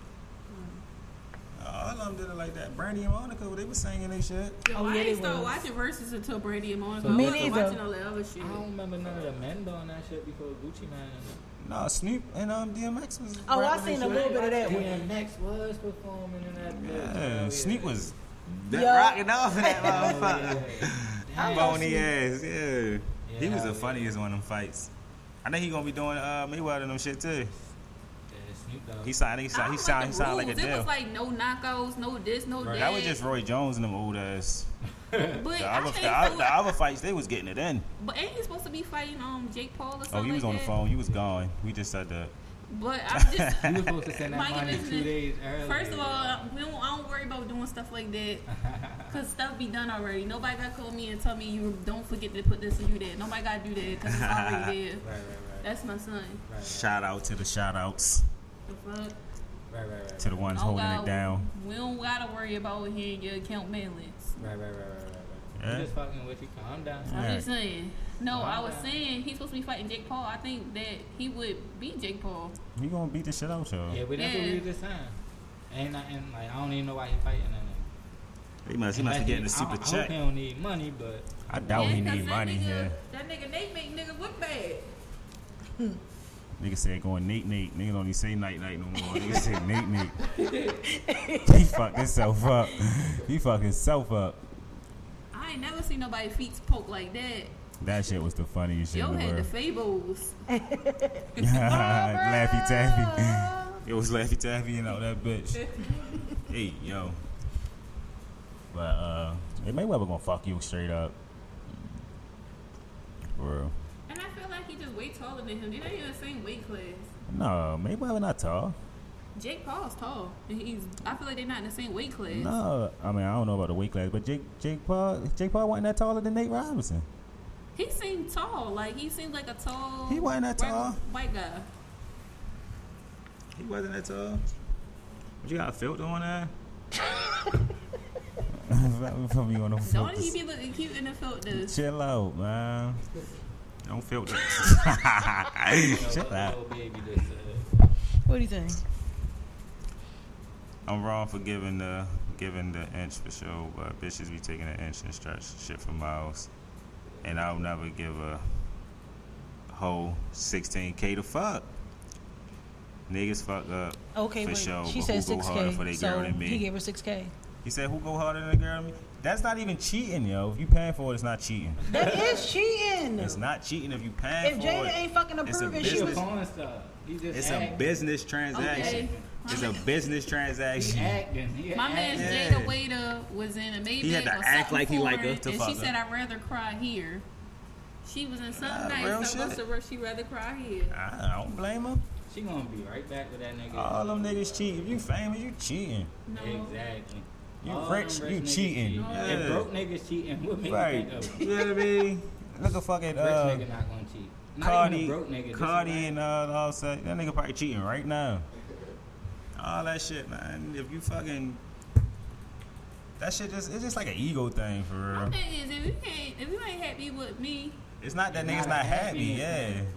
Uh, all of them did it like that. Brandy and Monica, they was singing they shit. Yo, Oh, I yeah, didn't they start was. watching verses until Brady and Monica. Me I wasn't neither. watching all that other shit. I don't remember none of the men doing that shit before Gucci Man. No, Snoop and um, DMX was. Oh, I rapping seen and a shit. little bit of that one. When Max was performing in that. bitch. Oh, Hell Yeah, Snoop was that Yo. rocking off in that Hell motherfucker. yeah. I love Bony Snoop. ass, yeah. He was hell yeah. the funniest one of them fights. I think he gonna be doing uh, Mayweather and them shit Yeah, too. Snoop Dogg. He sound, he I sound, he don't sound, he like the sound like a rules. It deal. was like no knockouts, no this, no that. that was just Roy Jones and them old ass. But The I other, think the, other- so- the other fights, they was getting it in. But ain't he supposed to be fighting um Jake Paul or something? Oh, you was like on the that? phone. You was gone. We just said that. But I'm just. You was supposed to send that Mind your money two business. days earlier. First of all, I don't, I don't worry about doing stuff like that because stuff be done already. Nobody got to call me and tell me you don't forget to put this and do that. Nobody got to do that because it's already there. Right, right, right. That's my son. Right, right, Shout out to the shout outs The fuck? right, right, right, to the ones Oh, holding God, it down. We don't got to worry about hearing your account balance. right, right, right, right, right, right. Yeah. I'm just fucking with you. Calm down. Yeah. I'm Alright. just saying. No, I was Alright. saying he's supposed to be fighting Jake Paul. I think that he would beat Jake Paul. We gonna beat the shit out y'all. Yeah, but that's what Yeah. we was just saying. Ain't nothing like I don't even know why he fighting that nigga. He must, he must be Unless getting a I- I super hope he check. don't need money, but I doubt he Yeah, 'cause need that money. Nigga, Yeah, That nigga Nate make niggas look bad. nigga said going Nate Nate. Nigga don't even say night night no more. Nigga said Nate Nate. he fucked himself up. He fucked himself up. I ain't never seen nobody feet poke like that. That shit was the funniest shit Yo in the had the world. fables. Laffy Taffy. It was Laffy Taffy and all that bitch. hey, yo. But uh it Mayweather gonna fuck you straight up. For real. And I feel like he just way taller than him. They're not even the same weight class. No, Mayweather not tall. Jake Paul's tall. And he's I feel like they're not in the same weight class. No, I mean I don't know about the weight class, but Jake Jake Paul Jake Paul wasn't that taller than Nate Robinson. He seemed tall. Like he seemed like a tall He wasn't that regular tall. white guy. He wasn't that tall. But you got a filter on there. Put me on the Don't he filters. be looking cute in the filters? Chill out, man. Don't filter. you know, Chill out. little baby just uh, What do you think? I'm wrong for giving the giving the inch for sure, but bitches be taking an inch and stretch shit for miles. And I'll never give a whole 16k to fuck. Niggas fuck up. Okay, For wait. sure, she but said who go harder 6K. for they so girl than me? he gave her 6K. He said, "Who go harder than a girl?" than me?" That's not even cheating, yo. If you paying for it, it's not cheating. That is cheating. It's not cheating if you paying If for Jada it. ain't fucking It's a approving, He she a business. was. porn star. He just it's a act, business Okay. transaction. It's a business He transaction. acting. He My man acting. Yeah. Jada Waiter was in a Maybach He had to or act something like he for like her, us to and fuck she her. said, "I'd rather cry here." She was in something Ah, real nice, so shit. most of her she rather cry here. I I don't blame him. She gonna be right back with that nigga. All them niggas cheat. If you famous, you cheating. No, Exactly. You All rich, them you niggas cheating. cheat. Yeah. And broke niggas cheating. What made Right. you think of it? you know what I mean? Look at fucking Rich uh, nigga not gonna cheat. Not even a Cardi, broke nigga. just a Cardi black- and uh, all that. That nigga probably cheating right now. All that shit, man. If you fucking that shit, just it's just like an ego thing for my real. thing is if you can't, if you ain't happy with me, It's not that It's nigga's not not a happy, happy yeah. thing.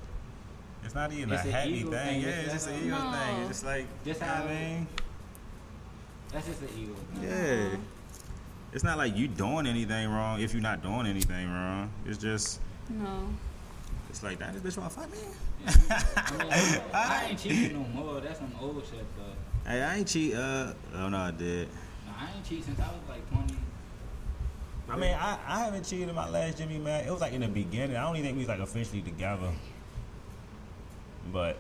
It's not even It's a an happy ego thing, thing, yeah. it's It's just an just ego how- thing. It's No. just like, Just you know how- what I mean? That's just an ego. Yeah. It's not like you doing anything wrong if you're not doing anything wrong. It's just, no. it's like, damn, this bitch wanna fuck me? I, mean, I ain't cheating no more. That's some old shit, though. Hey, I ain't cheat. Uh, oh no, I did. No, I ain't cheated since I was like 20. I mean, I, I haven't cheated in my last Jimmy man. It was like in the beginning. I don't even think we was like officially together. But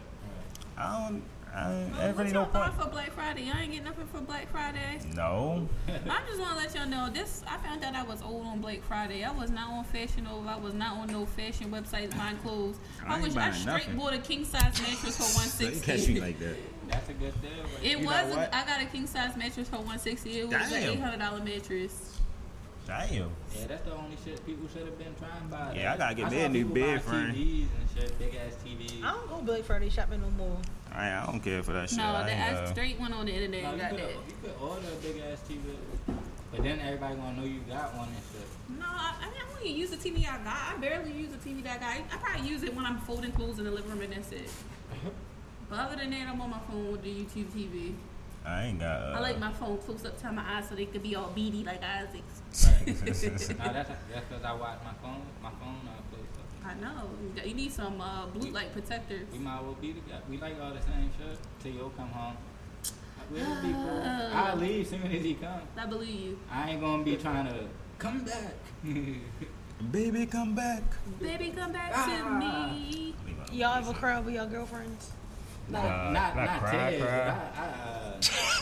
I don't. I, don't- Well, there's what really y'all no point. thought for Black Friday? I ain't getting nothing for Black Friday. No, I just want to let y'all know this. I found out I was old on Black Friday. I was not on Fashion Over. I was not on no fashion websites buying clothes. I I, ain't wish I buying straight nothing. bought a king size mattress for one They sixty. catch you like that. That's a good deal. Right It You know was. what? A, I got a king size mattress for one sixty. It was an Damn. eight hundred dollar mattress. Damn. Yeah, that's the only shit people should have been trying to buy. Yeah, I gotta get I me saw a new people buy bed frame. TVs and shit, big ass TVs. I don't go Black Friday shopping no more. I, I don't care for that shit. no, I the ain't, I uh, straight went on the internet Like, and you, got could, that. you could order a big ass TV, but then everybody gonna know you got one and shit. No, I, I mean I only use the TV I got. I barely use the TV that I got. I probably use it when I'm folding clothes in the living room and that's it. But other than that, I'm on my phone with the YouTube TV. I ain't got. Uh, I like my phone close up to my eyes so they could be all beady like Isaac's. no, that's that's because I watch my phone. My phone not close up. I know. You got- You need some uh, blue light protectors. We might well be together. We like all the same shit. Till you'll come home. We'll be cool. I leave soon as he comes. I believe you. I ain't gonna be trying to come back. Baby, come back. Baby, come back Ah. to me. Y'all ever cry with y'all girlfriends? not Nah, not not not cry, tears, cry. but I, I, uh,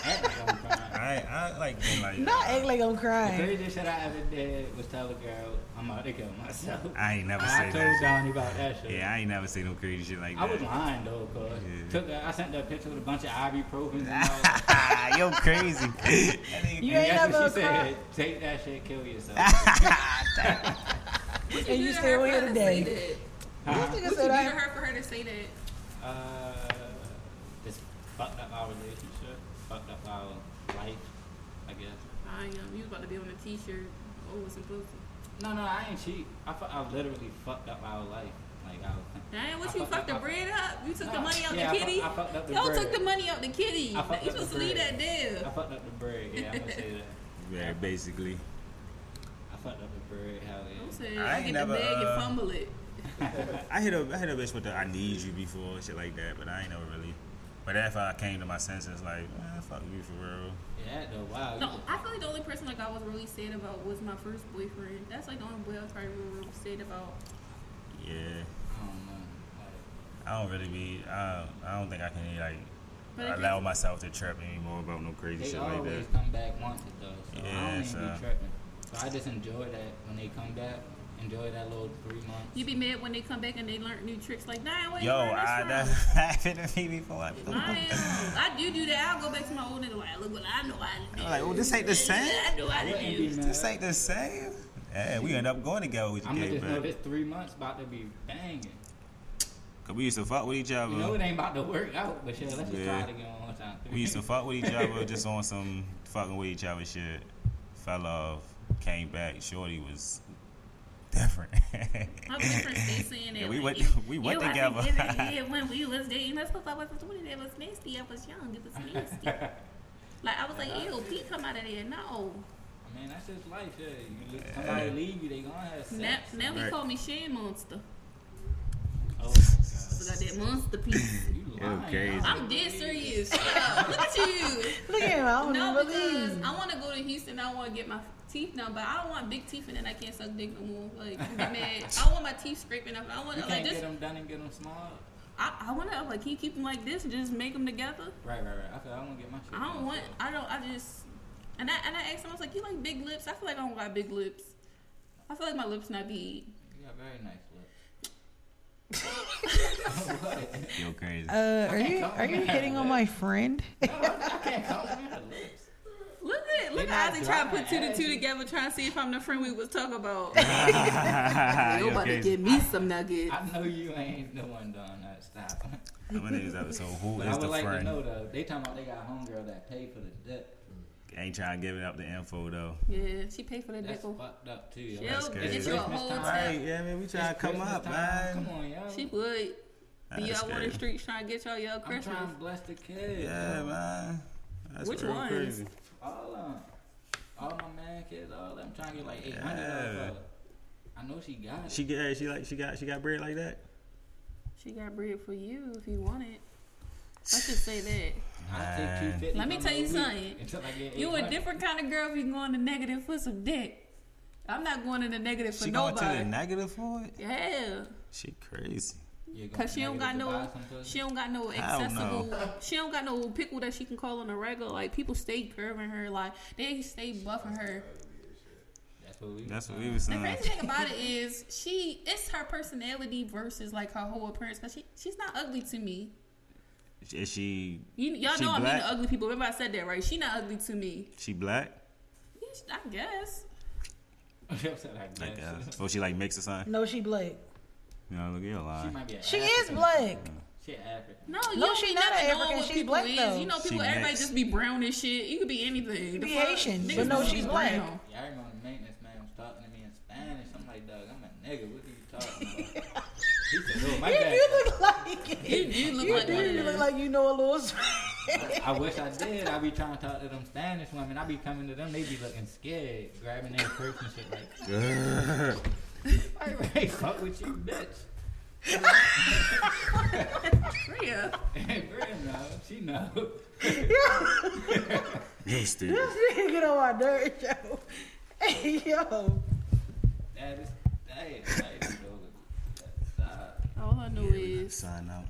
act like I'm crying. I I like being like. Not act like I'm The crying. craziest shit I ever did was tell a girl I'm about to kill myself. I ain't never I say told that. Donnie about that shit. Shit. Yeah, I ain't never seen no crazy shit like I was that. lying though, cause Yeah. took a, I sent that picture with a bunch of ibuprofen and all that. Ah, Yo, crazy. That ain't- You And ain't guess never what she cried. said? Take that shit, kill yourself. And you still here today. This uh, nigga What you do said to I- her for her to say that? uh, just fucked up our relationship, fucked up our life, I guess. I am. You was about to be on a t-shirt. Oh, it's supposed to. No, no, I ain't cheat. I, fu- I literally fucked up our life. Like I, Dang, I what you fucked fucked the up- I- bread up? You took the Nah, money out yeah, I the fu- kitty? I fucked up the Y'all bread. took the money out the kitty. I fucked You up the supposed to leave that bread. there. I fucked up the bread. Yeah, I'm gonna say that. Yeah, basically. I fucked up the bread. Hell Don't yeah. say I you ain't get never, the bag uh, and fumble it. I hit a I hit a bitch with the I need you before shit like that, but I ain't never really. But after I came to my senses, like ah, fuck you for real. Yeah, though. Wow. you No, I feel like the only person like I was really sad about was my first boyfriend. That's like the only boy I was probably really, really sad about. Yeah, I don't know. Like, I don't really be. I don't, I don't think I can like But I allow guess- myself to trip anymore about no crazy they shit like always that. come back wanted though, so I Yeah, don't even so- be tripping. So I just enjoy that when they come back. Enjoy that little three months. You be mad when they come back and they learn new tricks. Like, nah, wait, Yo, learn this I from. that happened to me before. I feel I am. I do do that. I'll go back to my old nigga. Like, look what I know. I did. like, oh, this ain't the same. I know I I wouldn't did. be do. mad. This ain't the same. Yeah, we end up going together with you, I'm gonna gay, just know man. this three months about to be banging. Cause we used to fuck with each other. You know it ain't about to work out, but shit, let's just try Uh-huh. Yeah. it again one more time. We used to fuck with each other just on some fucking with each other shit. Fell off, came back. Shorty was different. My boyfriend stay saying that. Yeah, we like, went- you- we went you together. wasn't giving it when we was dating. That's because I wasn't doing it. It was nasty. I was young. It was nasty. like, I was like, ew, Pete, come out of there. No. I mean, that's just life. Yeah. You leave, somebody leave you, they gonna have sex. Now, now he Right. called me Shane Monster. Oh my So I got that monster piece. god, you lying. crazy. I I'm don't dead believe it. serious. Shut up. Look at you. Look at him. I don't No, even because I believe. want to go to Houston. I want to get my teeth done, but I don't want big teeth and then I can't suck dick no more. Like, I'm mad. I want my teeth scraping up. I want You to can't like get just. them done and get them small. I, I want to like keep keep them like this and just make them together. Right, right, right. I feel I don't get my shit. I don't done, want. so- I don't. I just. And I and I asked him. I was like, "You like big lips? I feel like I don't got big lips. I feel like my lips not big. You got very nice lips. What? Yo, crazy. Uh, are can't you come are you with that. hitting on my friend? I can't compliment her lips. Look at look They at not Isaac trying to dry, put two to two Isaac. together, trying to see if I'm the friend we was talking about. Yo, Nobody crazy. give me some nuggets. I know you ain't the one doing that. Stop. I'm gonna use that. So who But I is would the like to friend? know though. They talking about they got a homegirl that paid for the dip. Ain't trying to give it up the info though. Yeah, she paid for that That's nickel. fucked up too. She'll Yo. get crazy. you a Christmas whole time. time. Right? Yeah, man, we trying to It's come Christmas up, time. man. Come on, yo. She would be That's y'all on the crazy. streets trying to get y'all y'all I'm Christmas. trying to bless the kids. Yeah, man. That's Which real ones? crazy. All of them. All my man kids. All of them trying to get like 800 of Yeah. her. I know she got it. She get she like she got she got bread like that. She got bread for you if you want it. I should say that. I take 250 Let me from tell her you week something. Until I get You a 800. different kind of girl if you going to negative for some dick. I'm not going to the negative for She going to the nobody. negative for it. yeah, She crazy. You're gonna cause she don't got no, negative to buy some pussy. she don't got no I don't know. accessible, she don't got no pickle that she can call on a regular. Like people stay curving her, like they stay buffing her. That's what we. That's what we was The saying. crazy thing about it is she it's her personality versus like her whole appearance, but she she's not ugly to me. Is she You, y'all She know I'm black? into ugly people. Remember I said that, right? She not ugly to me. she black? Yes, I guess. I guess. Or Oh, she like mixed or something? No, she black. You know, look at your She lie. might be an She is African. black. She an African. No, you No, don't she be not never an knowing African. what She people black, is. though. You know, people, She everybody mixed. just be brown and shit. You could be anything. The Be fuck? Haitian, Niggas but no, don't be she's black. brown. Yeah, I remember the maintenance man was talking to me in Spanish. I'm like, dog, I'm a nigga. What are you talking about? he said, no, my You, bad. you look like it. You, you look You like do. one of You them. look like you know a little. I wish I did. I be trying to talk to them Spanish women. I be coming to them. They be looking scared, grabbing their purse and shit like, hey, fuck with you, bitch. Rhea. Hey, Brim, no, she know. Yes, dude. Get on my dirt, yo. Hey, yo. That is, that is, that is, dog. All I know is Sign out.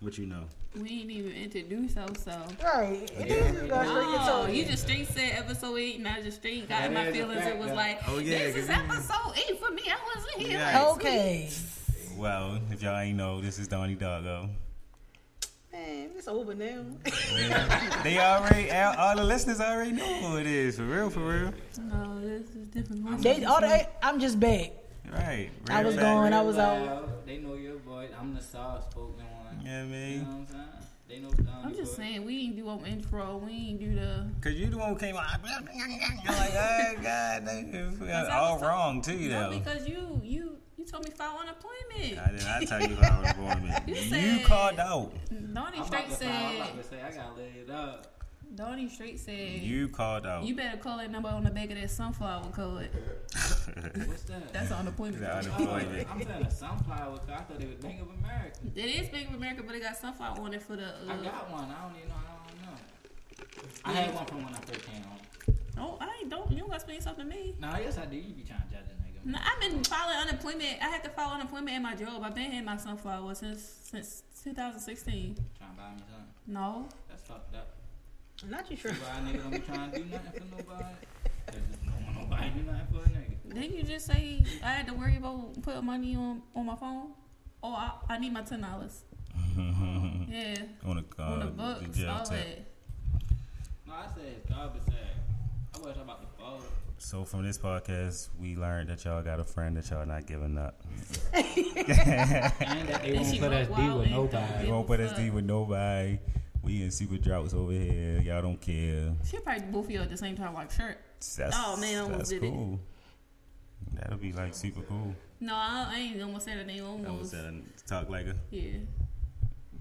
What you know? we ain't even introduce ourselves. Right. It is just gonna straight your No, toe. you just straight said episode eight, and I just straight got in That my is a feelings. fact, It was though. like, Oh, yeah, this 'cause is you- episode eight for me. I wasn't here. Yeah. last week. Okay. Well, if y'all ain't know, this is Donnie Doggo. Man, it's over now. They already, all all the listeners already know who it is. For real, for real. No, this is different. They all the, I'm just back. Right. I Real was back. going, I was Real out. loud. They know your voice. I'm the soft spoken one. You know what I You know mean? what I'm saying? They know um, Donnie I'm just voice. saying, we ain't do an intro. We ain't do the. Cause you the one who came out. I'm like, oh god, Cause nigga. I all was talk- wrong too, No, though. because you you you told me file unemployment. I did not tell you about the appointment. You You said- called out. Donnie I'm about straight to say, I'm said. about to say, I got laid up. Donnie straight said. You, You called out. better call that number on the back of that sunflower code. What's that? That's on the appointment. That Oh, unemployment. I'm saying a sunflower. 'cause I thought they was Bank of America. It is Bank of America, but it got sunflower on it for the. I Uh, got one. I don't even know. I don't know. I had one from when I first came home. oh, I ain't don't. You don't gotta explain something to me. No, yes I do. You be trying to judge a nigga. No, I've been filing unemployment. I had to file unemployment at my job. I've been in my sunflower since since 2016. Trying to buy me something. No, That's fucked up. I'm not too sure. You why a nigga don't be trying to do nothing for nobody. 'Cause No one nobody do nothing for a nigga. didn't you just say I had to worry about putting money on on my phone? Oh, I, I need my ten dollars. Yeah, on the on the card. books, the jail Uh, all tip. that. No, I said it's garbage sack. I was about to fold. So from this podcast, we learned that y'all got a friend that y'all not giving up. And that they And won't she put go us D wild with and nobody. They Yeah, won't put what's us deep with nobody. We in secret droughts over here. Y'all don't care. She'll probably do both of you at the same time, like shirt. That's, Oh, man, I almost that's did it. cool. That'll be like super cool. No, I, I ain't almost said her name. Almost. I was uh, talk like her, Yeah.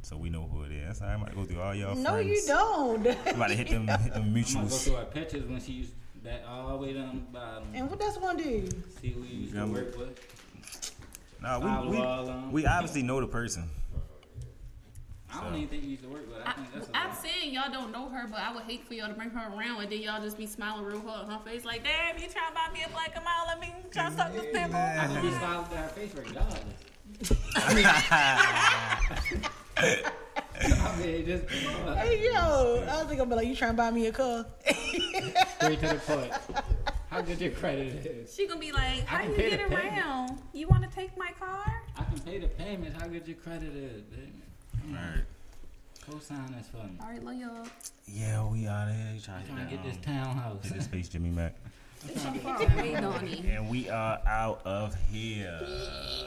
so we know who it is. I might go through all y'all. No, friends. you don't. I'm about to hit them, hit them I'm gonna go mutuals. through our pictures when she used back all the way down the bottom. And what that's gonna do? See who you used Yeah, to I'm- work with. Nah, Follow we, all we, them. we obviously know the person. I don't even think you used to work with. I I, think that's a I'm lie. saying y'all don't know her, but I would hate for y'all to bring her around and then y'all just be smiling real hard on her face like, damn, you trying to buy me a black and mild? I mean, trying to suck this nipple. I would be smiling to her face regardless. I mean, it just Hey, yo. I was thinking about like you trying to buy me a car. straight to the point. How good your credit is. She gonna be like, how I do can you pay get the payment. around? You want to take my car? I can pay the payments. How good your credit is, bitch. All right. Co-sign this for me. All right, love y'all. Yeah, we out here trying, I'm trying to get um, this townhouse. hit this space, Jimmy Mac, It's so far away, Donnie. and we are out of here.